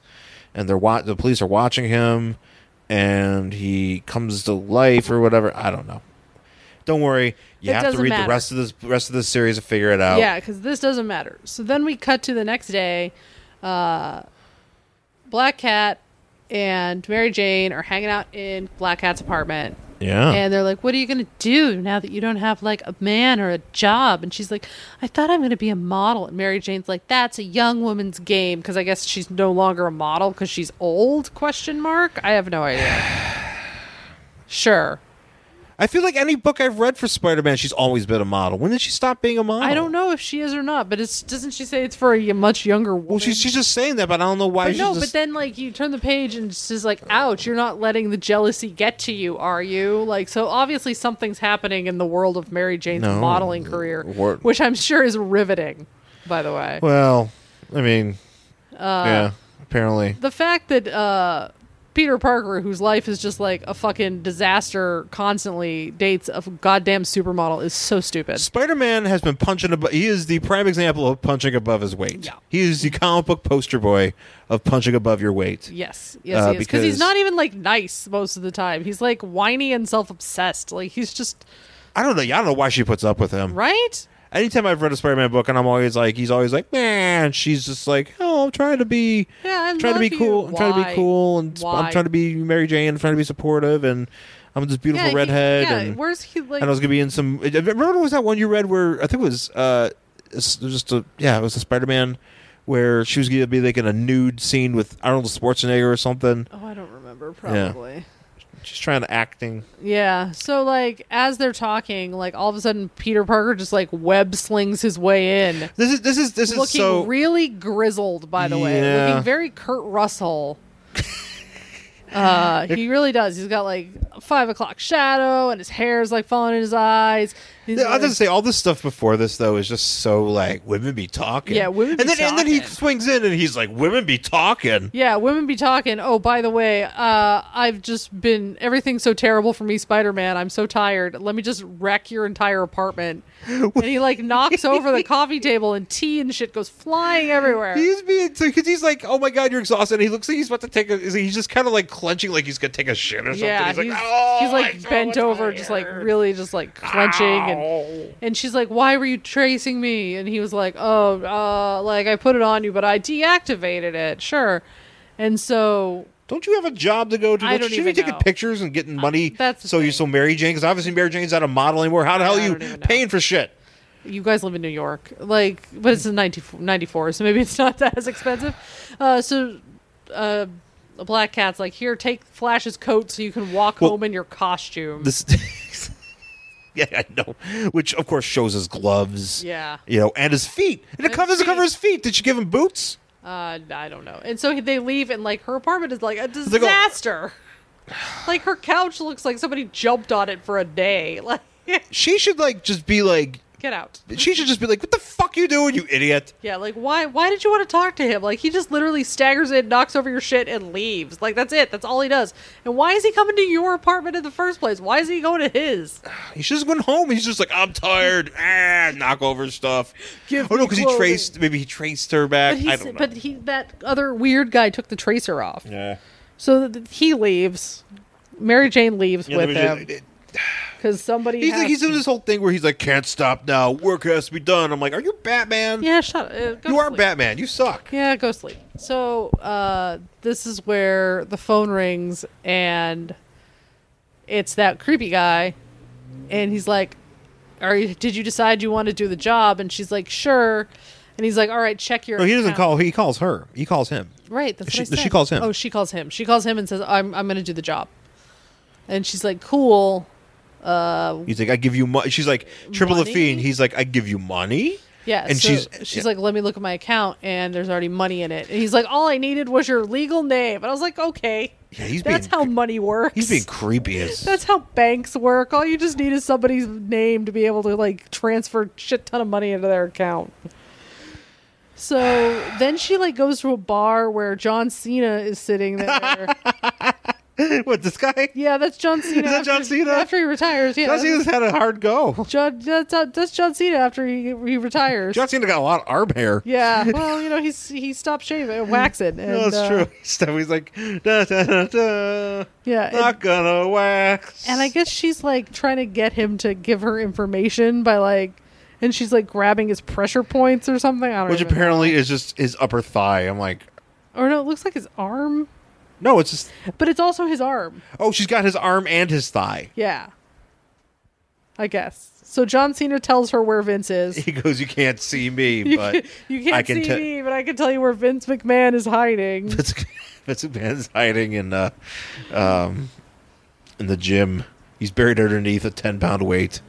Speaker 5: and they're wa- the police are watching him, and he comes to life or whatever. I don't know. Don't worry. You
Speaker 7: It
Speaker 5: have to
Speaker 7: doesn't
Speaker 5: read the
Speaker 7: matter.
Speaker 5: rest of this rest of the series to figure it out.
Speaker 7: Yeah, because this doesn't matter. So then we cut to the next day. Uh, Black Cat and Mary Jane are hanging out in Black Cat's apartment.
Speaker 5: [laughs] Yeah.
Speaker 7: And they're like, What are you going to do now that you don't have like a man or a job? And she's like, I thought I'm going to be a model. And Mary Jane's like, That's a young woman's game. Because I guess she's no longer a model because she's old? Question mark. I have no idea. [sighs] Sure.
Speaker 5: I feel like any book I've read for Spider Man, she's always been a model. When did she stop being a model?
Speaker 7: I don't know if she is or not, but it's doesn't she say it's for a much younger woman?
Speaker 5: Well, she's, she's just saying that, but I don't know why
Speaker 7: But
Speaker 5: she's
Speaker 7: no,
Speaker 5: just-
Speaker 7: but then like you turn the page and it's just like, ouch, you're not letting the jealousy get to you, are you? Like, so obviously something's happening in the world of Mary Jane's
Speaker 5: No.
Speaker 7: modeling career,
Speaker 5: Wor-
Speaker 7: which I'm sure is riveting, by the way.
Speaker 5: Well, I mean,
Speaker 7: Uh,
Speaker 5: yeah, apparently.
Speaker 7: the fact that uh, Peter Parker, whose life is just like a fucking disaster constantly, dates a goddamn supermodel is so stupid.
Speaker 5: Spider Man has been punching above. He is the prime example of punching above his weight.
Speaker 7: Yeah.
Speaker 5: He is the comic book poster boy of punching above your weight.
Speaker 7: Yes, yes,
Speaker 5: Uh,
Speaker 7: he is. Because he's
Speaker 5: because-
Speaker 7: not even like nice most of the time. He's like whiny and self obsessed. Like he's just
Speaker 5: I don't know. I don't know why she puts up with him.
Speaker 7: right.
Speaker 5: Anytime I've read a Spider Man book, and I'm always like, he's always like, man, she's just like, oh, I'm trying to be,
Speaker 7: Yeah, I
Speaker 5: I'm trying to
Speaker 7: love
Speaker 5: be
Speaker 7: you.
Speaker 5: cool. I'm trying to
Speaker 7: Why?
Speaker 5: be cool, and sp-
Speaker 7: Why?
Speaker 5: I'm trying to be Mary Jane. I'm trying to be supportive, and I'm this beautiful
Speaker 7: he-
Speaker 5: redhead.
Speaker 7: yeah,
Speaker 5: and
Speaker 7: where's he like?
Speaker 5: and I was gonna be in some. I- I Remember, what was that one you read where I think it was uh, it's- it was just a yeah, it was a Spider Man where she was gonna be like in a nude scene with Arnold Schwarzenegger or something.
Speaker 7: oh, I don't remember.
Speaker 5: Yeah.
Speaker 7: Probably. Yeah.
Speaker 5: She's trying to acting.
Speaker 7: So like, as they're talking, like all of a sudden, Peter Parker just like web slings his way in,
Speaker 5: This is this is this is
Speaker 7: looking
Speaker 5: so.
Speaker 7: really grizzled. By the way,
Speaker 5: Yeah.
Speaker 7: looking very
Speaker 5: [laughs]
Speaker 7: Kurt Russell. Uh, he really does. He's got like a five o'clock shadow, and his hair's like falling in his eyes. He's
Speaker 5: I
Speaker 7: like-
Speaker 5: was gonna say all this stuff before this though is just so like women be talking.
Speaker 7: Yeah,
Speaker 5: and
Speaker 7: women be
Speaker 5: then and then he
Speaker 7: talking.
Speaker 5: swings in and he's like, "Women be talking."
Speaker 7: Yeah, women be talking. Oh, by the way, uh, I've just been everything's so terrible for me, Spider Man. I'm so tired. Let me just wreck your entire apartment. And he like knocks over the coffee table and tea and shit goes flying everywhere.
Speaker 5: He's being because he's like, "Oh my god, you're exhausted." And he looks like he's about to take a. He's just kind of like clenching, like he's gonna take a shit or something.
Speaker 7: yeah,
Speaker 5: he's like, "Oh,
Speaker 7: he's
Speaker 5: I'm
Speaker 7: like
Speaker 5: so
Speaker 7: bent over, just like really just like clenching and and she's like, Why were you tracing me? And he was like, Oh, uh, like I put it on you, but I deactivated it, sure. And so
Speaker 5: Don't you have a job to go to?
Speaker 7: I
Speaker 5: Don't
Speaker 7: don't
Speaker 5: you should be
Speaker 7: even
Speaker 5: taking
Speaker 7: know.
Speaker 5: pictures and getting money?
Speaker 7: that's the
Speaker 5: so you
Speaker 7: thing.
Speaker 5: so Mary Jane because obviously Mary Jane's not a model anymore. How the hell
Speaker 7: I
Speaker 5: are
Speaker 7: don't
Speaker 5: you
Speaker 7: even know.
Speaker 5: paying for shit?
Speaker 7: you guys live in New York, like, but it's in 90 94, so maybe it's not [laughs] that as expensive. Uh, so, uh, the Black Cat's like, here, take Flash's coat so you can walk
Speaker 5: Well,
Speaker 7: home in your costume.
Speaker 5: This, [laughs] yeah, I know. Which of course shows his gloves.
Speaker 7: Yeah.
Speaker 5: you know, and his feet. And it
Speaker 7: His
Speaker 5: covers to cover
Speaker 7: feet.
Speaker 5: his feet. Did she give him boots?
Speaker 7: uh, I don't know. And so they leave, and like her apartment is like a
Speaker 5: like, oh.
Speaker 7: disaster. like her couch looks like somebody jumped on it for a day. [laughs] Like,
Speaker 5: She should like just be like.
Speaker 7: get out.
Speaker 5: She should just be like, "What the fuck you doing, you idiot?"
Speaker 7: Yeah, like why? Why did you want to talk to him? Like he just literally staggers in, knocks over your shit, and leaves. Like that's it. That's all he does. And why is he coming to your apartment in the first place? Why is he going to his?
Speaker 5: He should just went home. He's just like, "I'm tired." [laughs] ah, knock over stuff.
Speaker 7: Give
Speaker 5: oh no,
Speaker 7: me
Speaker 5: because he
Speaker 7: clothing.
Speaker 5: traced. Maybe he traced her back.
Speaker 7: But he,
Speaker 5: I don't know.
Speaker 7: but he, that other weird guy took the tracer off,
Speaker 5: yeah.
Speaker 7: so th- he leaves. Mary Jane leaves
Speaker 5: Yeah,
Speaker 7: with
Speaker 5: there was
Speaker 7: him
Speaker 5: just-
Speaker 7: because somebody.
Speaker 5: He's
Speaker 7: has
Speaker 5: like, he's
Speaker 7: to-
Speaker 5: doing this whole thing where he's like, can't stop now. Work has to be done. I'm like, are you Batman?
Speaker 7: yeah, shut up. Uh, go
Speaker 5: you
Speaker 7: to
Speaker 5: are
Speaker 7: sleep.
Speaker 5: Batman. You suck.
Speaker 7: Yeah, go sleep. So uh, this is where the phone rings, and it's that creepy guy, and he's like, "Are you? Did you decide you want to do the job?" And she's like, "Sure." And he's like, "All right, check your."
Speaker 5: No, Oh, he doesn't
Speaker 7: account."
Speaker 5: call. He calls her. He calls him.
Speaker 7: Right. That's
Speaker 5: She-
Speaker 7: what I said.
Speaker 5: she calls him.
Speaker 7: Oh, she calls him. She calls him and says, "I'm I'm going to do the job," and she's like, "Cool."
Speaker 5: He's like, I give you money. She's like, triple the
Speaker 7: Money?
Speaker 5: fee. And he's like, I give you money.
Speaker 7: Yeah,
Speaker 5: And
Speaker 7: so
Speaker 5: she's-
Speaker 7: she's like, "Let me look at my account," and there's already money in it. And he's like, "All I needed was your legal name," and I was like, "Okay,
Speaker 5: Yeah, he's
Speaker 7: that's
Speaker 5: being-
Speaker 7: how money works."
Speaker 5: He's being creepy. As,
Speaker 7: That's how banks work. All you just need is somebody's name to be able to like transfer shit ton of money into their account. So
Speaker 5: [laughs]
Speaker 7: then she like goes to a bar where John Cena is sitting there
Speaker 5: what this guy?
Speaker 7: Yeah, that's John Cena.
Speaker 5: that John
Speaker 7: after,
Speaker 5: Cena?
Speaker 7: After he retires. Yeah,
Speaker 5: John Cena's had a hard go.
Speaker 7: John, that's, uh, that's John Cena after he, he retires.
Speaker 5: John Cena got a lot of arm hair.
Speaker 7: yeah, well, you know, he's he stopped shaving, uh, waxing. And,
Speaker 5: No, [laughs] that's
Speaker 7: uh,
Speaker 5: true. Stuff he's like, da, da, da, da,
Speaker 7: Yeah, and-
Speaker 5: not gonna wax.
Speaker 7: And I guess she's like trying to get him to give her information by like, and she's like grabbing his pressure points or something. I don't
Speaker 5: which
Speaker 7: even know.
Speaker 5: apparently is just his upper thigh. I'm like,
Speaker 7: Or no, it looks like his arm,
Speaker 5: no, it's just.
Speaker 7: but it's also his arm.
Speaker 5: Oh, she's got his arm and his thigh.
Speaker 7: Yeah. I guess. So John Cena tells her where Vince
Speaker 5: [laughs]
Speaker 7: is.
Speaker 5: He goes, "You can't see me,
Speaker 7: [laughs] You,
Speaker 5: but
Speaker 7: can, [laughs] you can't
Speaker 5: I can
Speaker 7: see
Speaker 5: te-
Speaker 7: me, but I can tell you where Vince McMahon is hiding. [laughs]
Speaker 5: Vince, Vince McMahon's hiding in uh, um, in the gym. He's buried underneath a ten pound weight.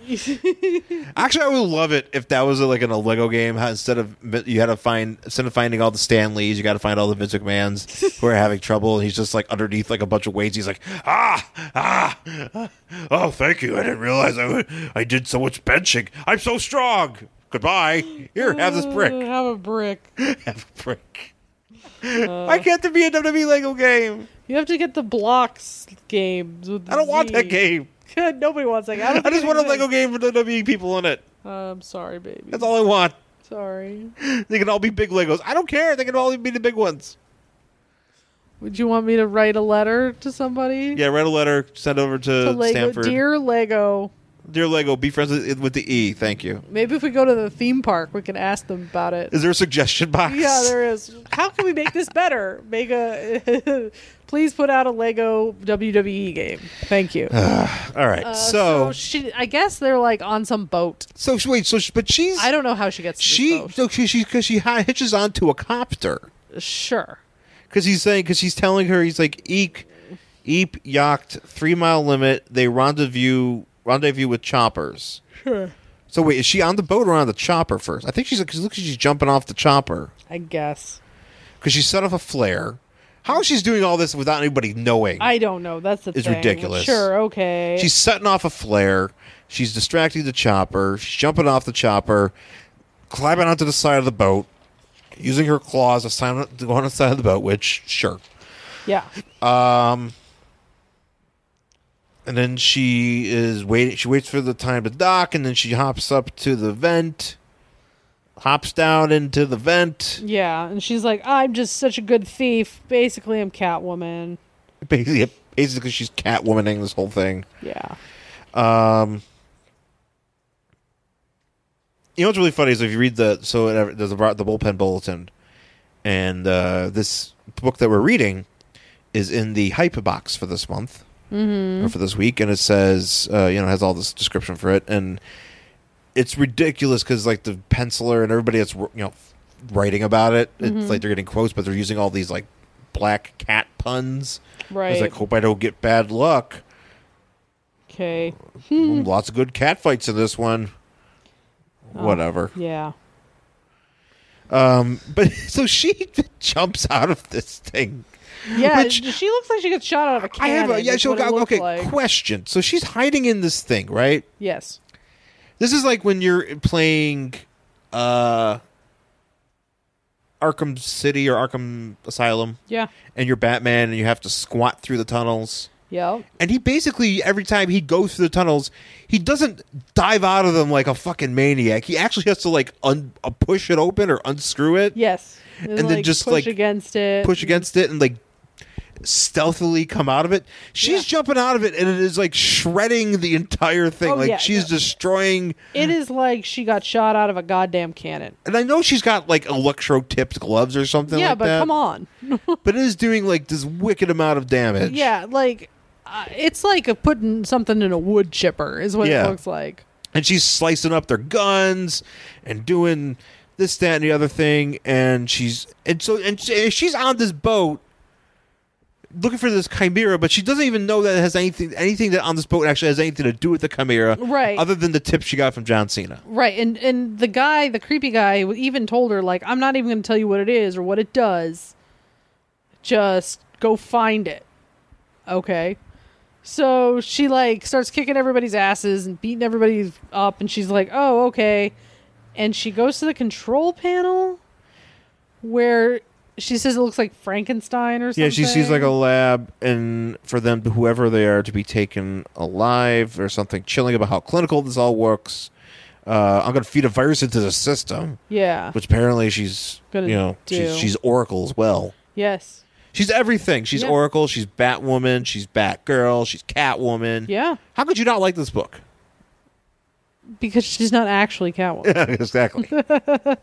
Speaker 5: Actually, I would love it if that was uh, like in a Lego game. how Instead of you had to find instead of finding all the Stanleys, you got to find all the Vince McMahon's who are having trouble, and he's just like underneath like a bunch of weights. He's like, ah, ah, ah. oh, thank you. I didn't realize I would- I did so much benching. I'm so strong. Goodbye. Here, have this brick.
Speaker 7: Uh, Have a brick.
Speaker 5: Have a brick.
Speaker 7: Uh.
Speaker 5: Why can't there be a WWE Lego game?
Speaker 7: You have to get the blocks games. With the
Speaker 5: I don't want
Speaker 7: Z.
Speaker 5: that game.
Speaker 7: [laughs] Nobody wants that. game. I, don't
Speaker 5: I just
Speaker 7: think
Speaker 5: want a
Speaker 7: it
Speaker 5: Lego
Speaker 7: exists.
Speaker 5: game with WWE people in it.
Speaker 7: I'm sorry, baby.
Speaker 5: That's all I want.
Speaker 7: Sorry.
Speaker 5: They can all be big Legos. I don't care. They can all be the big ones.
Speaker 7: Would you want me to write a letter to somebody?
Speaker 5: Yeah, write a letter, send over to,
Speaker 7: To Lego,
Speaker 5: Stanford.
Speaker 7: dear Lego.
Speaker 5: Dear Lego, be friends with, with the E. Thank you.
Speaker 7: Maybe if we go to the theme park, we can ask them about it.
Speaker 5: Is there a suggestion box?
Speaker 7: yeah, there is. How can we make this better? Make a. [laughs] please put out a Lego WWE game. Thank you.
Speaker 5: [laughs] All right. Uh,
Speaker 7: uh,
Speaker 5: so,
Speaker 7: so she, I guess they're like on some boat.
Speaker 5: so, she- wait. So, she- but she's
Speaker 7: I don't know how she gets. To
Speaker 5: she
Speaker 7: this
Speaker 5: so she she because she hi- hitches onto a copter
Speaker 7: boat. sure.
Speaker 5: because he's saying because he's telling her he's like eek, eep yacht three mile limit. They rendezvous rendezvous with choppers.
Speaker 7: Sure.
Speaker 5: So wait, is she on the boat or on the chopper first? I think she's because looks like she's jumping off the chopper
Speaker 7: I guess.
Speaker 5: because she set off a flare. How she's doing all this without anybody knowing?
Speaker 7: I don't know. That's the
Speaker 5: It's
Speaker 7: thing.
Speaker 5: ridiculous.
Speaker 7: Sure. Okay.
Speaker 5: she's setting off a flare. She's distracting the chopper. She's jumping off the chopper, climbing onto the side of the boat, using her claws to, sign, to go on the side of the boat. Which sure,
Speaker 7: yeah.
Speaker 5: and then she is waiting. She waits for the time to dock, and then she hops up to the vent, hops down into the vent.
Speaker 7: Yeah. And she's like, I'm just such a good thief. Basically, I'm Catwoman.
Speaker 5: Basically, basically she's catwomaning this whole thing.
Speaker 7: Yeah.
Speaker 5: you know what's really funny is if you read the so it- there's a, bu- the bullpen bulletin, and uh, this book that we're reading is in the hype box for this month or for this week, and it says uh, you know has all this description for it, and it's ridiculous because like the penciler and everybody that's wr- you know writing about it, it's like they're getting quotes, but they're using all these like black cat puns. It's
Speaker 7: Right.
Speaker 5: like hope I don't get bad luck.
Speaker 7: okay.
Speaker 5: Lots of good cat fights in this one. Whatever.
Speaker 7: Yeah.
Speaker 5: But [laughs] so she jumps out of this thing.
Speaker 7: Yeah.
Speaker 5: Which-
Speaker 7: she looks like she gets shot out of a
Speaker 5: I
Speaker 7: cannon.
Speaker 5: have a yeah.
Speaker 7: is
Speaker 5: So
Speaker 7: what it looked
Speaker 5: okay,
Speaker 7: like.
Speaker 5: question. So she's hiding in this thing, right?
Speaker 7: Yes.
Speaker 5: This is like when you're playing uh Arkham City or Arkham Asylum,
Speaker 7: Yeah.
Speaker 5: and you're Batman, and you have to squat through the tunnels.
Speaker 7: Yeah.
Speaker 5: And he basically every time he goes through the tunnels, he doesn't dive out of them like a fucking maniac. He actually has to like un- uh, push it open or unscrew it.
Speaker 7: Yes.
Speaker 5: And then just,
Speaker 7: push
Speaker 5: like,
Speaker 7: against it.
Speaker 5: push against it and like stealthily come out of it. She's jumping out of it and it is like shredding the entire thing.
Speaker 7: Oh,
Speaker 5: like
Speaker 7: yeah,
Speaker 5: she's destroying
Speaker 7: It is like she got shot out of a goddamn cannon.
Speaker 5: and I know she's got like electro tipped gloves or something
Speaker 7: yeah,
Speaker 5: like
Speaker 7: but
Speaker 5: that. [laughs]
Speaker 7: come on.
Speaker 5: But it is doing like this wicked amount of damage.
Speaker 7: Yeah, like uh, it's like a putting something in a wood chipper is what
Speaker 5: Yeah.
Speaker 7: it looks like.
Speaker 5: And she's slicing up their guns and doing this, that, and the other thing, and she's and so and she- and she's on this boat looking for this chimera, but she doesn't even know that it has anything anything that on this boat actually has anything to do with the chimera,
Speaker 7: Right.
Speaker 5: Other than the tip she got from John Cena.
Speaker 7: Right, and and the guy, the creepy guy, even told her like, "I'm not even going to tell you what it is or what it does. Just go find it." Okay. So she like starts kicking everybody's asses and beating everybody up, and she's like, "Oh, okay," and she goes to the control panel where She says it looks like Frankenstein or something.
Speaker 5: Yeah, she sees like a lab, and for them, whoever they are, to be taken alive or something chilling about how clinical this all works. Uh, I'm gonna feed a virus into the system,
Speaker 7: Yeah.
Speaker 5: which apparently she's
Speaker 7: Gonna
Speaker 5: you know she's,
Speaker 7: do.
Speaker 5: she's Oracle as well.
Speaker 7: Yes.
Speaker 5: She's everything. She's
Speaker 7: Yeah.
Speaker 5: Oracle. She's Batwoman. She's Batgirl. She's Catwoman.
Speaker 7: Yeah.
Speaker 5: How could you not like this book?
Speaker 7: Because she's not actually Catwoman.
Speaker 5: exactly. well,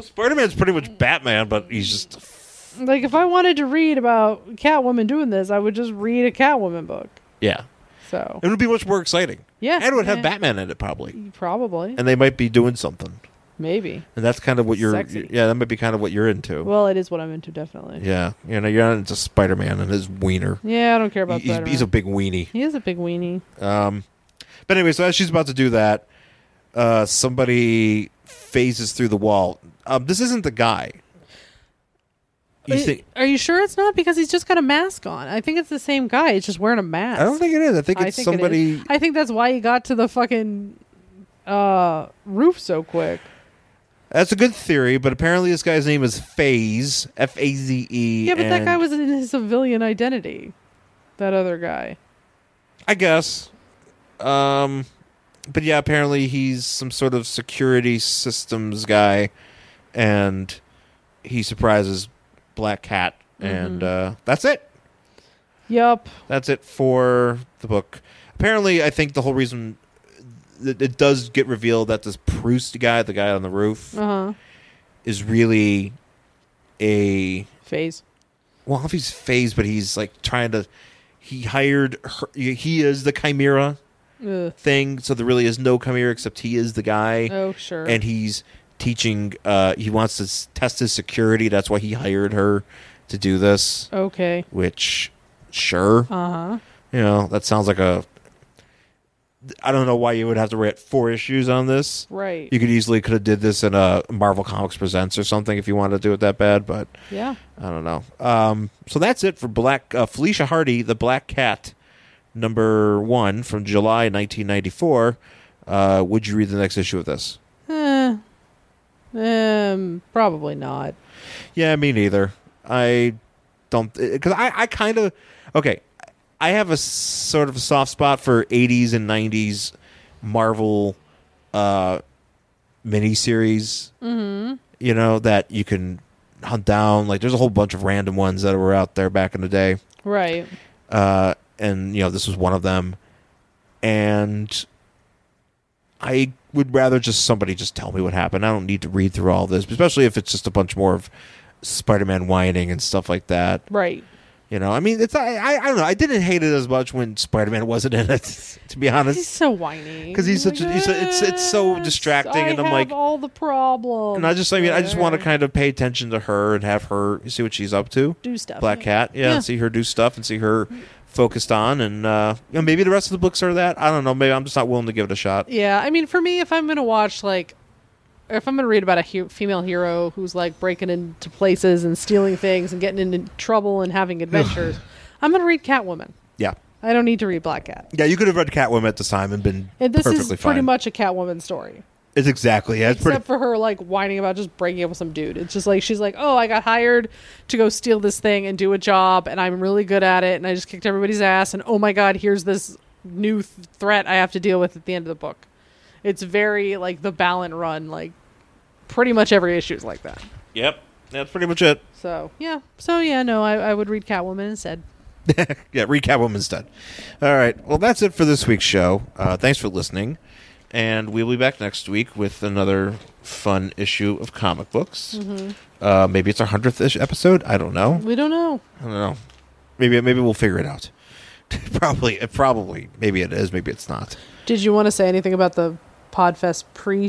Speaker 5: Spider Man's pretty much Batman, but he's just
Speaker 7: like if I wanted to read about Catwoman doing this, I would just read a Catwoman book.
Speaker 5: yeah.
Speaker 7: So
Speaker 5: It would be much more exciting.
Speaker 7: Yeah,
Speaker 5: and it would
Speaker 7: yeah.
Speaker 5: have Batman in it probably,
Speaker 7: probably,
Speaker 5: and they might be doing something.
Speaker 7: maybe.
Speaker 5: And that's kind of what you're.
Speaker 7: Sexy.
Speaker 5: Yeah, that might be kind of what you're into.
Speaker 7: Well, it is what I'm into, definitely. Yeah,
Speaker 5: yeah, you know, you're not into Spider Man and his wiener.
Speaker 7: I don't care about
Speaker 5: He's,
Speaker 7: Spider-Man.
Speaker 5: he's a big weenie.
Speaker 7: he is a big weenie.
Speaker 5: Um, but anyway, so as she's about to do that, uh, somebody phases through the wall. Um, this isn't the guy. You
Speaker 7: Are-
Speaker 5: think?
Speaker 7: Are you sure it's not because he's just got a mask on? I think it's the same guy. He's just wearing a mask.
Speaker 5: I don't think it is. I think
Speaker 7: I
Speaker 5: it's
Speaker 7: think it is.
Speaker 5: somebody.
Speaker 7: I think that's why he got to the fucking uh, roof so quick.
Speaker 5: That's a good theory, but apparently this guy's name is Phase F A Z E.
Speaker 7: Yeah, but that
Speaker 5: and-
Speaker 7: guy was in his civilian identity. That other guy.
Speaker 5: I guess. Um, but yeah, apparently he's some sort of security systems guy, and he surprises Black Cat, and
Speaker 7: Mm-hmm.
Speaker 5: uh, that's it.
Speaker 7: Yup.
Speaker 5: That's it for the book. Apparently, I think the whole reason that it does get revealed that this Proust guy, the guy on the roof,
Speaker 7: Uh huh.
Speaker 5: is really a
Speaker 7: Phase.
Speaker 5: well, I don't know if he's phased, but he's like trying to. He hired her. He is the chimera
Speaker 7: Ugh.
Speaker 5: thing, so there really is no chimera except he is the guy,
Speaker 7: Oh sure.
Speaker 5: and he's teaching. Uh, he wants to s- test his security. That's why he hired her to do this.
Speaker 7: okay.
Speaker 5: Which, sure,
Speaker 7: Uh huh.
Speaker 5: you know that sounds like a. I don't know why you would have to write four issues on this.
Speaker 7: Right.
Speaker 5: You could easily could have did this in a Marvel Comics Presents or something if you wanted to do it that bad, but
Speaker 7: yeah.
Speaker 5: I don't know. Um, so that's it for Black uh, Felicia Hardy, the Black Cat, number one from July 1994. Uh, would you read the next issue of this?
Speaker 7: Eh. Um. Probably not.
Speaker 5: Yeah, me neither. I don't because I I kind of okay. I have a s- sort of a soft spot for 80s and 90s Marvel uh, miniseries. Mm-hmm. You know that you can hunt down. Like there's a whole bunch of random ones that were out there back in the day.
Speaker 7: Right.
Speaker 5: uh, and you know this was one of them. And I would rather just somebody just tell me what happened. I don't need to read through all this, especially if it's just a bunch more of Spider-Man whining and stuff like that.
Speaker 7: Right.
Speaker 5: You know, I mean, it's I I, I don't know. I didn't hate it as much when Spider-Man wasn't in it, [laughs] to be
Speaker 7: He's
Speaker 5: honest.
Speaker 7: so whiny.
Speaker 5: 'Cause he's such a- he's a- it's- it's so
Speaker 7: "Yes,
Speaker 5: distracting,"
Speaker 7: I
Speaker 5: and I'm
Speaker 7: have
Speaker 5: like-
Speaker 7: all the problems.
Speaker 5: And I just, I mean, I just want to
Speaker 7: there.
Speaker 5: kind of pay attention to her and have her see what she's up to.
Speaker 7: do stuff.
Speaker 5: Black Cat, yeah,
Speaker 7: Yeah.
Speaker 5: and see her do stuff and see her focused on, and uh, you know, maybe the rest of the books are that. I don't know. Maybe I'm just not willing to give it a shot.
Speaker 7: Yeah, I mean, for me, if I'm gonna watch like, or if I'm gonna read about a hu- female hero who's like breaking into places and stealing things and getting into trouble and having adventures, I'm gonna read Catwoman.
Speaker 5: Yeah,
Speaker 7: I don't need to read Black Cat.
Speaker 5: yeah. You could have read Catwoman at this time and been
Speaker 7: And this
Speaker 5: perfectly
Speaker 7: is
Speaker 5: fine.
Speaker 7: pretty much a Catwoman story,
Speaker 5: It's exactly. Yeah, it's pretty.
Speaker 7: except for her like whining about just breaking up with some dude. It's just like she's like, "Oh, I got hired to go steal this thing and do a job, and I'm really good at it, and I just kicked everybody's ass, and oh my god, here's this new th- threat I have to deal with at the end of the book." It's very like the Balin run, like pretty much every issue is like that.
Speaker 5: Yep, that's pretty much it.
Speaker 7: So yeah, so yeah, no, I, I would read Catwoman instead.
Speaker 5: yeah, read Catwoman instead. All right. Well, that's it for this week's show. Uh, thanks for listening, and we'll be back next week with another fun issue of comic books.
Speaker 7: Mm-hmm.
Speaker 5: Uh, maybe it's our hundredth episode. I don't know.
Speaker 7: We don't know.
Speaker 5: I don't know. Maybe maybe we'll figure it out. [laughs] probably probably maybe it is. Maybe it's not.
Speaker 7: Did you want to say anything about the Podfest pre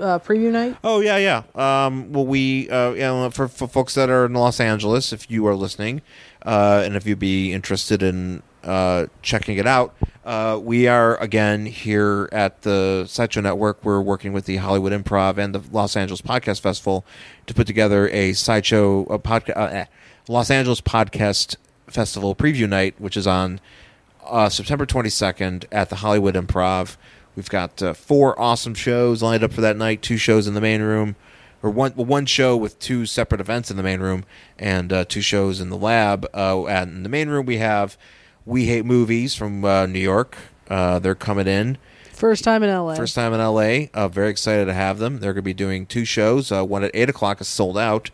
Speaker 7: uh, preview night?
Speaker 5: Oh yeah yeah. Um, well we uh, you know, for for folks that are in Los Angeles, if you are listening, uh, and if you'd be interested in uh, checking it out, uh, we are again here at the Sideshow Network. We're working with the Hollywood Improv and the Los Angeles Podcast Festival to put together a sideshow a podcast uh, eh, Los Angeles Podcast Festival preview night, which is on uh, September 22nd at the Hollywood Improv. We've got uh, four awesome shows lined up for that night. Two shows in the main room, or one well, one show with two separate events in the main room and uh, two shows in the lab. Uh, and in the main room, we have We Hate Movies from uh, New York. Uh, they're coming in.
Speaker 7: First time in LA.
Speaker 5: First time in LA. Uh, very excited to have them. They're going to be doing two shows. Uh, one at eight o'clock is sold out,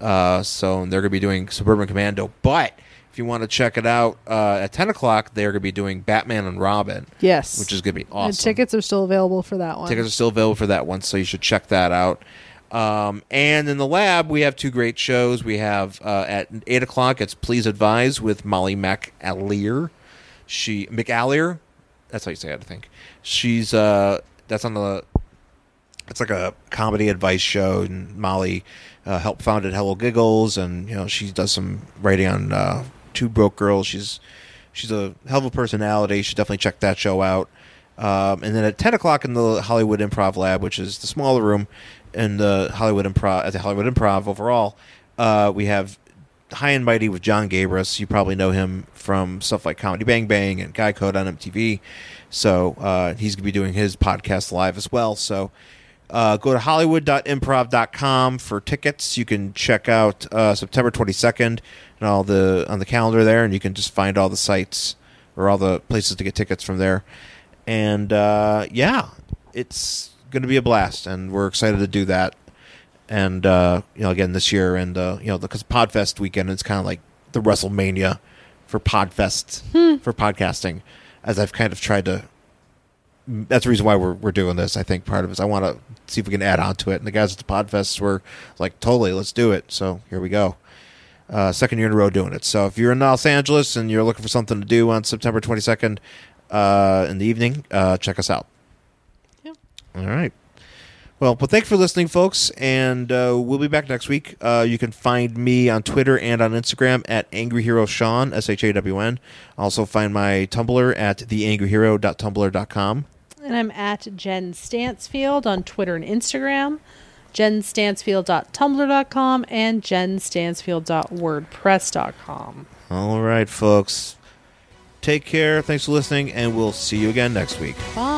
Speaker 5: uh, so they're going to be doing Suburban Commando. But if you want to check it out uh, at ten o'clock, they're going to be doing Batman and Robin.
Speaker 7: Yes.
Speaker 5: which is going to be
Speaker 7: And
Speaker 5: awesome.
Speaker 7: tickets are still available for that one.
Speaker 5: Tickets are still available for that one, so you should check that out. Um, and in the lab, we have two great shows. We have uh, at eight o'clock, it's Please Advise with Molly McAleer. She McAleer, that's how you say it, I think. She's uh, that's on the it's like a comedy advice show, and Molly uh, helped founded Hello Giggles, and you know she does some writing on uh, Two Broke Girls. She's she's a hell of a personality. You should definitely check that show out. Um, and then at ten o'clock in the Hollywood Improv Lab, which is the smaller room in the Hollywood Improv at the Hollywood Improv overall, uh, we have High and Mighty with John Gabris. You probably know him from stuff like Comedy Bang Bang and Guy Code on MTV. So uh, he's going to be doing his podcast live as well. So uh, go to hollywood.improv.com for tickets. You can check out uh, September 22nd and all the on the calendar there, and you can just find all the sites or all the places to get tickets from there. And uh, yeah, it's going to be a blast, and we're excited to do that and uh, you know again this year and uh, you know because Podfest weekend it's kind of like the WrestleMania for Podfest for podcasting, as I've kind of tried to. That's the reason why we're we're doing this. I think part of it is I want to see if we can add on to it. And the guys at the Podfest were like, totally, let's do it. So here we go. Uh, second year in a row doing it. So if you're in Los Angeles and you're looking for something to do on September 22nd uh, in the evening, uh, check us out. All right. Well, well, thanks for listening, folks, and uh, we'll be back next week. Uh, you can find me on Twitter and on Instagram at Angry Hero Sean S H A W N. Also, find my Tumblr at theangryhero.tumblr.com.
Speaker 9: And I'm at Jen Stansfield on Twitter and Instagram, jenstansfield.tumblr.com, and jenstansfield.wordpress.com.
Speaker 5: All right, folks. Take care. Thanks for listening, and we'll see you again next week.
Speaker 9: Bye.